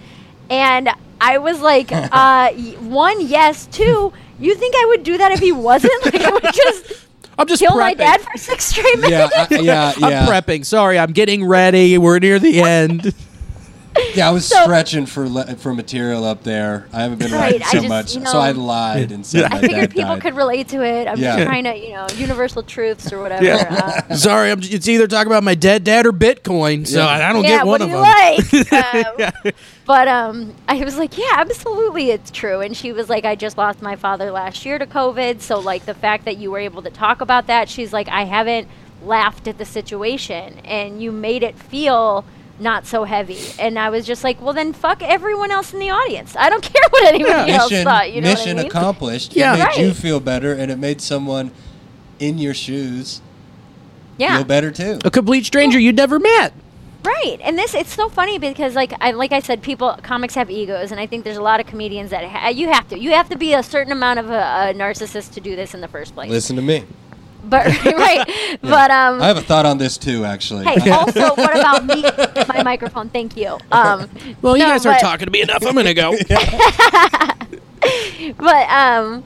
[SPEAKER 5] and I was like, uh, y- one, yes, two. You think I would do that if he wasn't? Like I would just
[SPEAKER 2] I'm just
[SPEAKER 5] kill
[SPEAKER 2] prepping.
[SPEAKER 5] my dad for six straight minutes.
[SPEAKER 3] yeah, I, yeah,
[SPEAKER 2] I'm
[SPEAKER 3] yeah.
[SPEAKER 2] prepping. Sorry, I'm getting ready. We're near the end.
[SPEAKER 3] Yeah, I was
[SPEAKER 5] So-
[SPEAKER 3] stretching for le- for material up there. I haven't been
[SPEAKER 5] Right,
[SPEAKER 3] writing
[SPEAKER 5] I
[SPEAKER 3] so
[SPEAKER 5] just,
[SPEAKER 3] much,
[SPEAKER 5] you
[SPEAKER 3] so I
[SPEAKER 5] know,
[SPEAKER 3] lied and said
[SPEAKER 5] I
[SPEAKER 3] my
[SPEAKER 5] figured
[SPEAKER 3] dad
[SPEAKER 5] people
[SPEAKER 3] died.
[SPEAKER 5] could relate to it. I'm
[SPEAKER 3] Yeah.
[SPEAKER 5] just trying to, you know, universal truths or whatever.
[SPEAKER 2] Yeah.
[SPEAKER 5] Uh,
[SPEAKER 2] Sorry, I'm, it's either talking about my dead dad or Bitcoin. So
[SPEAKER 3] Yeah.
[SPEAKER 2] I don't
[SPEAKER 5] yeah,
[SPEAKER 2] get
[SPEAKER 5] what
[SPEAKER 2] one
[SPEAKER 5] do
[SPEAKER 2] of
[SPEAKER 5] you
[SPEAKER 2] them.
[SPEAKER 5] like? Um, But um, I was like, yeah, absolutely, it's true. And she was like, I just lost my father last year to COVID, so like the fact that you were able to talk about that, she's like, I haven't laughed at the situation, and you made it feel not so heavy. And I was just like, well, then fuck everyone else in the audience. I don't care what anyone else
[SPEAKER 3] mission
[SPEAKER 5] thought. You know
[SPEAKER 3] mission
[SPEAKER 5] what I mean?
[SPEAKER 3] accomplished.
[SPEAKER 2] Yeah.
[SPEAKER 3] it made you
[SPEAKER 5] Right.
[SPEAKER 3] feel better, and it made someone in your shoes
[SPEAKER 5] yeah.
[SPEAKER 3] feel better too.
[SPEAKER 2] A complete stranger you'd never met.
[SPEAKER 5] Right, and this it's so funny because like I like I said, people comics have egos, and I think there's a lot of comedians that ha- you have to you have to be a certain amount of a, a narcissist to do this in the first place.
[SPEAKER 3] Listen to me.
[SPEAKER 5] But right, but um,
[SPEAKER 3] I have a thought on this too, actually.
[SPEAKER 5] hey, also what about me? My microphone, thank you. Um,
[SPEAKER 2] Well, you
[SPEAKER 5] No,
[SPEAKER 2] guys aren't
[SPEAKER 5] but-
[SPEAKER 2] talking to me enough. I'm gonna go.
[SPEAKER 5] but um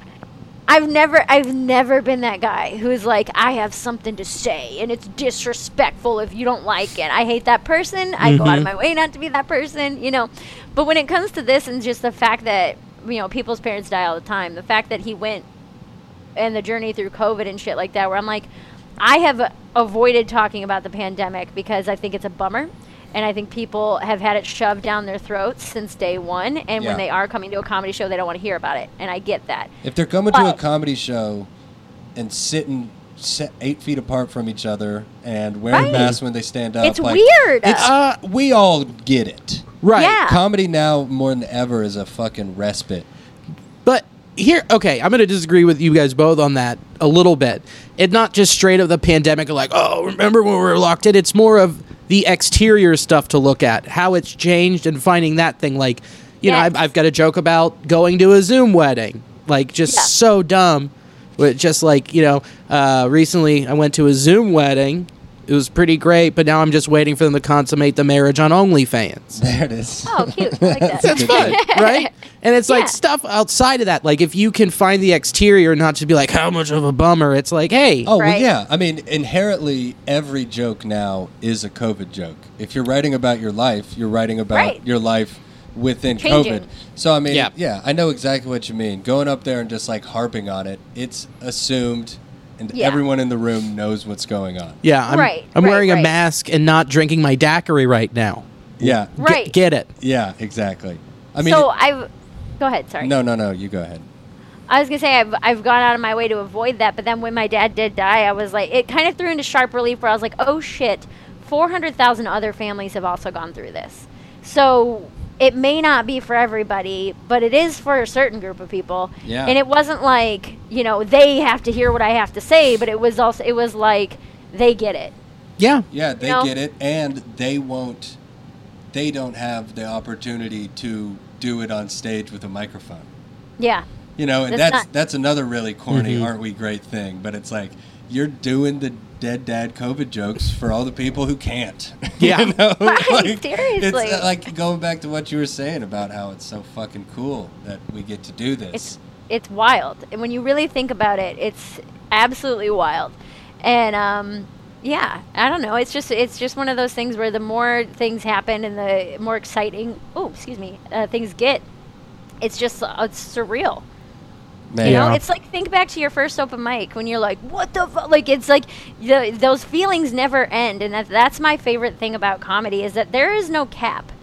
[SPEAKER 5] I've never I've never been that guy who's like I have something to say and it's disrespectful if you don't like it. I hate that person. I go out of my way not to be that person, you know. But when it comes to this and just the fact that you know people's parents die all the time, the fact that he went and the journey through COVID and shit like that, where I'm like, I have avoided talking about the pandemic because I think it's a bummer. And I think people have had it shoved down their throats since day one. And
[SPEAKER 3] Yeah.
[SPEAKER 5] when they are coming to a comedy show, they don't want to hear about it. And I get that.
[SPEAKER 3] if they're coming to a
[SPEAKER 5] But-
[SPEAKER 3] comedy show and sitting se- eight feet apart from each other and wearing
[SPEAKER 5] Right.
[SPEAKER 3] masks when they stand up,
[SPEAKER 5] It's
[SPEAKER 3] like,
[SPEAKER 5] weird.
[SPEAKER 3] It's,
[SPEAKER 2] Uh,
[SPEAKER 3] we all get it.
[SPEAKER 2] Right.
[SPEAKER 5] Yeah.
[SPEAKER 3] Comedy now more than ever is a fucking respite.
[SPEAKER 2] But here, okay, I'm going to disagree with you guys both on that a little bit. It's not just straight up the pandemic, like, oh, remember when we were locked in? It's more of the exterior stuff to look at, how it's changed, and finding that thing. Like, you know,
[SPEAKER 5] Yes.
[SPEAKER 2] I've, I've got a joke about going to a Zoom wedding, like, just
[SPEAKER 5] Yeah.
[SPEAKER 2] so dumb. But just like, you know, uh, recently I went to a Zoom wedding It was pretty great, but now I'm just waiting for them to consummate the marriage on OnlyFans.
[SPEAKER 3] There it is.
[SPEAKER 5] Oh, cute. I like
[SPEAKER 2] That's
[SPEAKER 5] that.
[SPEAKER 2] fun, right? And it's
[SPEAKER 5] Yeah.
[SPEAKER 2] like stuff outside of that. Like if you can find the exterior, not to be like, how much of a bummer. It's like, hey,
[SPEAKER 3] Oh well,
[SPEAKER 5] Right.
[SPEAKER 3] yeah. I mean, inherently, every joke now is a COVID joke. If you're writing about your life, you're writing about
[SPEAKER 5] Right.
[SPEAKER 3] your life within
[SPEAKER 5] Changing.
[SPEAKER 3] COVID. So I mean,
[SPEAKER 2] Yeah.
[SPEAKER 3] yeah. I know exactly what you mean. Going up there and just like harping on it, it's assumed, and
[SPEAKER 5] Yeah.
[SPEAKER 3] everyone in the room knows what's going on.
[SPEAKER 2] yeah, I'm,
[SPEAKER 5] Right,
[SPEAKER 2] I'm
[SPEAKER 5] right,
[SPEAKER 2] wearing a
[SPEAKER 5] right.
[SPEAKER 2] mask and not drinking my daiquiri right now.
[SPEAKER 3] Yeah,
[SPEAKER 2] Get-
[SPEAKER 5] Right.
[SPEAKER 2] Get, it.
[SPEAKER 3] yeah, exactly. I mean,
[SPEAKER 5] so I, go ahead. Sorry.
[SPEAKER 3] no, no, no. You go ahead.
[SPEAKER 5] I was gonna say I've I've gone out of my way to avoid that, but then when my dad did die, I was like, it kind of threw into sharp relief where I was like, oh shit, four hundred thousand other families have also gone through this, so it may not be for everybody, but it is for a certain group of people.
[SPEAKER 3] Yeah.
[SPEAKER 5] And it wasn't like you know they have to hear what I have to say, but it was also it was like they get it.
[SPEAKER 2] Yeah.
[SPEAKER 3] Yeah, they
[SPEAKER 5] know?
[SPEAKER 3] get it, and they won't. They don't have the opportunity to do it on stage with a microphone.
[SPEAKER 5] Yeah.
[SPEAKER 3] You know, and
[SPEAKER 5] That's
[SPEAKER 3] that's that's,
[SPEAKER 5] not-
[SPEAKER 3] another really corny, aren't we great thing. But it's like you're doing the dead dad COVID jokes for all the people who can't.
[SPEAKER 2] Yeah.
[SPEAKER 3] you know?
[SPEAKER 5] Right,
[SPEAKER 3] It's
[SPEAKER 5] seriously.
[SPEAKER 3] uh, like going back to what you were saying about how it's so fucking cool that we get to do this.
[SPEAKER 5] it's it's wild and when you really think about it it's absolutely wild and um yeah i don't know it's just it's just one of those things where the more things happen and the more exciting oh excuse me uh, things get it's just uh, it's surreal
[SPEAKER 3] Man,
[SPEAKER 5] you know
[SPEAKER 2] Yeah.
[SPEAKER 5] it's like think back to your first open mic when you're like what the fuck like it's like the, those feelings never end and that, that's my favorite thing about comedy is that there is no cap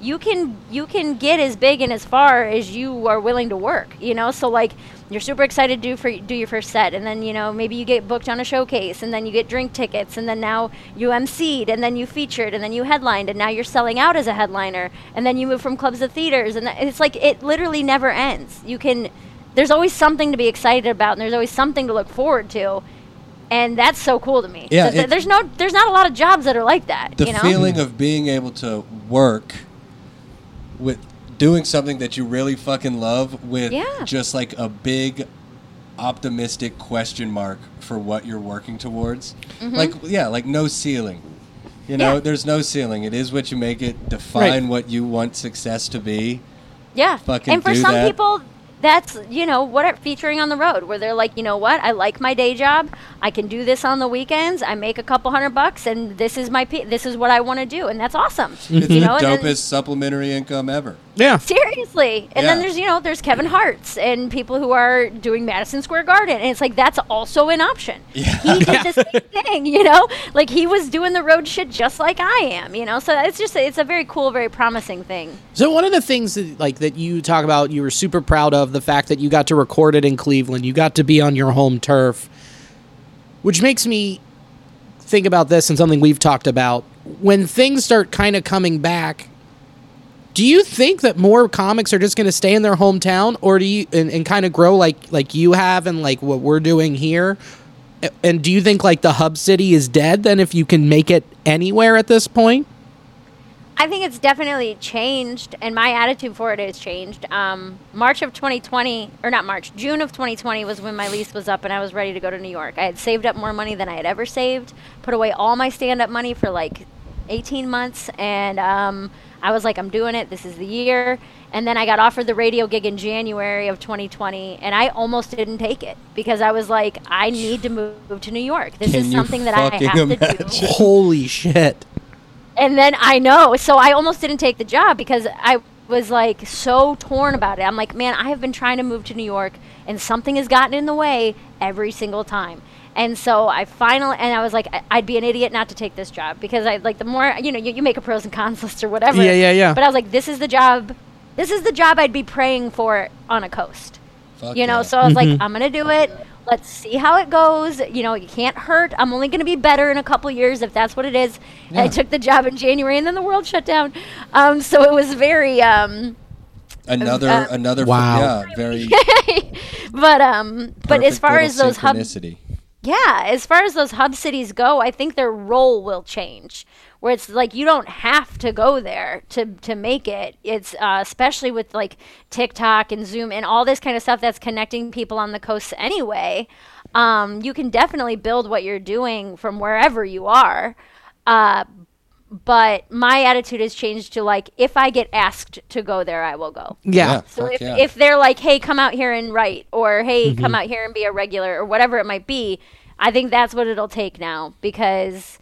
[SPEAKER 5] you can you can get as big and as far as you are willing to work you know so like you're super excited to do for do your first set and then you know maybe you get booked on a showcase and then you get drink tickets and then now you MC'd and then you featured and then you headlined and now you're selling out as a headliner and then you move from clubs to theaters and that, it's like it literally never ends you can there's always something to be excited about and there's always something to look forward to and that's so cool to me
[SPEAKER 3] Yeah,
[SPEAKER 5] Th- th-
[SPEAKER 3] it-
[SPEAKER 5] there's no there's not a lot of jobs that are like that
[SPEAKER 3] the
[SPEAKER 5] you know
[SPEAKER 3] feeling of being able to work with doing something that you really fucking love with
[SPEAKER 5] Yeah.
[SPEAKER 3] just like a big optimistic question mark for what you're working towards like yeah like no ceiling you know
[SPEAKER 5] Mm-hmm. Yeah.
[SPEAKER 3] there's no ceiling it is what you make it define
[SPEAKER 2] Right.
[SPEAKER 3] what you want success to be
[SPEAKER 5] Yeah.
[SPEAKER 3] fucking
[SPEAKER 5] and for
[SPEAKER 3] do
[SPEAKER 5] some
[SPEAKER 3] that.
[SPEAKER 5] people, that's, you know, what are featuring on the road where they're like, you know what? I like my day job. I can do this on the weekends. I make a couple hundred bucks and this is my, pe- this is what I want to do. And that's awesome.
[SPEAKER 3] it's
[SPEAKER 5] You
[SPEAKER 3] the
[SPEAKER 5] know, and then-
[SPEAKER 3] dopest supplementary income ever
[SPEAKER 2] Yeah.
[SPEAKER 5] Seriously. And then
[SPEAKER 3] Yeah.
[SPEAKER 5] there's, you know, there's Kevin Hart's and people who are doing Madison Square Garden. And it's like, that's also an option. He did the same thing, you know? Like, he was doing the road shit just like I am, you know? So it's just, it's a very cool, very promising thing.
[SPEAKER 2] So one of the things that like that you talk about, you were super proud of the fact that you got to record it in Cleveland. You got to be on your home turf, which makes me think about this and something we've talked about. When things start kind of coming back, do you think that more comics are just going to stay in their hometown, or do you and, and kind of grow like like you have and like what we're doing here? A- And do you think like the hub city is dead then if you can make it anywhere at this point?
[SPEAKER 5] I think it's definitely changed, and my attitude for it has changed. Um, March of 2020, or not March, June of 2020 was when my lease was up and I was ready to go to New York. I had saved up more money than I had ever saved, put away all my stand up money for like 18 months, and um, I was like, I'm doing it. This is the year. And then I got offered the radio gig in January of 2020, and I almost didn't take it because I was like, I need to move to New York. This
[SPEAKER 3] Can
[SPEAKER 5] is
[SPEAKER 3] you
[SPEAKER 5] something that I
[SPEAKER 3] fucking
[SPEAKER 5] have to do.
[SPEAKER 3] imagine?
[SPEAKER 2] Holy shit.
[SPEAKER 5] And then I know. So I almost didn't take the job because I was like so torn about it. I'm like, man, I have been trying to move to New York and something has gotten in the way every single time. And so I finally, and I was like, I- I'd be an idiot not to take this job because I like the more, you know, you, you make a pros and cons list or whatever.
[SPEAKER 2] Yeah, yeah, yeah.
[SPEAKER 5] But I was like, this is the job. This is the job I'd be praying for on a coast
[SPEAKER 3] Fuck
[SPEAKER 5] you know
[SPEAKER 3] yeah.
[SPEAKER 5] so i was like i'm gonna do it let's see how it goes you know you can't hurt i'm only gonna be better in a couple years if that's what it is And i took the job in january and then the world shut down um, so it was very um,
[SPEAKER 3] another
[SPEAKER 5] uh,
[SPEAKER 3] another
[SPEAKER 2] Wow.
[SPEAKER 3] yeah very
[SPEAKER 5] but um but as
[SPEAKER 3] perfect
[SPEAKER 5] far
[SPEAKER 3] little
[SPEAKER 5] as those hub
[SPEAKER 3] synchronicity.
[SPEAKER 5] Yeah, as far as those hub cities go, I think their role will change. Where it's like you don't have to go there to to make it. It's uh, especially with like TikTok and Zoom and all this kind of stuff that's connecting people on the coast anyway. Um, you can definitely build what you're doing from wherever you are. Uh, but my attitude has changed to like if I get asked to go there, I will go.
[SPEAKER 2] Yeah.
[SPEAKER 5] So
[SPEAKER 3] fuck
[SPEAKER 5] if,
[SPEAKER 3] yeah. Mm-hmm.
[SPEAKER 5] if they're like, hey, come out here and write, or hey, come out here and be a regular, or whatever it might be, I think that's what it'll take now because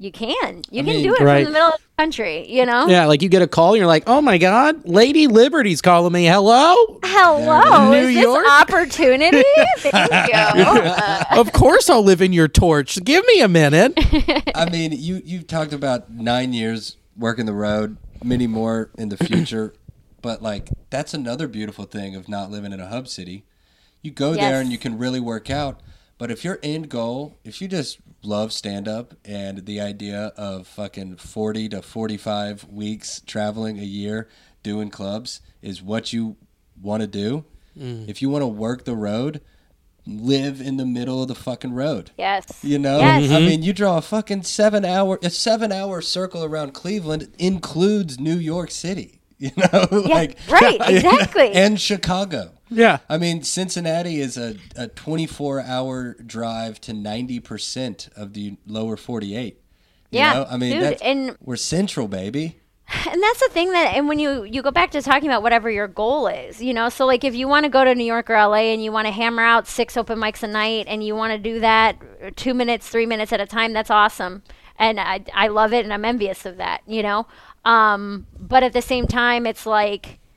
[SPEAKER 5] you can. You can
[SPEAKER 3] mean-
[SPEAKER 5] do it
[SPEAKER 2] Right.
[SPEAKER 5] from the middle of the country, you know?
[SPEAKER 2] Yeah, like you get a call and you're like, oh my God, Lady Liberty's calling me. Hello?
[SPEAKER 5] Hello,
[SPEAKER 2] New
[SPEAKER 5] is this
[SPEAKER 2] York?
[SPEAKER 5] opportunity? Thank you. Uh,
[SPEAKER 2] of course I'll live in your torch. Give me a minute.
[SPEAKER 3] I mean, you you've talked about nine years working the road, many more in the future, but like that's another beautiful thing of not living in a hub city. You go there
[SPEAKER 5] Yes.
[SPEAKER 3] and you can really work out. But if your end goal, if you just love stand up and the idea of fucking forty to forty five weeks traveling a year doing clubs is what you want to do, if you want to work the road, live in the middle of the fucking road.
[SPEAKER 5] yes.
[SPEAKER 3] You know,
[SPEAKER 5] Yes.
[SPEAKER 3] I mean, you draw a fucking seven hour a seven hour circle around Cleveland includes New York City. You know, like
[SPEAKER 5] right, exactly.
[SPEAKER 3] and Chicago.
[SPEAKER 2] Yeah.
[SPEAKER 3] I mean, Cincinnati is a, a 24 hour drive to 90% of the lower 48. You
[SPEAKER 5] Yeah,
[SPEAKER 3] know? I mean,
[SPEAKER 5] dude,
[SPEAKER 3] that's,
[SPEAKER 5] and-
[SPEAKER 3] we're central, baby.
[SPEAKER 5] and that's the thing that and when you you go back to talking about whatever your goal is you know so like if you want to go to new york or la and you want to hammer out six open mics a night and you want to do that uh, two minutes three minutes at a time that's awesome and i i love it and i'm envious of that you know um but at the same time it's like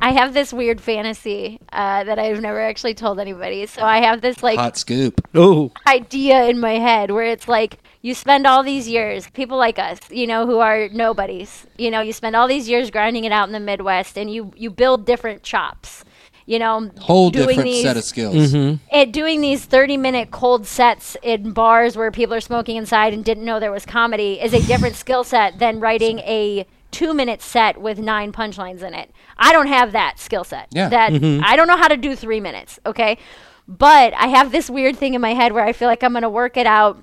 [SPEAKER 5] I have this weird fantasy uh, that I've never actually told anybody. So I have this like
[SPEAKER 3] Hot scoop.
[SPEAKER 2] Oh,
[SPEAKER 5] idea in my head where it's like you spend all these years people like us you know who are nobodies you know you spend all these years grinding it out in the midwest and you you build different chops you know
[SPEAKER 3] Whole
[SPEAKER 5] doing
[SPEAKER 3] different
[SPEAKER 5] these,
[SPEAKER 3] set of skills.
[SPEAKER 5] it, doing these 30 minute cold sets in bars where people are smoking inside and didn't know there was comedy is a different skill set than writing a two minute set with nine punchlines in it i don't have that skill set
[SPEAKER 3] Yeah.
[SPEAKER 5] that i don't know how to do three minutes okay but i have this weird thing in my head where i feel like i'm going to work it out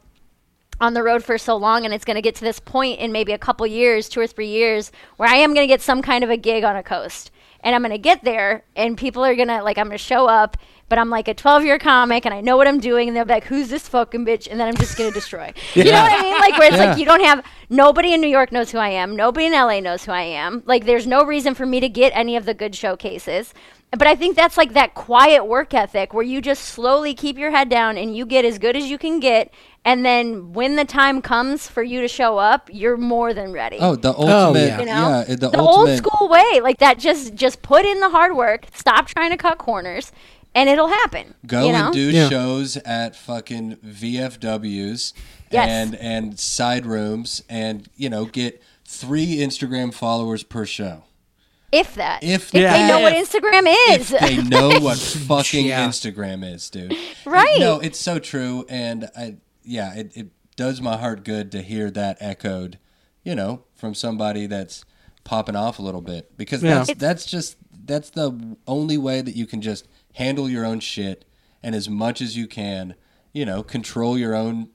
[SPEAKER 5] on the road for so long and it's going to get to this point in maybe a couple years, two or three years, where I am going to get some kind of a gig on a coast. And I'm going to get there and people are going to, like, I'm going to show up, but I'm like a 12 year comic and I know what I'm doing. And they'll be like, who's this fucking bitch? And then I'm just going to destroy. You know what I mean? Like, where it's
[SPEAKER 2] Yeah.
[SPEAKER 5] like, you don't have, nobody in New York knows who I am. Nobody in LA knows who I am. Like, there's no reason for me to get any of the good showcases. But I think that's like that quiet work ethic where you just slowly keep your head down and you get as good as you can get. And then when the time comes for you to show up, you're more than ready.
[SPEAKER 3] Oh, the ultimate.
[SPEAKER 2] yeah.
[SPEAKER 5] you know?
[SPEAKER 3] yeah. the,
[SPEAKER 5] the
[SPEAKER 3] ultimate.
[SPEAKER 5] old school way, like that. Just just put in the hard work. Stop trying to cut corners, and it'll happen.
[SPEAKER 3] Go
[SPEAKER 5] you know?
[SPEAKER 3] and do
[SPEAKER 2] Yeah.
[SPEAKER 3] shows at fucking VFWs
[SPEAKER 5] Yes.
[SPEAKER 3] and and side rooms and you know get three Instagram followers per show.
[SPEAKER 5] if that.
[SPEAKER 3] If
[SPEAKER 5] they
[SPEAKER 3] that-
[SPEAKER 5] know what Instagram
[SPEAKER 3] If
[SPEAKER 5] is,
[SPEAKER 3] they know what fucking
[SPEAKER 2] Yeah.
[SPEAKER 3] Instagram is, dude.
[SPEAKER 5] Right.
[SPEAKER 3] No, it's so true and I yeah, it, it does my heart good to hear that echoed, you know, from somebody that's popping off a little bit because
[SPEAKER 2] Yeah.
[SPEAKER 3] that's that's just that's the only way that you can just handle your own shit and as much as you can, you know, control your own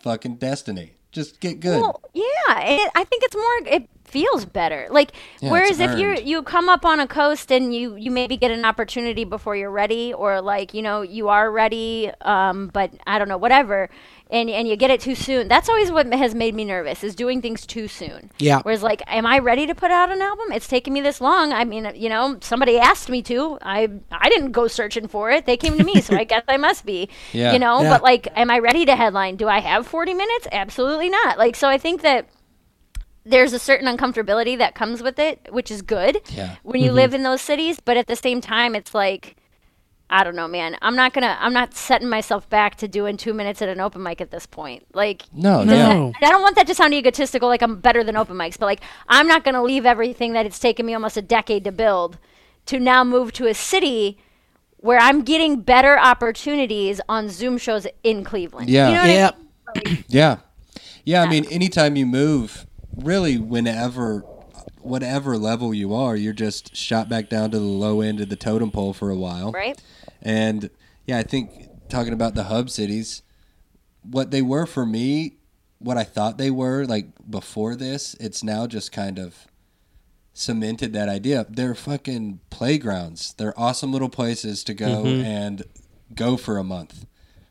[SPEAKER 3] fucking destiny. Just get good.
[SPEAKER 5] Well, yeah, and it, I think it's more. It feels better. Like
[SPEAKER 3] Yeah, it's
[SPEAKER 5] whereas if you
[SPEAKER 3] earned.
[SPEAKER 5] you come up on a coast and you you maybe get an opportunity before you're ready, or like you know you are ready, um, but I don't know whatever, and and you get it too soon. That's always what has made me nervous is doing things too soon.
[SPEAKER 2] Yeah.
[SPEAKER 5] Whereas like, am I ready to put out an album? It's taken me this long. I mean, you know, somebody asked me to. I I didn't go searching for it. They came to me, so I guess I must be.
[SPEAKER 3] Yeah.
[SPEAKER 5] You know,
[SPEAKER 2] Yeah.
[SPEAKER 5] but like like am i ready to headline do i have 40 minutes absolutely not like so i think that there's a certain uncomfortability that comes with it which is good
[SPEAKER 3] Yeah.
[SPEAKER 5] when you live in those cities but at the same time it's like i don't know man i'm not gonna i'm not setting myself back to doing two minutes at an open mic at this point like
[SPEAKER 3] no,
[SPEAKER 5] does
[SPEAKER 3] yeah.
[SPEAKER 5] that- and I don't want that to sound egotistical, like I'm better than open mics, but like I'm not going to leave everything that it's taken me almost a decade to build to now move to a city where I'm getting better opportunities on Zoom shows in Cleveland.
[SPEAKER 3] Yeah.
[SPEAKER 5] You know what I
[SPEAKER 2] yeah.
[SPEAKER 3] Yeah. Yeah, I mean, anytime you move, really, whenever, whatever level you are, you're just shot back down to the low end of the totem pole for a while.
[SPEAKER 5] Right.
[SPEAKER 3] And yeah, I think talking about the hub cities, what they were for me, what I thought they were like before this, it's now just kind of cemented that idea. They're fucking playgrounds. They're awesome little places to go
[SPEAKER 2] Mm-hmm.
[SPEAKER 3] and go for a month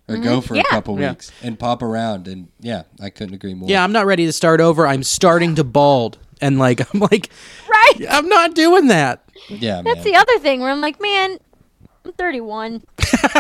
[SPEAKER 3] or go for
[SPEAKER 5] Mm-hmm. Yeah.
[SPEAKER 3] a couple
[SPEAKER 2] Yeah.
[SPEAKER 3] weeks and pop around. And yeah, I couldn't agree more.
[SPEAKER 2] Yeah, I'm not ready to start over. I'm starting to bald. And like I'm like
[SPEAKER 5] Right.
[SPEAKER 2] I'm not doing that.
[SPEAKER 3] yeah,
[SPEAKER 5] That's
[SPEAKER 3] man.
[SPEAKER 5] the other thing where I'm like, man, I'm 31.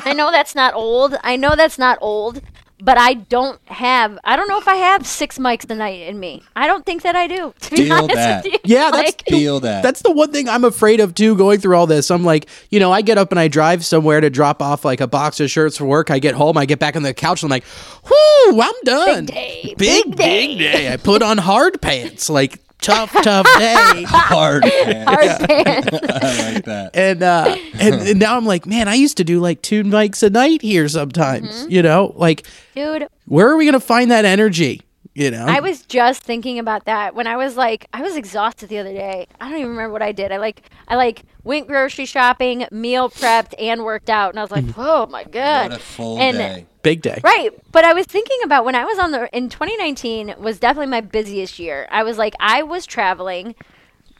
[SPEAKER 5] I know that's not old. I know that's not old, but I don't have. I don't know if I have six mics tonight in me. I don't think that I do. To be
[SPEAKER 3] Feel
[SPEAKER 5] honest
[SPEAKER 3] that.
[SPEAKER 5] with you,
[SPEAKER 2] Yeah, that's
[SPEAKER 5] Like,
[SPEAKER 3] Feel that.
[SPEAKER 2] That's the one thing I'm afraid of too going through all this. I'm like, you know, I get up and I drive somewhere to drop off like a box of shirts for work. I get home, I get back on the couch and I'm like, whoo, I'm done.
[SPEAKER 5] day,
[SPEAKER 2] Big,
[SPEAKER 5] big
[SPEAKER 2] day. big day. I put on hard pants. Like tough, tough day.
[SPEAKER 3] hard. man.
[SPEAKER 5] hard pan.
[SPEAKER 3] I like that.
[SPEAKER 2] and uh and, and now I'm like, man, I used to do like two mics a night here sometimes.
[SPEAKER 5] Mm-hmm.
[SPEAKER 2] You know, like
[SPEAKER 5] dude.
[SPEAKER 2] where are we gonna find that energy? You know,
[SPEAKER 5] I was just thinking about that when I was like, I was exhausted the other day. I don't even remember what I did. I like, I like went grocery shopping, meal prepped, and worked out, and I was like, oh my god,
[SPEAKER 3] What a full
[SPEAKER 5] and
[SPEAKER 3] day.
[SPEAKER 2] big day.
[SPEAKER 5] Right. But I was thinking about when I was on the in 2019 was definitely my busiest year. I was like I was traveling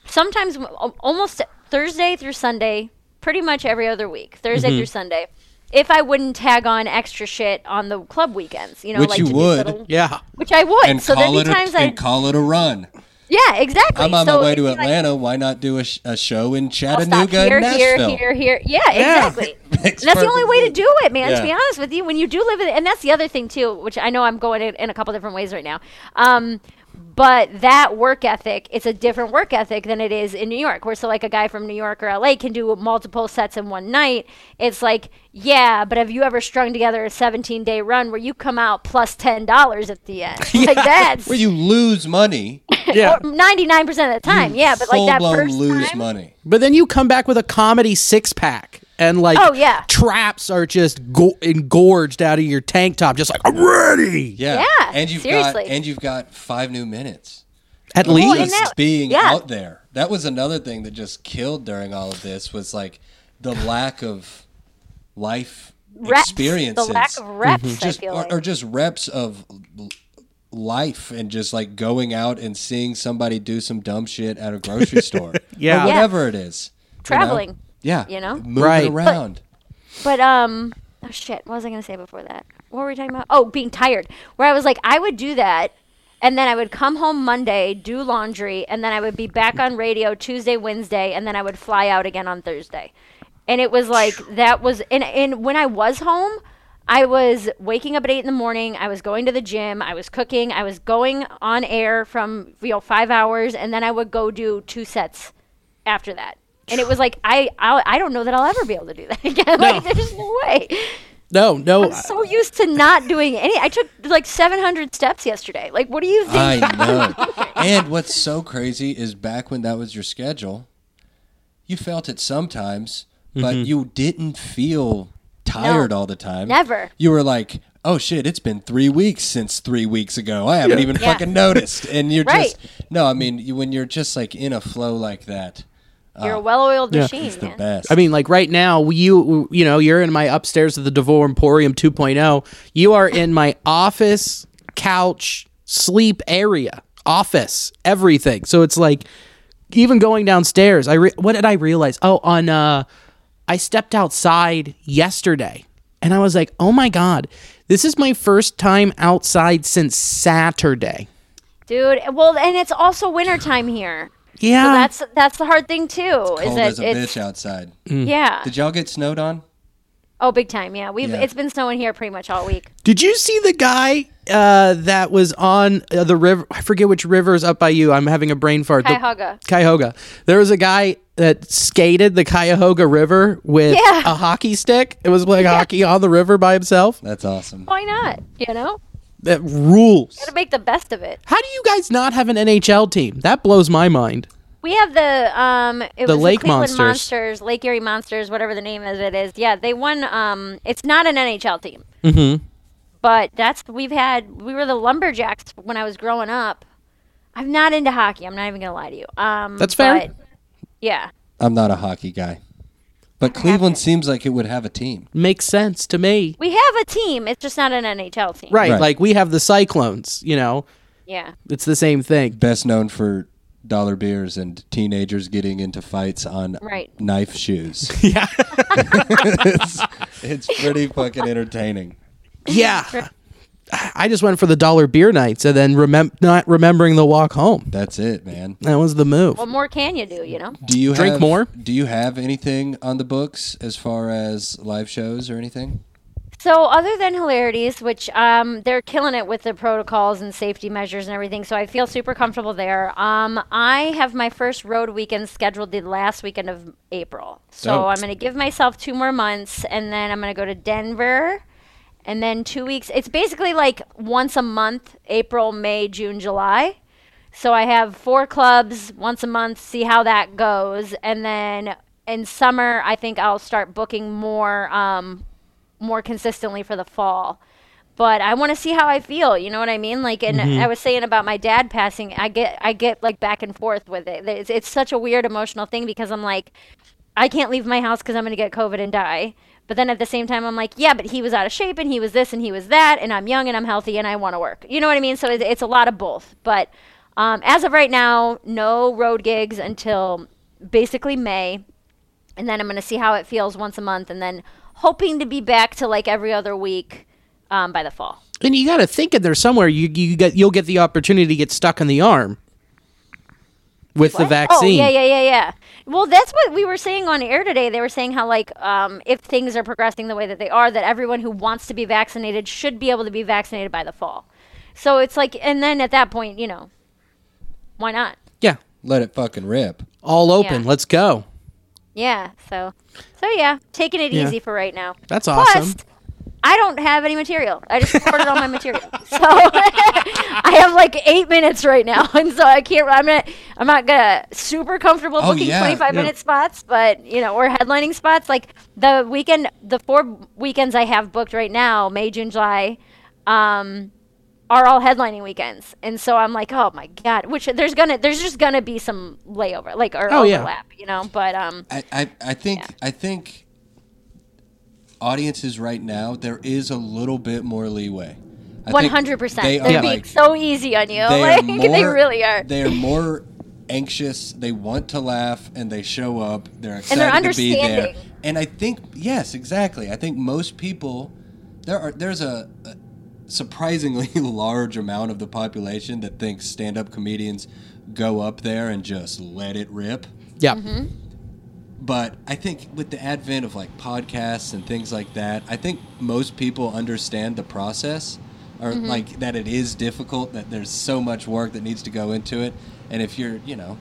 [SPEAKER 5] sometimes al- almost Thursday through Sunday, pretty much every other week. Thursday through Sunday. If I wouldn't tag on extra shit on the club weekends, you know,
[SPEAKER 3] Which
[SPEAKER 5] like
[SPEAKER 3] you
[SPEAKER 5] to do
[SPEAKER 3] would.
[SPEAKER 5] little-
[SPEAKER 2] Yeah,
[SPEAKER 5] which I would.
[SPEAKER 3] And
[SPEAKER 5] so there'd
[SPEAKER 3] call
[SPEAKER 5] be
[SPEAKER 3] it a,
[SPEAKER 5] times I
[SPEAKER 3] and call it a run.
[SPEAKER 5] yeah, exactly.
[SPEAKER 3] I'm on
[SPEAKER 5] So
[SPEAKER 3] my way to
[SPEAKER 5] it'd be like,
[SPEAKER 3] Atlanta. Why not do a, sh- a show in
[SPEAKER 5] I'll stop
[SPEAKER 3] Chattanooga,
[SPEAKER 5] here,
[SPEAKER 3] and Nashville?
[SPEAKER 5] here, here, here. Yeah, exactly.
[SPEAKER 3] Makes
[SPEAKER 5] that's the only
[SPEAKER 3] perfect
[SPEAKER 5] way to
[SPEAKER 3] sense.
[SPEAKER 5] do it, man. To
[SPEAKER 3] Yeah.
[SPEAKER 5] be honest with you, when you do live in, and that's the other thing too, which I know I'm going in, in a couple different ways right now. Um, but that work ethic, it's a different work ethic than it is in New York. Where so like a guy from New York or LA can do multiple sets in one night. It's like yeah, but have you ever strung together a 17 day run where you come out plus ten dollars at the end? Like that's
[SPEAKER 3] Where you lose money.
[SPEAKER 5] 99 percent of the time. yeah, but like
[SPEAKER 3] full
[SPEAKER 5] that
[SPEAKER 3] blown
[SPEAKER 5] first
[SPEAKER 3] lose
[SPEAKER 5] time.
[SPEAKER 3] money.
[SPEAKER 2] but then you come back with a comedy six pack, and like,
[SPEAKER 5] Oh, yeah.
[SPEAKER 2] traps are just go- engorged out of your tank top, just like I'm ready.
[SPEAKER 3] Yeah.
[SPEAKER 5] Yeah,
[SPEAKER 3] And you've
[SPEAKER 5] seriously.
[SPEAKER 3] got and you've got five new minutes.
[SPEAKER 2] At
[SPEAKER 5] Well,
[SPEAKER 2] least
[SPEAKER 5] and that-
[SPEAKER 3] Just being
[SPEAKER 5] yeah.
[SPEAKER 3] out there. That was another thing that just killed during all of this was like the lack of life
[SPEAKER 5] Reps,
[SPEAKER 3] experiences. Mm-hmm.
[SPEAKER 5] the lack of reps.
[SPEAKER 3] just
[SPEAKER 5] I feel
[SPEAKER 3] or,
[SPEAKER 5] like.
[SPEAKER 3] or just reps of l- life and just like going out and seeing somebody do some dumb shit at a grocery store.
[SPEAKER 2] Yeah.
[SPEAKER 3] Or
[SPEAKER 5] Yeah.
[SPEAKER 3] whatever it is. you know?
[SPEAKER 5] Traveling.
[SPEAKER 3] Yeah.
[SPEAKER 5] you know?
[SPEAKER 3] Moving
[SPEAKER 2] Right.
[SPEAKER 3] around.
[SPEAKER 5] But um, oh shit, what was I gonna say before that? What were we talking about? Oh, being tired. Where I was like, I would do that, and then I would come home Monday, do laundry, and then I would be back on radio Tuesday, Wednesday, and then I would fly out again on Thursday. And it was like that was and and when I was home, I was waking up at eight in the morning. I was going to the gym. I was cooking. I was going on air from you know five hours, and then I would go do two sets after that. And it was like I I'll, I don't know that I'll ever be able to do that again. like there's no way.
[SPEAKER 2] no, no.
[SPEAKER 5] I'm so used to not doing any. I took like 700 steps yesterday. Like what do you think?
[SPEAKER 3] I know. and what's so crazy is back when that was your schedule, you felt it sometimes, but you didn't feel tired all the time.
[SPEAKER 5] never.
[SPEAKER 3] You were like, oh shit, it's been three weeks since three weeks ago. I haven't even
[SPEAKER 5] Yeah.
[SPEAKER 3] fucking noticed. And you're
[SPEAKER 5] Right.
[SPEAKER 3] just, no, I mean, you, when you're just like in a flow like that,
[SPEAKER 5] You're a well-oiled machine.
[SPEAKER 3] it's the
[SPEAKER 5] man.
[SPEAKER 3] best.
[SPEAKER 2] I mean, like right now, you you know, you're in my upstairs of the DeVore Emporium 2.0. You are in my office, couch, sleep area, office, everything. So it's like even going downstairs. I re- what did I realize? Oh, on uh, I stepped outside yesterday, and I was like, oh my god, this is my first time outside since Saturday.
[SPEAKER 5] Dude, well and it's also wintertime here.
[SPEAKER 2] Yeah,
[SPEAKER 5] So that's that's the hard thing too. is
[SPEAKER 3] cold
[SPEAKER 5] that
[SPEAKER 3] as Oh, a
[SPEAKER 5] it's
[SPEAKER 3] bitch outside.
[SPEAKER 5] yeah.
[SPEAKER 3] Did y'all get snowed on?
[SPEAKER 5] Oh, big time. Yeah. We've
[SPEAKER 3] Yeah.
[SPEAKER 5] it's been snowing here pretty much all week.
[SPEAKER 2] Did you see the guy uh, that was on uh, the river? I forget which river's up by you. I'm having a brain fart. The-
[SPEAKER 5] Cuyahoga.
[SPEAKER 2] Cuyahoga. There was a guy that skated the Cuyahoga River with
[SPEAKER 5] Yeah.
[SPEAKER 2] a hockey stick. It was like hockey on the river by himself.
[SPEAKER 3] That's awesome.
[SPEAKER 5] Why not? You know?
[SPEAKER 2] That rules.
[SPEAKER 5] To make the best of it.
[SPEAKER 2] How do you guys not have an NHL team? That blows my mind.
[SPEAKER 5] We have the um, it was
[SPEAKER 2] Lake
[SPEAKER 5] the Cleveland
[SPEAKER 2] Monsters.
[SPEAKER 5] Monsters. Lake Erie Monsters, whatever the name of it is. Yeah, they won. Um, it's not an NHL team, mm-hmm. but that's we've had. We were the Lumberjacks when I was growing up. I'm not into hockey. I'm not even gonna lie to you. Um,
[SPEAKER 2] That's fair.
[SPEAKER 5] but- yeah,
[SPEAKER 3] I'm not a hockey guy. But Cleveland seems like it would have a team.
[SPEAKER 2] Makes sense to me.
[SPEAKER 5] We have a team. It's just not an NHL team.
[SPEAKER 2] Right,
[SPEAKER 3] Right.
[SPEAKER 2] like we have the Cyclones, you know.
[SPEAKER 5] Yeah.
[SPEAKER 2] It's the same thing.
[SPEAKER 3] Best known for dollar beers and teenagers getting into fights on
[SPEAKER 5] Right.
[SPEAKER 3] knife shoes.
[SPEAKER 2] Yeah.
[SPEAKER 3] it's, it's pretty fucking entertaining.
[SPEAKER 2] yeah. I just went for the dollar beer nights and then remem- not remembering the walk home.
[SPEAKER 3] That's it, man.
[SPEAKER 2] That was the move.
[SPEAKER 5] What more can you do, you know?
[SPEAKER 3] Do you
[SPEAKER 2] Drink
[SPEAKER 3] have-
[SPEAKER 2] more?
[SPEAKER 3] Do you have anything on the books as far as live shows or anything?
[SPEAKER 5] So, other than hilarities, which um, they're killing it with the protocols and safety measures and everything, so I feel super comfortable there. Um, I have my first road weekend scheduled the last weekend of April. So,
[SPEAKER 3] Dope.
[SPEAKER 5] I'm going to give myself two more months, and then I'm going to go to Denver, and then two weeks. It's basically like once a month April, May, June, July. So I have four clubs once a month, see how that goes. And then in summer, I think I'll start booking more um, more consistently for the fall. But I want to see how I feel, you know what I mean? Like and I was saying about my dad passing, I get I get like back and forth with it. It's, it's such a weird emotional thing because I'm like I can't leave my house cuz I'm going to get covid and die. But then at the same time I'm like, yeah, but he was out of shape and he was this and he was that and I'm young and I'm healthy and I want to work. You know what I mean? So it, it's a lot of both. But um, as of right now, no road gigs until basically May and then I'm gonna see how it feels once a month, and then hoping to be back to like every other week um, by the fall.
[SPEAKER 2] And you got to think in there somewhere. You you get you'll get the opportunity to get stuck in the arm with the vaccine.
[SPEAKER 5] Oh yeah, yeah, yeah, yeah. Well, that's what we were saying on air today. They were saying how like um, if things are progressing the way that they are, that everyone who wants to be vaccinated should be able to be vaccinated by the fall. So it's like, and then at that point, you know, why not?
[SPEAKER 2] Yeah.
[SPEAKER 3] Let it fucking rip.
[SPEAKER 2] All open.
[SPEAKER 5] Yeah.
[SPEAKER 2] Let's go.
[SPEAKER 5] Yeah. So, so yeah, taking it
[SPEAKER 2] Yeah.
[SPEAKER 5] easy for right now.
[SPEAKER 2] That's
[SPEAKER 5] Plus,
[SPEAKER 2] awesome.
[SPEAKER 5] I don't have any material. I just recorded all my material, so I have like eight minutes right now, and so I can't. I'm not. I'm not gonna super comfortable
[SPEAKER 3] Oh,
[SPEAKER 5] booking
[SPEAKER 3] yeah,
[SPEAKER 5] 25
[SPEAKER 3] yeah.
[SPEAKER 5] minute spots, but you know, or headlining spots. Like the weekend, the four weekends I have booked right now, May, June, July. Um, are all headlining weekends, and so I'm like, oh my god. Which there's gonna, there's just gonna be some layover, like or
[SPEAKER 2] Oh, yeah.
[SPEAKER 5] overlap, you know. But um,
[SPEAKER 3] I, I, I think I think audiences right now there is a little bit more leeway. I
[SPEAKER 5] One
[SPEAKER 3] think
[SPEAKER 5] hundred percent.
[SPEAKER 3] They
[SPEAKER 5] They're
[SPEAKER 3] are
[SPEAKER 5] being
[SPEAKER 3] like
[SPEAKER 5] so easy on you.
[SPEAKER 3] they are
[SPEAKER 5] like
[SPEAKER 3] more,
[SPEAKER 5] they really are.
[SPEAKER 3] They are more anxious. They want to laugh, and they show up. They're excited
[SPEAKER 5] they're
[SPEAKER 3] to be there.
[SPEAKER 5] understanding.
[SPEAKER 3] And I think yes, exactly. I think most people there are there's a, a surprisingly large amount of the population that thinks stand-up comedians go up there and just let it rip
[SPEAKER 2] Yeah.
[SPEAKER 3] but I think with the advent of like podcasts and things like that, I think most people understand the process or
[SPEAKER 5] Mm-hmm.
[SPEAKER 3] like that it is difficult, that there's so much work that needs to go into it. And if you're, you know,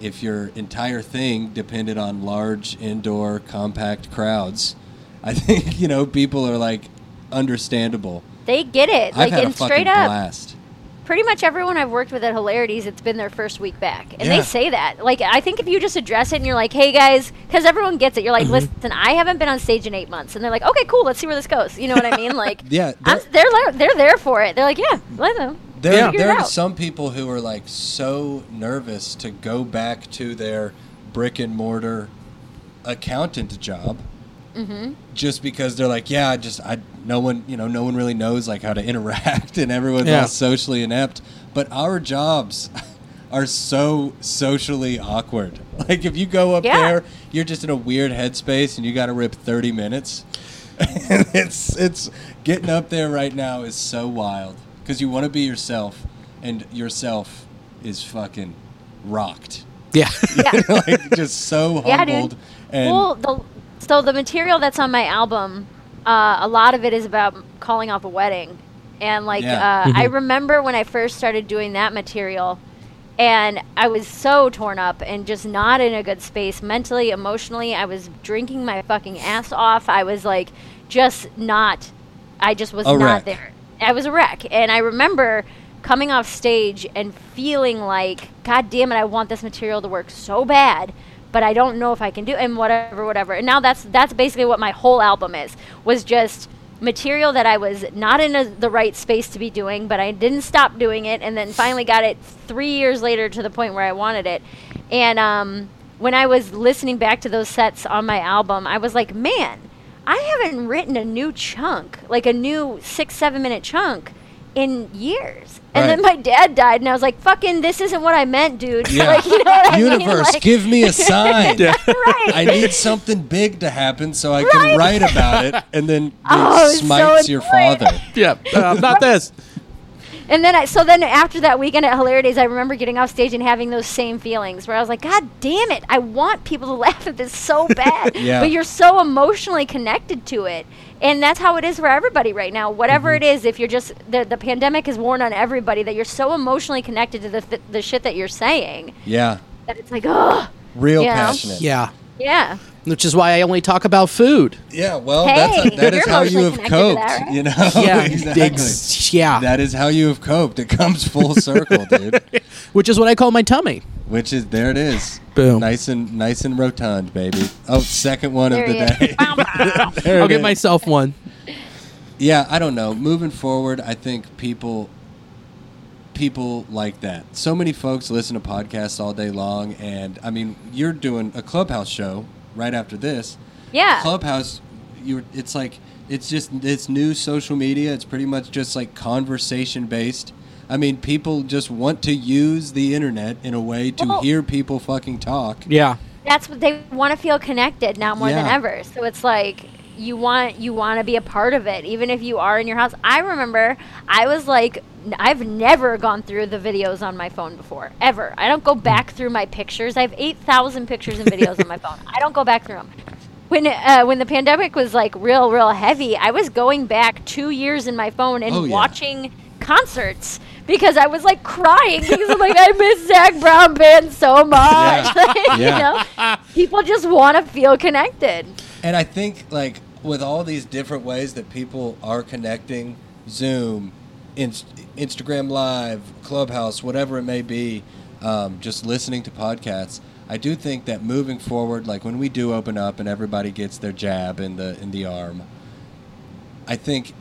[SPEAKER 3] if your entire thing depended on large indoor compact crowds, I think, you know, people are like understandable.
[SPEAKER 5] They get it.
[SPEAKER 3] I've
[SPEAKER 5] Like
[SPEAKER 3] had a
[SPEAKER 5] and
[SPEAKER 3] fucking
[SPEAKER 5] straight up,
[SPEAKER 3] blast.
[SPEAKER 5] pretty much everyone I've worked with at Hilarities, it's been their first week back, and
[SPEAKER 3] Yeah.
[SPEAKER 5] they say that. Like I think if you just address it and you're like, "Hey guys," because everyone gets it. You're like,
[SPEAKER 3] Mm-hmm.
[SPEAKER 5] "Listen, I haven't been on stage in eight months," and they're like, "Okay, cool. Let's see where this goes." You know what I mean? Like,
[SPEAKER 3] Yeah,
[SPEAKER 5] I'm, they're li- they're there for it. They're like, "Yeah, let them."
[SPEAKER 3] There,
[SPEAKER 2] Yeah.
[SPEAKER 5] Figure it
[SPEAKER 3] there are
[SPEAKER 5] out.
[SPEAKER 3] some people who are like so nervous to go back to their brick and mortar accountant job,
[SPEAKER 5] Mm-hmm.
[SPEAKER 3] just because they're like, yeah, I just I no one you know no one really knows like how to interact and everyone's
[SPEAKER 2] Yeah.
[SPEAKER 3] all socially inept. But our jobs are so socially awkward. Like if you go up
[SPEAKER 5] Yeah.
[SPEAKER 3] there, you're just in a weird headspace and you got to rip thirty minutes. it's it's getting up there right now is so wild because you want to be yourself, and yourself is fucking rocked,
[SPEAKER 2] Yeah.
[SPEAKER 3] like just so
[SPEAKER 5] Yeah, dude.
[SPEAKER 3] humbled. And
[SPEAKER 5] well, the, so the material that's on my album, uh, a lot of it is about calling off a wedding, and like
[SPEAKER 3] Yeah.
[SPEAKER 5] uh, I remember when I first started doing that material, and I was so torn up and just not in a good space mentally, emotionally. I was drinking my fucking ass off. I was like, just not. I just was
[SPEAKER 3] A
[SPEAKER 5] not
[SPEAKER 3] wreck.
[SPEAKER 5] there. I was a wreck, and I remember coming off stage and feeling like, God damn it, I want this material to work so bad, but I don't know if I can do and whatever, whatever. And now that's that's basically what my whole album is was just material that I was not in a, the right space to be doing, but I didn't stop doing it, and then finally got it three years later to the point where I wanted it, and um. when I was listening back to those sets on my album, I was like, man, I haven't written a new chunk, like a new six, seven minute chunk in years. And
[SPEAKER 3] Right.
[SPEAKER 5] then my dad died, and I was like, fucking, this isn't what I meant, dude.
[SPEAKER 3] Yeah.
[SPEAKER 5] like, you know what I mean?
[SPEAKER 3] Universe,
[SPEAKER 5] Like-
[SPEAKER 3] give me a sign.
[SPEAKER 5] right.
[SPEAKER 3] I need something big to happen so I can write about it, and then it
[SPEAKER 5] Oh, so
[SPEAKER 3] smites your
[SPEAKER 5] annoying.
[SPEAKER 3] father.
[SPEAKER 2] Yeah, uh, not this.
[SPEAKER 5] And then I so then after that weekend at Hilarities, I remember getting off stage and having those same feelings where I was like, God damn it, I want people to laugh at this so bad.
[SPEAKER 3] Yeah.
[SPEAKER 5] But you're so emotionally connected to it. And that's how it is for everybody right now. Whatever it is, if you're just the, the pandemic has worn on everybody that you're so emotionally connected to the, th- the shit that you're saying
[SPEAKER 3] Yeah,
[SPEAKER 5] that it's like, oh,
[SPEAKER 3] real
[SPEAKER 5] Yeah.
[SPEAKER 3] passionate.
[SPEAKER 2] Yeah,
[SPEAKER 5] yeah.
[SPEAKER 2] which is why I only talk about food.
[SPEAKER 3] Yeah, well,
[SPEAKER 5] Hey,
[SPEAKER 3] that's that is
[SPEAKER 5] you're
[SPEAKER 3] how you
[SPEAKER 5] emotionally
[SPEAKER 3] have
[SPEAKER 5] connected to
[SPEAKER 3] coped.
[SPEAKER 5] that, right?
[SPEAKER 3] You know, Oh, exactly.
[SPEAKER 2] ex- yeah,
[SPEAKER 3] That is how you have coped. It comes full circle, dude.
[SPEAKER 2] which is what I call my tummy.
[SPEAKER 3] Which is there it is.
[SPEAKER 2] Boom.
[SPEAKER 3] Nice and nice and rotund, baby. Oh, second one
[SPEAKER 5] There
[SPEAKER 3] of the
[SPEAKER 5] he is.
[SPEAKER 3] day. There
[SPEAKER 2] I'll
[SPEAKER 3] it
[SPEAKER 2] get
[SPEAKER 3] is.
[SPEAKER 2] myself one.
[SPEAKER 3] Yeah, I don't know. Moving forward, I think people people like that. So many folks listen to podcasts all day long and I mean, you're doing a clubhouse show right after this.
[SPEAKER 5] Yeah.
[SPEAKER 3] Clubhouse, you it's like it's just it's new social media. It's pretty much just like conversation based. I mean, people just want to use the internet in a way to
[SPEAKER 5] Well-
[SPEAKER 3] hear people fucking talk.
[SPEAKER 2] Yeah,
[SPEAKER 5] that's what they want to feel connected now more than
[SPEAKER 3] Yeah.
[SPEAKER 5] ever. So it's like you want you want to be a part of it, even if you are in your house. I remember I was like, n- I've never gone through the videos on my phone before, ever. I don't go back through my pictures. I have eight thousand pictures and videos on my phone. I don't go back through them. When uh, when the pandemic was like real real heavy, I was going back two years in my phone and
[SPEAKER 3] Oh, yeah.
[SPEAKER 5] watching concerts because I was like crying because I'm like I miss Zach Brown band so much. Like,
[SPEAKER 3] Yeah.
[SPEAKER 5] You know? people just want to feel connected.
[SPEAKER 3] And I think like with all these different ways that people are connecting, Zoom, Inst- Instagram Live, Clubhouse, whatever it may be, um, just listening to podcasts. I do think that moving forward, like when we do open up and everybody gets their jab in the in the arm, I think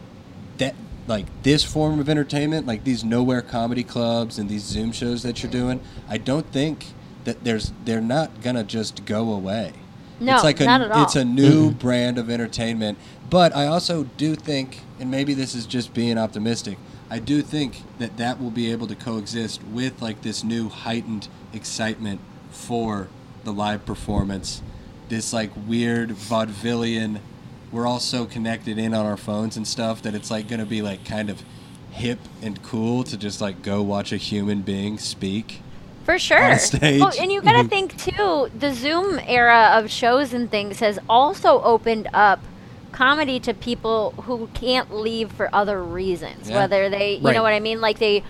[SPEAKER 3] that like this form of entertainment, like these nowhere comedy clubs and these Zoom shows that you're doing, I don't think that there's they're not gonna just go away.
[SPEAKER 5] No,
[SPEAKER 3] it's like a,
[SPEAKER 5] not at all.
[SPEAKER 3] It's a new brand of entertainment, but I also do think, and maybe this is just being optimistic. I do think that that will be able to coexist with like this new heightened excitement for the live performance. This like weird vaudevillian we're all so connected in on our phones and stuff that it's like going to be like kind of hip and cool to just like go watch a human being speak.
[SPEAKER 5] For sure.
[SPEAKER 3] On stage. Mm-hmm.
[SPEAKER 5] Well, and you got to think too, the Zoom era of shows and things has also opened up comedy to people who can't leave for other reasons,
[SPEAKER 3] Yeah.
[SPEAKER 5] whether they, you
[SPEAKER 2] Right.
[SPEAKER 5] know what I mean, like they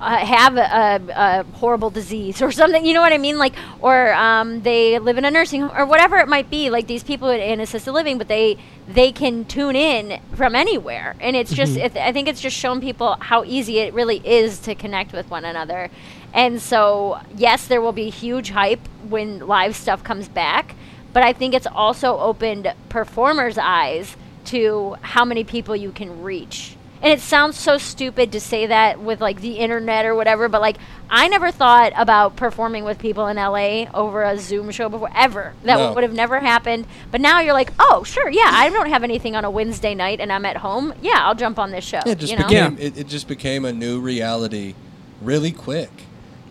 [SPEAKER 5] uh, have a, a, a horrible disease or something, you know what I mean, like or um, they live in a nursing home or whatever it might be. Like these people in- in assisted living, but they they can tune in from anywhere, and it's just it, I think it's just shown people how easy it really is to connect with one another. And so, yes, there will be huge hype when live stuff comes back, but I think it's also opened performers' eyes to how many people you can reach. And it sounds so stupid to say that with like the internet or whatever, but like I never thought about performing with people in LA over a Zoom show before ever. That
[SPEAKER 3] No.
[SPEAKER 5] would have never happened. But now you're like, oh, sure, yeah, I don't have anything on a Wednesday night and I'm at home. Yeah, I'll jump on this show.
[SPEAKER 3] It just
[SPEAKER 5] you know?
[SPEAKER 3] became it, it just became a new reality really quick.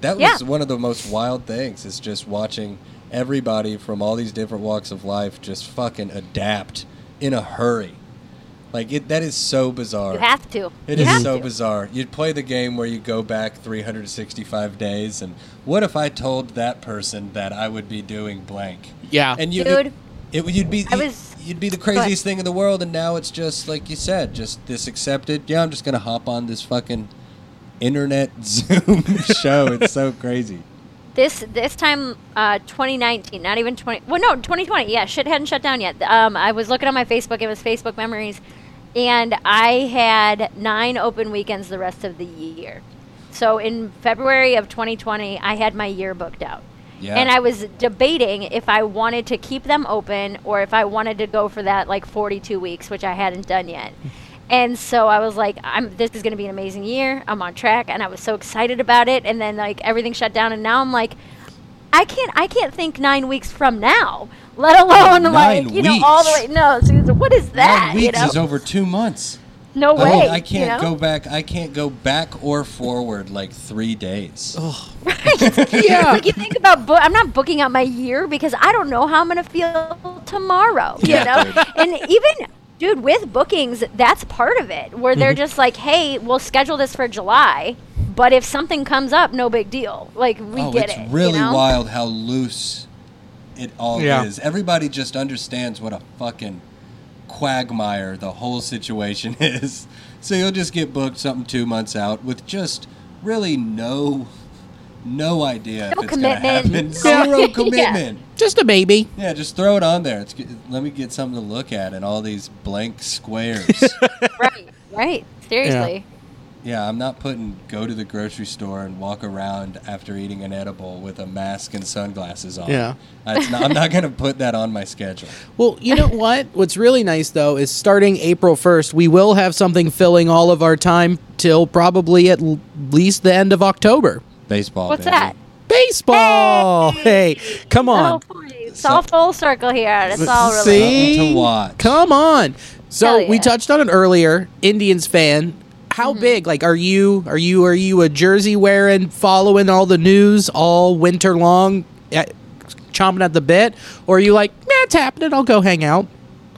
[SPEAKER 3] That was
[SPEAKER 5] Yeah.
[SPEAKER 3] one of the most wild things is just watching everybody from all these different walks of life just fucking adapt in a hurry. Like it that is so bizarre.
[SPEAKER 5] You have to.
[SPEAKER 3] It
[SPEAKER 5] You
[SPEAKER 3] is
[SPEAKER 5] have
[SPEAKER 3] so
[SPEAKER 5] to.
[SPEAKER 3] bizarre. You'd play the game where you go back 365 days, and what if I told that person that I would be doing blank?
[SPEAKER 2] yeah.
[SPEAKER 3] And you,
[SPEAKER 5] Dude.
[SPEAKER 3] it, it- you'd be,
[SPEAKER 5] I was-
[SPEAKER 3] you'd be the
[SPEAKER 5] ahead.
[SPEAKER 3] craziest thing in the world, and now it's just like you said, just this accepted. Yeah, I'm just gonna hop on this fucking internet Zoom show. It's so crazy.
[SPEAKER 5] this this time uh, 2019 not even 20 well no 2020 yeah shit hadn't shut down yet um, i was looking on my facebook it was facebook memories and i had nine open weekends the rest of the year so in february of 2020 i had my year booked out
[SPEAKER 3] Yeah.
[SPEAKER 5] and i was debating if i wanted to keep them open or if i wanted to go for that like 42 weeks which i hadn't done yet and so I was like, I'm, this is going to be an amazing year. I'm on track. And I was so excited about it. And then, like, everything shut down. And now I'm like, I can't I can't think nine weeks from now, let alone like
[SPEAKER 3] Nine
[SPEAKER 5] you know all the
[SPEAKER 3] weeks?
[SPEAKER 5] way. No, so it's- what is that?
[SPEAKER 3] Nine weeks
[SPEAKER 5] you know,
[SPEAKER 3] is over two months.
[SPEAKER 5] no
[SPEAKER 3] I mean,
[SPEAKER 5] way.
[SPEAKER 3] I
[SPEAKER 5] you
[SPEAKER 3] can't
[SPEAKER 5] know?
[SPEAKER 3] go back. I can't go back or forward like three days.
[SPEAKER 2] Yeah.
[SPEAKER 5] Like you think about, bo- I'm not booking out my year because I don't know how I'm gonna feel tomorrow. You
[SPEAKER 3] Yeah,
[SPEAKER 5] know,
[SPEAKER 3] dude.
[SPEAKER 5] and even dude with bookings, that's part of it where they're
[SPEAKER 3] Mm-hmm.
[SPEAKER 5] just like, hey, we'll schedule this for July, but if something comes up, no big deal. Like we
[SPEAKER 3] oh,
[SPEAKER 5] get
[SPEAKER 3] it's
[SPEAKER 5] it. you
[SPEAKER 3] really
[SPEAKER 5] know?
[SPEAKER 3] wild how loose it all
[SPEAKER 2] Yeah.
[SPEAKER 3] is. Everybody just understands what a fucking quagmire the whole situation is. So you'll just get booked something two months out with just really no, no idea
[SPEAKER 5] No
[SPEAKER 3] if it's going to happen.
[SPEAKER 5] commitment.
[SPEAKER 3] Zero
[SPEAKER 5] Yeah.
[SPEAKER 3] commitment.
[SPEAKER 2] Just a baby.
[SPEAKER 3] Yeah. just throw it on there. It's, g- let me get something to look at and all these blank squares.
[SPEAKER 5] Right. Right. Seriously.
[SPEAKER 3] yeah, I'm not putting go to the grocery store and walk around after eating an edible with a mask and sunglasses on.
[SPEAKER 2] Yeah.
[SPEAKER 3] That's not, I'm not going to put that on my schedule.
[SPEAKER 2] Well, you know what? What's really nice though is starting April 1st, we will have something filling all of our time till probably at l- least the end of October.
[SPEAKER 3] Baseball.
[SPEAKER 5] What's
[SPEAKER 3] Oh, baby.
[SPEAKER 5] that?
[SPEAKER 2] Baseball. Hey, come
[SPEAKER 5] Oh,
[SPEAKER 2] on.
[SPEAKER 5] boy. It's all full circle here. It's all related.
[SPEAKER 2] See?
[SPEAKER 3] Something to watch.
[SPEAKER 2] Come on. So,
[SPEAKER 5] Hell
[SPEAKER 2] we
[SPEAKER 5] yeah. Mm-hmm.
[SPEAKER 2] touched on it earlier. Indians fan. How big? Like are you are you are you a jersey wearing, following all the news all winter long, eh, chomping at the bit, or are you like, "Yeah, it's happening. I'll go hang out.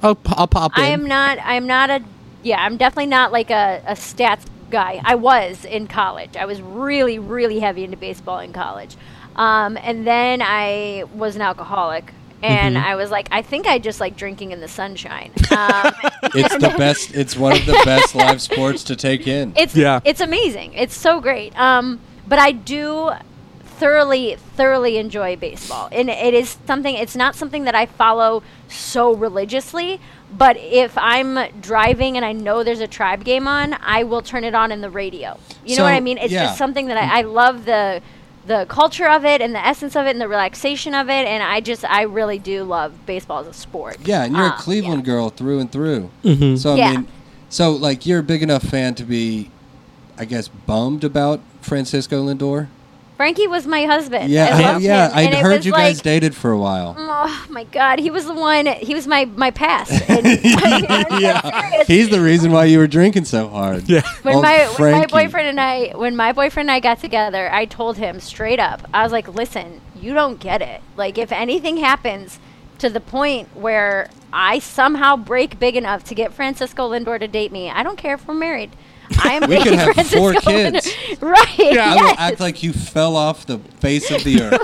[SPEAKER 2] I'll, I'll pop in."
[SPEAKER 5] I am not. I'm not a. Yeah, I'm definitely not like a, a stats guy. I was in college. I was really, really heavy into baseball in college, um, and then I was an alcoholic, and I was like, I think I just like drinking in the sunshine. Um,
[SPEAKER 3] It's the best. It's one of the best live sports to take in.
[SPEAKER 5] it's
[SPEAKER 2] Yeah.
[SPEAKER 5] it's amazing. It's so great. Um, but I do thoroughly, thoroughly enjoy baseball, and it is something. It's not something that I follow so religiously. But if I'm driving and I know there's a tribe game on, I will turn it on in the radio. You
[SPEAKER 3] So,
[SPEAKER 5] know what I mean? It's
[SPEAKER 3] yeah. Mm.
[SPEAKER 5] just something that I, I love the the culture of it and the essence of it and the relaxation of it and I just I really do love baseball as a sport.
[SPEAKER 3] yeah, and you're
[SPEAKER 5] Um,
[SPEAKER 3] a
[SPEAKER 5] yeah.
[SPEAKER 3] Cleveland girl through and through. So I
[SPEAKER 5] Yeah.
[SPEAKER 3] mean, so like you're a big enough fan to be, I guess, bummed about Francisco Lindor.
[SPEAKER 5] Frankie was my husband.
[SPEAKER 3] Yeah,
[SPEAKER 5] I
[SPEAKER 3] I,
[SPEAKER 5] loved
[SPEAKER 3] yeah.
[SPEAKER 5] him,
[SPEAKER 3] I'd
[SPEAKER 5] and it
[SPEAKER 3] heard
[SPEAKER 5] was
[SPEAKER 3] you
[SPEAKER 5] like-
[SPEAKER 3] guys dated for a while.
[SPEAKER 5] Oh my God, he was the one. He was my my past. And,
[SPEAKER 3] yeah. He's the reason why you were drinking so hard. Yeah.
[SPEAKER 5] Mm. when my when my boyfriend and I when my boyfriend and I got together, I told him straight up. I was like, "Listen, you don't get it. Like, if anything happens to the point where I somehow break big enough to get Francisco Lindor to date me, I don't care if we're married. I am
[SPEAKER 3] We could
[SPEAKER 5] dating
[SPEAKER 3] have
[SPEAKER 5] Francisco
[SPEAKER 3] four
[SPEAKER 5] Lindor."
[SPEAKER 3] kids.
[SPEAKER 5] right?
[SPEAKER 3] I will
[SPEAKER 5] yes.
[SPEAKER 3] act like you fell off the face of the earth.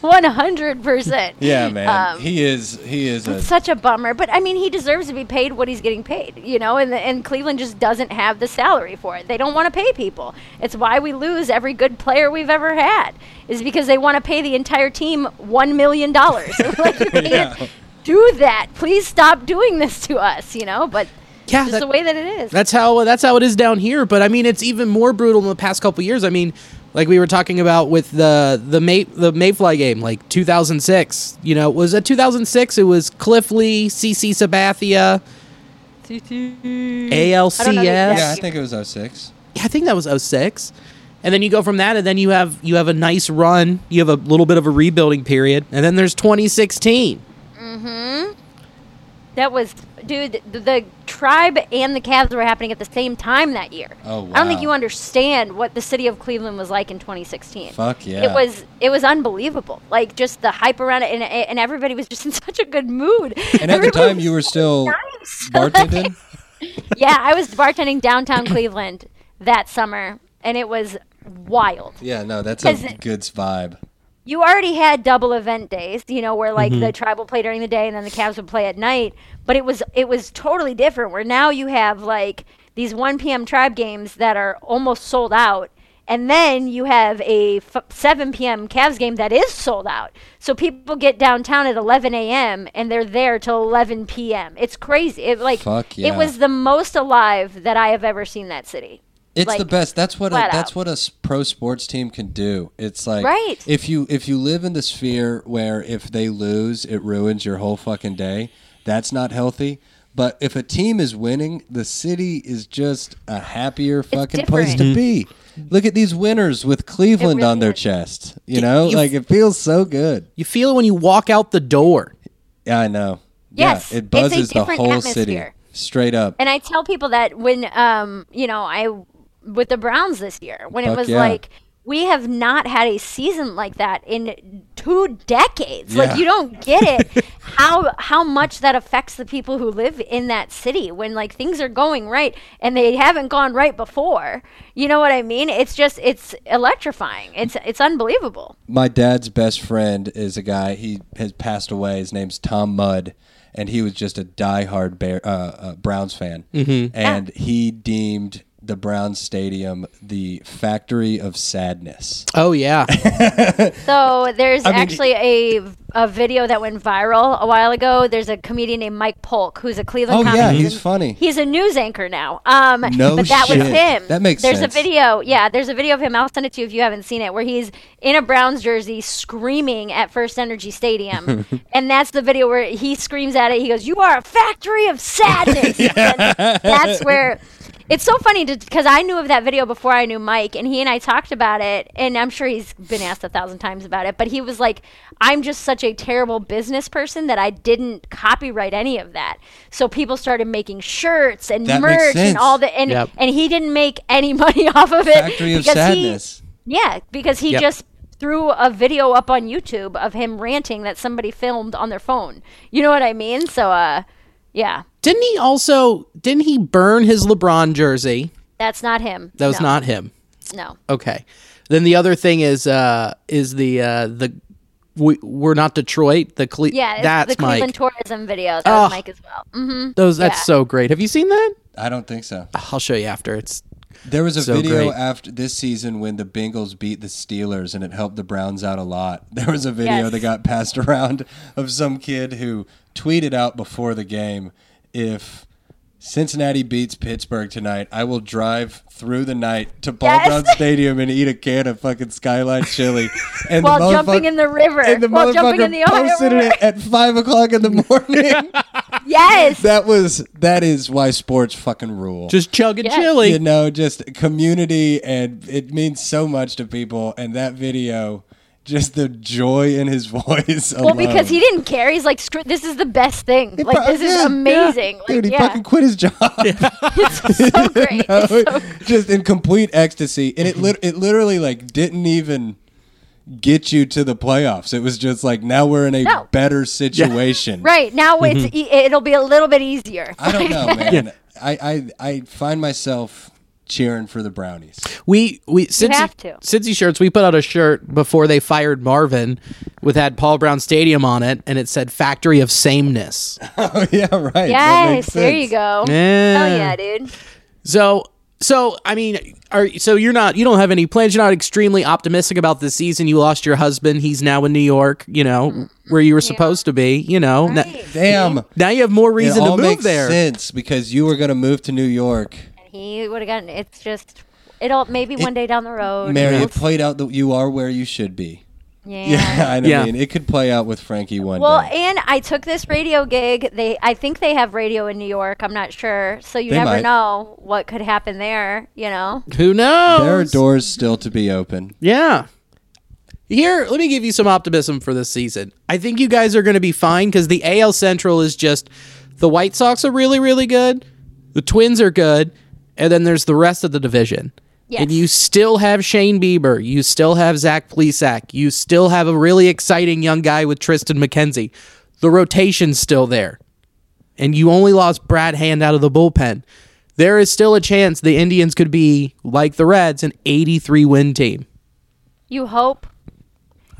[SPEAKER 5] one hundred percent.
[SPEAKER 3] yeah, man.
[SPEAKER 5] Um,
[SPEAKER 3] he is. He is a.
[SPEAKER 5] It's such a bummer. But I mean, he deserves to be paid what he's getting paid, you know. And the, and Cleveland just doesn't have the salary for it. They don't want to pay people. It's why we lose every good player we've ever had is because they want to pay the entire team one million dollars. Like, you can't Do that, please stop doing this to us, you know. But
[SPEAKER 2] Yeah,
[SPEAKER 5] just
[SPEAKER 2] that-
[SPEAKER 5] the way that it is.
[SPEAKER 2] That's how that's how it is down here. But I mean, it's even more brutal in the past couple years. I mean, like we were talking about with the the May, the Mayfly game, like 2006. You know, was it 2006? It was Cliff Lee, CC Sabathia,
[SPEAKER 5] I don't know
[SPEAKER 2] ALCS.
[SPEAKER 5] the exact
[SPEAKER 3] yeah, I
[SPEAKER 5] you.
[SPEAKER 3] think it was 06.
[SPEAKER 2] I think that was 06. And then you go from that, and then you have you have a nice run. You have a little bit of a rebuilding period, and then there's 2016.
[SPEAKER 5] That was, dude, the, the tribe and the Cavs were happening at the same time that year.
[SPEAKER 3] Oh,
[SPEAKER 5] I don't think
[SPEAKER 3] wow.
[SPEAKER 5] you understand what the city of Cleveland was like in 2016.
[SPEAKER 3] Fuck yeah.
[SPEAKER 5] It was it was unbelievable. Like just the hype around it, and and everybody was just in such a good mood.
[SPEAKER 3] And at the
[SPEAKER 5] Everybody-
[SPEAKER 3] time, you were still
[SPEAKER 5] Nice.
[SPEAKER 3] bartending.
[SPEAKER 5] yeah, I was bartending downtown Cleveland that summer, and it was wild.
[SPEAKER 3] Yeah, no, that's a
[SPEAKER 5] Because it-
[SPEAKER 3] good vibe.
[SPEAKER 5] you already had double event days, you know, where like the
[SPEAKER 3] Mm-hmm.
[SPEAKER 5] tribe will play during the day and then the Cavs would play at night. But it was it was totally different. Where now you have like these 1 p.m. tribe games that are almost sold out, and then you have a f- 7 p.m. Cavs game that is sold out. So people get downtown at 11 a.m. and they're there till 11 p.m. It's crazy. It like
[SPEAKER 3] Fuck
[SPEAKER 5] it
[SPEAKER 3] yeah.
[SPEAKER 5] was the most alive that I have ever seen that city.
[SPEAKER 3] It's the
[SPEAKER 5] like,
[SPEAKER 3] best. That's what a,
[SPEAKER 5] flat
[SPEAKER 3] that's
[SPEAKER 5] out.
[SPEAKER 3] what a s- pro sports team can do. It's like
[SPEAKER 5] Right.
[SPEAKER 3] if you if you live in the sphere where if they lose it ruins your whole fucking day. That's not healthy. But if a team is winning, the city is just a happier fucking place to
[SPEAKER 5] different.
[SPEAKER 3] be. Look at these winners with Cleveland
[SPEAKER 5] really
[SPEAKER 3] on their
[SPEAKER 5] is.
[SPEAKER 3] chest. You know,
[SPEAKER 2] you-
[SPEAKER 3] like it feels so good.
[SPEAKER 2] You feel it when you walk out the door.
[SPEAKER 3] Yeah, I know.
[SPEAKER 5] Yes,
[SPEAKER 3] yeah,
[SPEAKER 5] it's a
[SPEAKER 3] it buzzes the
[SPEAKER 5] different
[SPEAKER 3] whole city
[SPEAKER 5] atmosphere.
[SPEAKER 3] straight up.
[SPEAKER 5] And I tell people that when, um, you know, I with the Browns this year, when
[SPEAKER 3] Fuck
[SPEAKER 5] it was
[SPEAKER 3] yeah.
[SPEAKER 5] like we have not had a season like that in two decades.
[SPEAKER 3] Yeah.
[SPEAKER 5] Like you don't get it how how much that affects the people who live in that city when like things are going right and they haven't gone right before. You know what I mean? It's just it's electrifying. It's it's unbelievable.
[SPEAKER 3] my dad's best friend is a guy he has passed away his name's tom mudd and he was just a diehard bear uh, uh, browns fan and he deemed the browns stadium the factory of sadness
[SPEAKER 2] Oh yeah.
[SPEAKER 5] So there's
[SPEAKER 3] mean-
[SPEAKER 5] actually a a video that went viral a while ago. There's a comedian named Mike Polk who's a Cleveland.
[SPEAKER 3] oh yeah
[SPEAKER 5] comedy-
[SPEAKER 3] he's funny
[SPEAKER 5] He's a news anchor now. Um,
[SPEAKER 3] No
[SPEAKER 5] but that was
[SPEAKER 3] shit.
[SPEAKER 5] him.
[SPEAKER 3] That makes
[SPEAKER 5] There's
[SPEAKER 3] sense.
[SPEAKER 5] a video. Yeah, there's a video of him. I'll send it to you if you haven't seen it, where he's in a Browns jersey screaming at First Energy Stadium, and that's the video where he screams at it. He goes, "You are a factory of sadness." And that's where. It's so funny because I knew of that video before I knew Mike, and he and I talked about it, and I'm sure he's been asked a thousand times about it. But he was like, "I'm just such a terrible business person that I didn't copyright any of that." So people started making shirts and
[SPEAKER 3] That makes
[SPEAKER 5] merch
[SPEAKER 3] sense.
[SPEAKER 5] and all the and
[SPEAKER 2] Yep.
[SPEAKER 5] and he didn't make any money off of it.
[SPEAKER 3] factory of
[SPEAKER 5] because he-
[SPEAKER 3] sadness
[SPEAKER 5] yeah, because he
[SPEAKER 2] Yep.
[SPEAKER 5] just threw a video up on YouTube of him ranting that somebody filmed on their phone. You know what I mean? So uh yeah.
[SPEAKER 2] didn't he also? Didn't he burn his LeBron jersey?
[SPEAKER 5] That's not him.
[SPEAKER 2] That was
[SPEAKER 5] No,
[SPEAKER 2] not him.
[SPEAKER 5] no.
[SPEAKER 2] Okay. Then the other thing is uh is the uh the we, we're not Detroit. The Cle-
[SPEAKER 5] Yeah, it's
[SPEAKER 2] that's
[SPEAKER 5] the Cleveland
[SPEAKER 2] Mike.
[SPEAKER 5] tourism video. That
[SPEAKER 2] Ugh.
[SPEAKER 5] was Mike as well. Mm-hmm.
[SPEAKER 2] Those that's
[SPEAKER 5] yeah.
[SPEAKER 2] so great. Have you seen that? Oh,
[SPEAKER 3] i don't think so
[SPEAKER 2] I'll show you after. It's
[SPEAKER 3] there was a
[SPEAKER 2] So
[SPEAKER 3] video
[SPEAKER 2] great.
[SPEAKER 3] after this season when the bengals beat the steelers and it helped the browns out a lot there was a video
[SPEAKER 5] Yes.
[SPEAKER 3] that got passed around of some kid who tweeted out before the game if Cincinnati beats Pittsburgh tonight. I will drive through the night to Paul
[SPEAKER 5] Yes.
[SPEAKER 3] Brown Stadium and eat a can of fucking skyline chili. And
[SPEAKER 5] While jumping
[SPEAKER 3] motherfuck-
[SPEAKER 5] in the river.
[SPEAKER 3] And the
[SPEAKER 5] While
[SPEAKER 3] motherfucker
[SPEAKER 5] jumping in the Ohio
[SPEAKER 3] posted
[SPEAKER 5] River.
[SPEAKER 3] it at five o'clock in the morning.
[SPEAKER 5] Yes.
[SPEAKER 3] that was that is why sports fucking rule.
[SPEAKER 2] just chugging
[SPEAKER 5] Yes.
[SPEAKER 2] chili.
[SPEAKER 3] you know, just community and it means so much to people. And that video, just the joy in his voice.
[SPEAKER 5] well, because he didn't care. He's like, screw. This is the best thing. like, this is amazing. Like,
[SPEAKER 3] Dude, he
[SPEAKER 5] yeah.
[SPEAKER 3] fucking quit his job.
[SPEAKER 5] so great.
[SPEAKER 3] No,
[SPEAKER 5] It's so-
[SPEAKER 3] it- just in complete ecstasy, and it lit- it literally like didn't even get you to the playoffs. It was just like now we're in a
[SPEAKER 5] No.
[SPEAKER 3] better situation.
[SPEAKER 5] right now, it's e- it'll be a little bit easier.
[SPEAKER 3] Mm-hmm. I don't know, man. I, I I find myself cheering for the brownies.
[SPEAKER 2] We we since
[SPEAKER 5] have to.
[SPEAKER 2] Cincy shirts. We put out a shirt before they fired Marvin, with had Paul Brown Stadium on it, and it said "Factory of Sameness."
[SPEAKER 3] Oh yeah, right. That
[SPEAKER 5] Yes,
[SPEAKER 3] makes
[SPEAKER 5] there you
[SPEAKER 3] sense.
[SPEAKER 5] go.
[SPEAKER 2] Yeah.
[SPEAKER 5] Hell yeah, dude.
[SPEAKER 2] So so I mean, are so you're not you don't have any plans. You're not extremely optimistic about this season. You lost your husband. He's now in New York. You know where you were supposed to be. You know now,
[SPEAKER 3] Damn.
[SPEAKER 2] now you have more
[SPEAKER 3] It
[SPEAKER 2] reason to
[SPEAKER 3] all
[SPEAKER 2] move
[SPEAKER 3] makes
[SPEAKER 2] there.
[SPEAKER 3] sense because you were going to move to New York.
[SPEAKER 5] And he would have gotten. It's just it'll maybe one day down the road.
[SPEAKER 3] Mary,
[SPEAKER 5] we'll
[SPEAKER 3] it played out that you are where you should be.
[SPEAKER 5] see. yeah.
[SPEAKER 3] Yeah, I know.
[SPEAKER 2] Yeah.
[SPEAKER 3] I mean, it could play out with Frankie one
[SPEAKER 5] Well,
[SPEAKER 3] day.
[SPEAKER 5] and I took this radio gig. They, I think they have radio in New York. I'm not sure, so you
[SPEAKER 3] They
[SPEAKER 5] never
[SPEAKER 3] might.
[SPEAKER 5] know what could happen there. You know,
[SPEAKER 2] Who knows?
[SPEAKER 3] There are doors still to be open.
[SPEAKER 2] Yeah. Here, let me give you some optimism for this season. I think you guys are going to be fine because the AL Central is just the White Sox are really, really good. The Twins are good. And then there's the rest of the division.
[SPEAKER 5] Yes.
[SPEAKER 2] And you still have Shane Bieber. You still have Zach Plesak. You still have a really exciting young guy with Tristan McKenzie. The rotation's still there. And you only lost Brad Hand out of the bullpen. There is still a chance the Indians could be, like the Reds, an 83 win team.
[SPEAKER 5] you hope.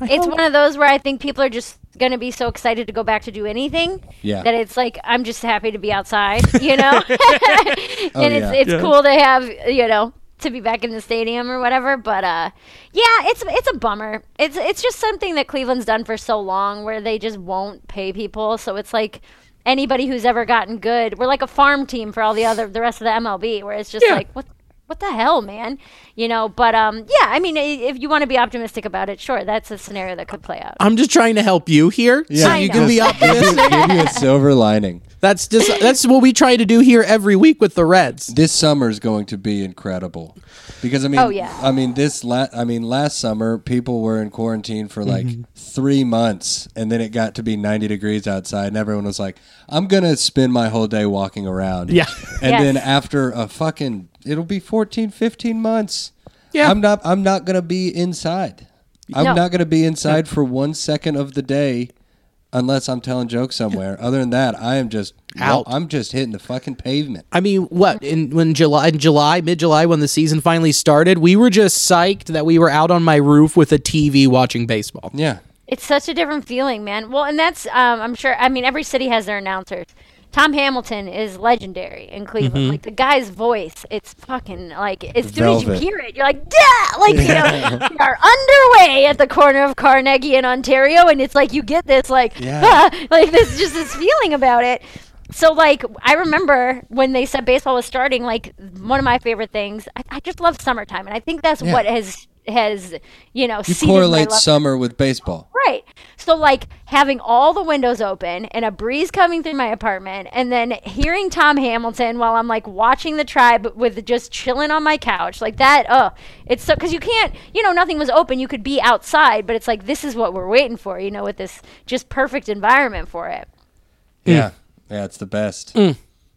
[SPEAKER 5] it's one of those where I think people are just gonna be so excited to go back to do anything
[SPEAKER 3] Yeah.
[SPEAKER 5] that it's like I'm just happy to be outside. You know, and
[SPEAKER 3] Oh, yeah.
[SPEAKER 5] it's it's cool to have you know to be back in the stadium or whatever. But uh, yeah, it's it's a bummer. It's it's just something that Cleveland's done for so long where they just won't pay people. So it's like anybody who's ever gotten good, we're like a farm team for all the other the rest of the MLB, where it's just
[SPEAKER 2] Yeah.
[SPEAKER 5] like what. what the hell, man? You know, but um, yeah, I mean, i- if you want to be optimistic about it, sure, that's a scenario that could play out.
[SPEAKER 2] I'm just trying to help you here, so
[SPEAKER 3] Yeah.
[SPEAKER 2] you
[SPEAKER 5] I
[SPEAKER 2] can
[SPEAKER 5] know.
[SPEAKER 2] be
[SPEAKER 3] give,
[SPEAKER 2] optimistic.
[SPEAKER 3] you, give you a silver lining.
[SPEAKER 2] that's just that's what we try to do here every week with the Reds.
[SPEAKER 3] This summer is going to be incredible because I mean,
[SPEAKER 5] Oh, yeah.
[SPEAKER 3] I mean this. La- I mean, last summer people were in quarantine for like
[SPEAKER 2] Mm-hmm.
[SPEAKER 3] three months, and then it got to be ninety degrees outside, and everyone was like, "I'm gonna spend my whole day walking around."
[SPEAKER 2] Yeah.
[SPEAKER 3] and
[SPEAKER 5] Yes.
[SPEAKER 3] then after a fucking, it'll be 14, 15 months.
[SPEAKER 2] Yeah.
[SPEAKER 3] I'm not. I'm not gonna be inside. I'm
[SPEAKER 5] No.
[SPEAKER 3] not gonna be inside for one second of the day. Unless I'm telling jokes somewhere. Other than that, I am just
[SPEAKER 2] Out.
[SPEAKER 3] I'm just hitting the fucking pavement.
[SPEAKER 2] I mean, what in when July, in July, mid July, when the season finally started, we were just psyched that we were out on my roof with a TV watching baseball.
[SPEAKER 3] Yeah.
[SPEAKER 5] It's such a different feeling, man. Well, and that's um, I'm sure. I mean, every city has their announcers. Tom Hamilton is legendary in Cleveland.
[SPEAKER 3] Mm-hmm.
[SPEAKER 5] Like the guy's voice, it's fucking like as soon as
[SPEAKER 3] Velvet.
[SPEAKER 5] you hear it, you're like, yeah, like you know, we are underway at the corner of Carnegie and Ontario, and it's like you get this like,
[SPEAKER 3] Yeah.
[SPEAKER 5] "Ah," like this just this feeling about it. So like I remember when they said baseball was starting, like one of my favorite things. I, I just love summertime, and I think that's what has has you know
[SPEAKER 3] You
[SPEAKER 5] seeded my
[SPEAKER 3] correlate
[SPEAKER 5] love-
[SPEAKER 3] summer with baseball.
[SPEAKER 5] Right. So like having all the windows open and a breeze coming through my apartment and then hearing Tom Hamilton while I'm like watching the tribe with just chilling on my couch like that oh it's so cuz you can't you know nothing was open you could be outside but it's like this is what we're waiting for you know with this just perfect environment for it.
[SPEAKER 2] Mm.
[SPEAKER 3] Yeah, yeah, it's the best.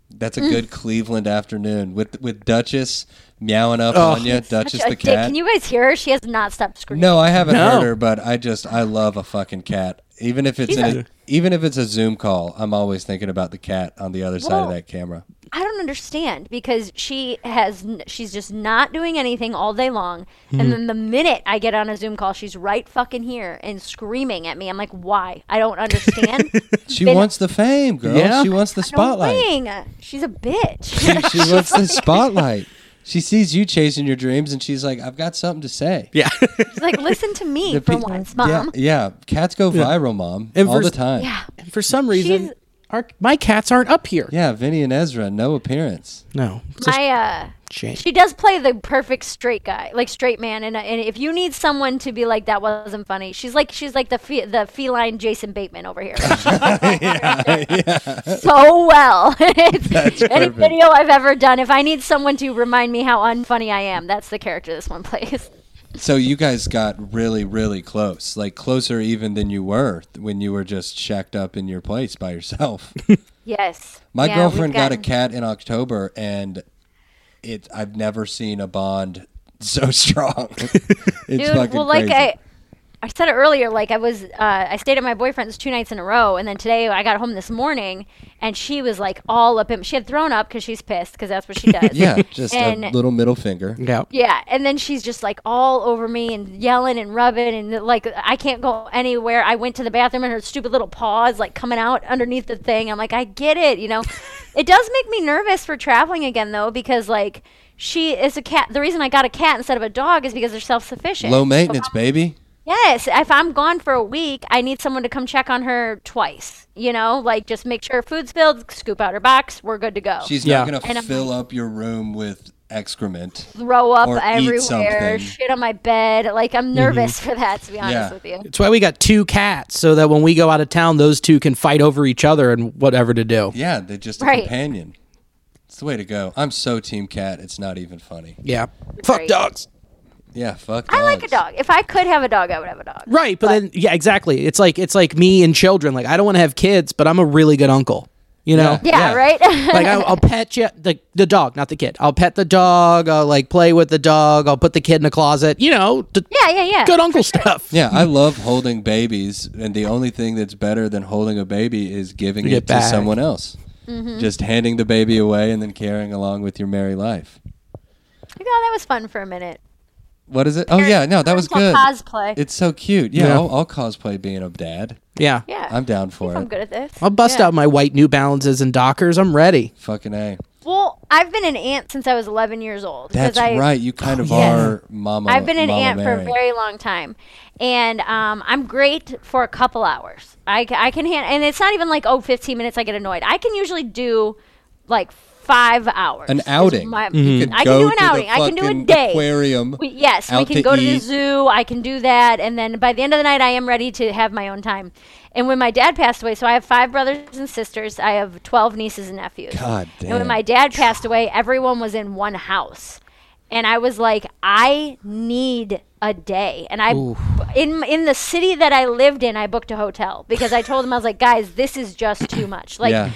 [SPEAKER 3] That's a
[SPEAKER 5] Mm.
[SPEAKER 3] good Cleveland afternoon with with Duchess meowing up
[SPEAKER 2] Oh.
[SPEAKER 3] on you, Duchess
[SPEAKER 5] Such a
[SPEAKER 3] the
[SPEAKER 5] dick.
[SPEAKER 3] cat.
[SPEAKER 5] Can you guys hear her? She has not stopped screaming.
[SPEAKER 3] no, I haven't
[SPEAKER 2] No.
[SPEAKER 3] heard her, but I just I love a fucking cat. Even if it's in a, even if it's a Zoom call, I'm always thinking about the cat on the other side of
[SPEAKER 5] Well-
[SPEAKER 3] that camera.
[SPEAKER 5] I don't understand because she has n- she's just not doing anything all day long,
[SPEAKER 3] Hmm.
[SPEAKER 5] and then the minute I get on a Zoom call, she's right fucking here and screaming at me. I'm like, why? I don't understand.
[SPEAKER 3] She
[SPEAKER 5] Been-
[SPEAKER 3] wants the fame, girl.
[SPEAKER 2] Yeah.
[SPEAKER 3] She wants the spotlight.
[SPEAKER 5] Annoying. She's a bitch.
[SPEAKER 3] She wants the spotlight. She sees you chasing your dreams, and she's like, "I've got something to say."
[SPEAKER 2] Yeah.
[SPEAKER 5] she's like, listen to me
[SPEAKER 3] The
[SPEAKER 5] for
[SPEAKER 3] pe-
[SPEAKER 5] once, mom.
[SPEAKER 3] Yeah, yeah, cats go viral, mom,
[SPEAKER 2] And
[SPEAKER 3] all
[SPEAKER 2] for-
[SPEAKER 3] the time.
[SPEAKER 5] Yeah.
[SPEAKER 2] And for some reason,
[SPEAKER 5] She's-
[SPEAKER 2] our my cats aren't up here.
[SPEAKER 3] Yeah, Vinny and Ezra, no appearance.
[SPEAKER 2] No, it's a
[SPEAKER 5] My uh,
[SPEAKER 2] shame.
[SPEAKER 5] she does play the perfect straight guy, like straight man, and uh, and if you need someone to be like that wasn't funny, she's like she's like the fe- the feline Jason Bateman over here. so well. It's- any
[SPEAKER 3] perfect.
[SPEAKER 5] video I've ever done, if I need someone to remind me how unfunny I am, that's the character this one plays.
[SPEAKER 3] So you guys got really, really close, like closer even than you were when you were just shacked up in your place by yourself.
[SPEAKER 5] Yes.
[SPEAKER 3] My
[SPEAKER 5] Yeah, we've
[SPEAKER 3] girlfriend got a
[SPEAKER 5] gotten-
[SPEAKER 3] cat in October, and it I've never seen a bond so strong. it's
[SPEAKER 5] Dude,
[SPEAKER 3] fucking
[SPEAKER 5] well, like
[SPEAKER 3] crazy.
[SPEAKER 5] I, I said it earlier. Like I was, uh, I stayed at my boyfriend's two nights in a row, and then today I got home this morning, and she was like all up in. She had thrown up because she's pissed because that's what she does.
[SPEAKER 3] yeah, just
[SPEAKER 5] and
[SPEAKER 3] a little middle finger.
[SPEAKER 2] yeah.
[SPEAKER 5] Yeah, and then she's just like all over me and yelling and rubbing and like I can't go anywhere. I went to the bathroom and her stupid little paws like coming out underneath the thing. I'm like, I get it, you know. it does make me nervous for traveling again though because like she is a cat. The reason I got a cat instead of a dog is because they're self-sufficient.
[SPEAKER 3] Low maintenance, baby.
[SPEAKER 5] Yes, if I'm gone for a week, I need someone to come check on her twice. You know, like just make sure her food's filled, scoop out her box, we're good to go.
[SPEAKER 3] She's
[SPEAKER 2] Yeah.
[SPEAKER 3] not
[SPEAKER 5] And
[SPEAKER 3] gonna
[SPEAKER 5] I'm
[SPEAKER 3] fill up your room with excrement.
[SPEAKER 5] throw up
[SPEAKER 3] Or eat something. Mm-hmm.
[SPEAKER 5] everywhere, shit on my bed. Like I'm nervous for that, to be honest
[SPEAKER 3] Yeah.
[SPEAKER 5] with you.
[SPEAKER 2] That's why we got two cats, so that when we go out of town, those two can fight over each other and whatever to do.
[SPEAKER 3] Yeah, they're just a
[SPEAKER 5] Right.
[SPEAKER 3] companion. It's the way to go. I'm so team cat. It's not even funny.
[SPEAKER 2] Yeah. Fuck
[SPEAKER 5] Right.
[SPEAKER 2] dogs.
[SPEAKER 3] Yeah, fuck.
[SPEAKER 5] I like a
[SPEAKER 3] dogs.
[SPEAKER 5] dog. If I could have a dog, I would have a dog.
[SPEAKER 2] Right, but, then yeah, exactly. It's like it's like me and children. Like I don't want to have kids, but I'm a really good uncle. You know.
[SPEAKER 5] Yeah,
[SPEAKER 3] Yeah.
[SPEAKER 5] right.
[SPEAKER 2] like I, I'll pet you, the the dog, not the kid. I'll pet the dog. I'll like play with the dog. I'll put the kid in the closet. You know, d-
[SPEAKER 5] yeah, yeah, yeah.
[SPEAKER 2] good uncle stuff.
[SPEAKER 3] Yeah, I love holding babies, and the only thing that's better than holding a baby is giving
[SPEAKER 2] Get
[SPEAKER 3] it to
[SPEAKER 2] back.
[SPEAKER 3] someone else.
[SPEAKER 5] Mm-hmm.
[SPEAKER 3] Just handing the baby away and then carrying along with your merry life.
[SPEAKER 5] God, oh, that was fun for a minute.
[SPEAKER 3] What is it? Oh yeah, no, that was
[SPEAKER 5] Parental
[SPEAKER 3] good.
[SPEAKER 5] cosplay.
[SPEAKER 3] It's so cute. Yeah,
[SPEAKER 2] Yeah.
[SPEAKER 3] I'll, I'll cosplay being a dad.
[SPEAKER 2] Yeah,
[SPEAKER 5] Yeah,
[SPEAKER 3] I'm down for it.
[SPEAKER 5] I'm good at this.
[SPEAKER 2] I'll bust
[SPEAKER 5] Yeah.
[SPEAKER 2] out my white New Balances and Dockers. I'm ready.
[SPEAKER 3] Fucking a.
[SPEAKER 5] Well, I've been an aunt since I was 11 years old. 'cause
[SPEAKER 3] That's
[SPEAKER 5] I,
[SPEAKER 3] right. You kind of
[SPEAKER 2] yes.
[SPEAKER 3] are, Mama.
[SPEAKER 5] I've been an
[SPEAKER 3] Mama
[SPEAKER 5] aunt for
[SPEAKER 3] Mary.
[SPEAKER 5] a very long time, and um, I'm great for a couple hours. I, c- I can hand, and it's not even like oh, 15 minutes. I get annoyed. I can usually do like five hours.
[SPEAKER 3] An
[SPEAKER 5] is
[SPEAKER 3] outing.
[SPEAKER 5] my-
[SPEAKER 3] You could
[SPEAKER 5] I can
[SPEAKER 3] go
[SPEAKER 5] do an
[SPEAKER 3] to the
[SPEAKER 5] outing. I can do a
[SPEAKER 3] fucking
[SPEAKER 5] day.
[SPEAKER 3] aquarium,
[SPEAKER 5] We, yes, we
[SPEAKER 3] out
[SPEAKER 5] can
[SPEAKER 3] to
[SPEAKER 5] go to the
[SPEAKER 3] eat.
[SPEAKER 5] zoo. I can do that, and then by the end of the night, I am ready to have my own time. And when my dad passed away, so I have five brothers and sisters. I have twelve nieces and nephews.
[SPEAKER 3] God
[SPEAKER 5] And
[SPEAKER 3] damn.
[SPEAKER 5] when my dad passed away, everyone was in one house. And I was like, I need a day. And I in in the city that I lived in, I booked a hotel because I told them I was like, guys, this is just too much. Like
[SPEAKER 3] Yeah.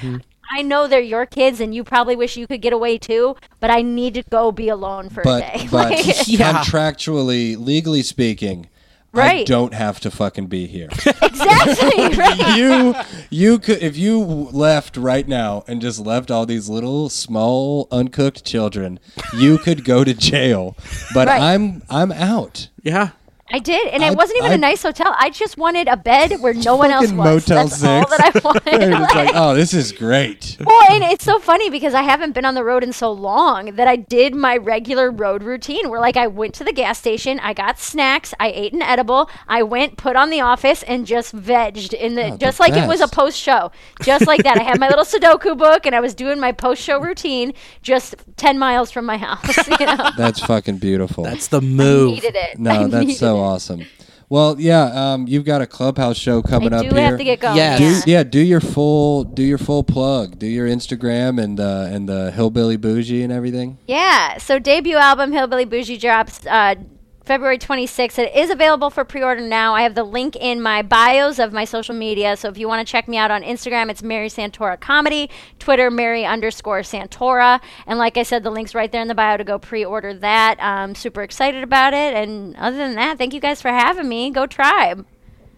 [SPEAKER 5] I know they're your kids and you probably wish you could get away too, but I need to go be alone for a
[SPEAKER 3] but
[SPEAKER 5] day.
[SPEAKER 3] but
[SPEAKER 5] Like-
[SPEAKER 2] Yeah.
[SPEAKER 3] contractually, legally speaking, I
[SPEAKER 5] Right.
[SPEAKER 3] don't have to fucking be here.
[SPEAKER 5] exactly. Right.
[SPEAKER 3] you you could if you left right now and just left all these little small uncooked children, you could go to jail. But
[SPEAKER 5] Right.
[SPEAKER 3] I'm I'm out.
[SPEAKER 2] Yeah.
[SPEAKER 5] I did, and
[SPEAKER 3] I-
[SPEAKER 5] it wasn't even
[SPEAKER 3] I-
[SPEAKER 5] a nice hotel. I just wanted a bed where no one else
[SPEAKER 3] Fucking
[SPEAKER 5] was.
[SPEAKER 3] Motel
[SPEAKER 5] That's all
[SPEAKER 3] Six.
[SPEAKER 5] that I wanted.
[SPEAKER 3] It's like, oh, this is great.
[SPEAKER 5] Well, and it's so funny because I haven't been on the road in so long that I did my regular road routine where, like, I went to the gas station, I got snacks, I ate an edible, I went, put on the office, and just vegged in the,
[SPEAKER 3] Oh, the
[SPEAKER 5] just like it was a
[SPEAKER 3] best.
[SPEAKER 5] post show. Just like that. I had my little Sudoku book and I was doing my post show routine just 10 miles from my house. You know?
[SPEAKER 3] That's fucking beautiful.
[SPEAKER 2] It's the move.
[SPEAKER 5] needed it.
[SPEAKER 3] no,
[SPEAKER 5] I
[SPEAKER 3] that's
[SPEAKER 5] needed
[SPEAKER 3] so
[SPEAKER 5] it.
[SPEAKER 3] awesome. Well, yeah, um, you've got a clubhouse show
[SPEAKER 5] I
[SPEAKER 3] coming
[SPEAKER 5] do
[SPEAKER 3] up
[SPEAKER 5] have
[SPEAKER 3] here.
[SPEAKER 5] to get going.
[SPEAKER 2] Yes.
[SPEAKER 5] Yeah.
[SPEAKER 3] do, yeah. do your full do your full plug. Do your Instagram and uh, and the hillbilly bougie and everything.
[SPEAKER 5] Yeah. So debut album Hillbilly Bougie drops uh, February 26th. It is available for pre-order now. I have the link in my bios of my social media. So if you want to check me out on Instagram, it's Mary Santora Comedy. Twitter, Mary underscore Santora. And like I said, the link's right there in the bio to go pre-order that. I'm super excited about it. And other than that, thank you guys for having me. Go Tribe.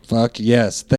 [SPEAKER 3] Fuck yes. Th-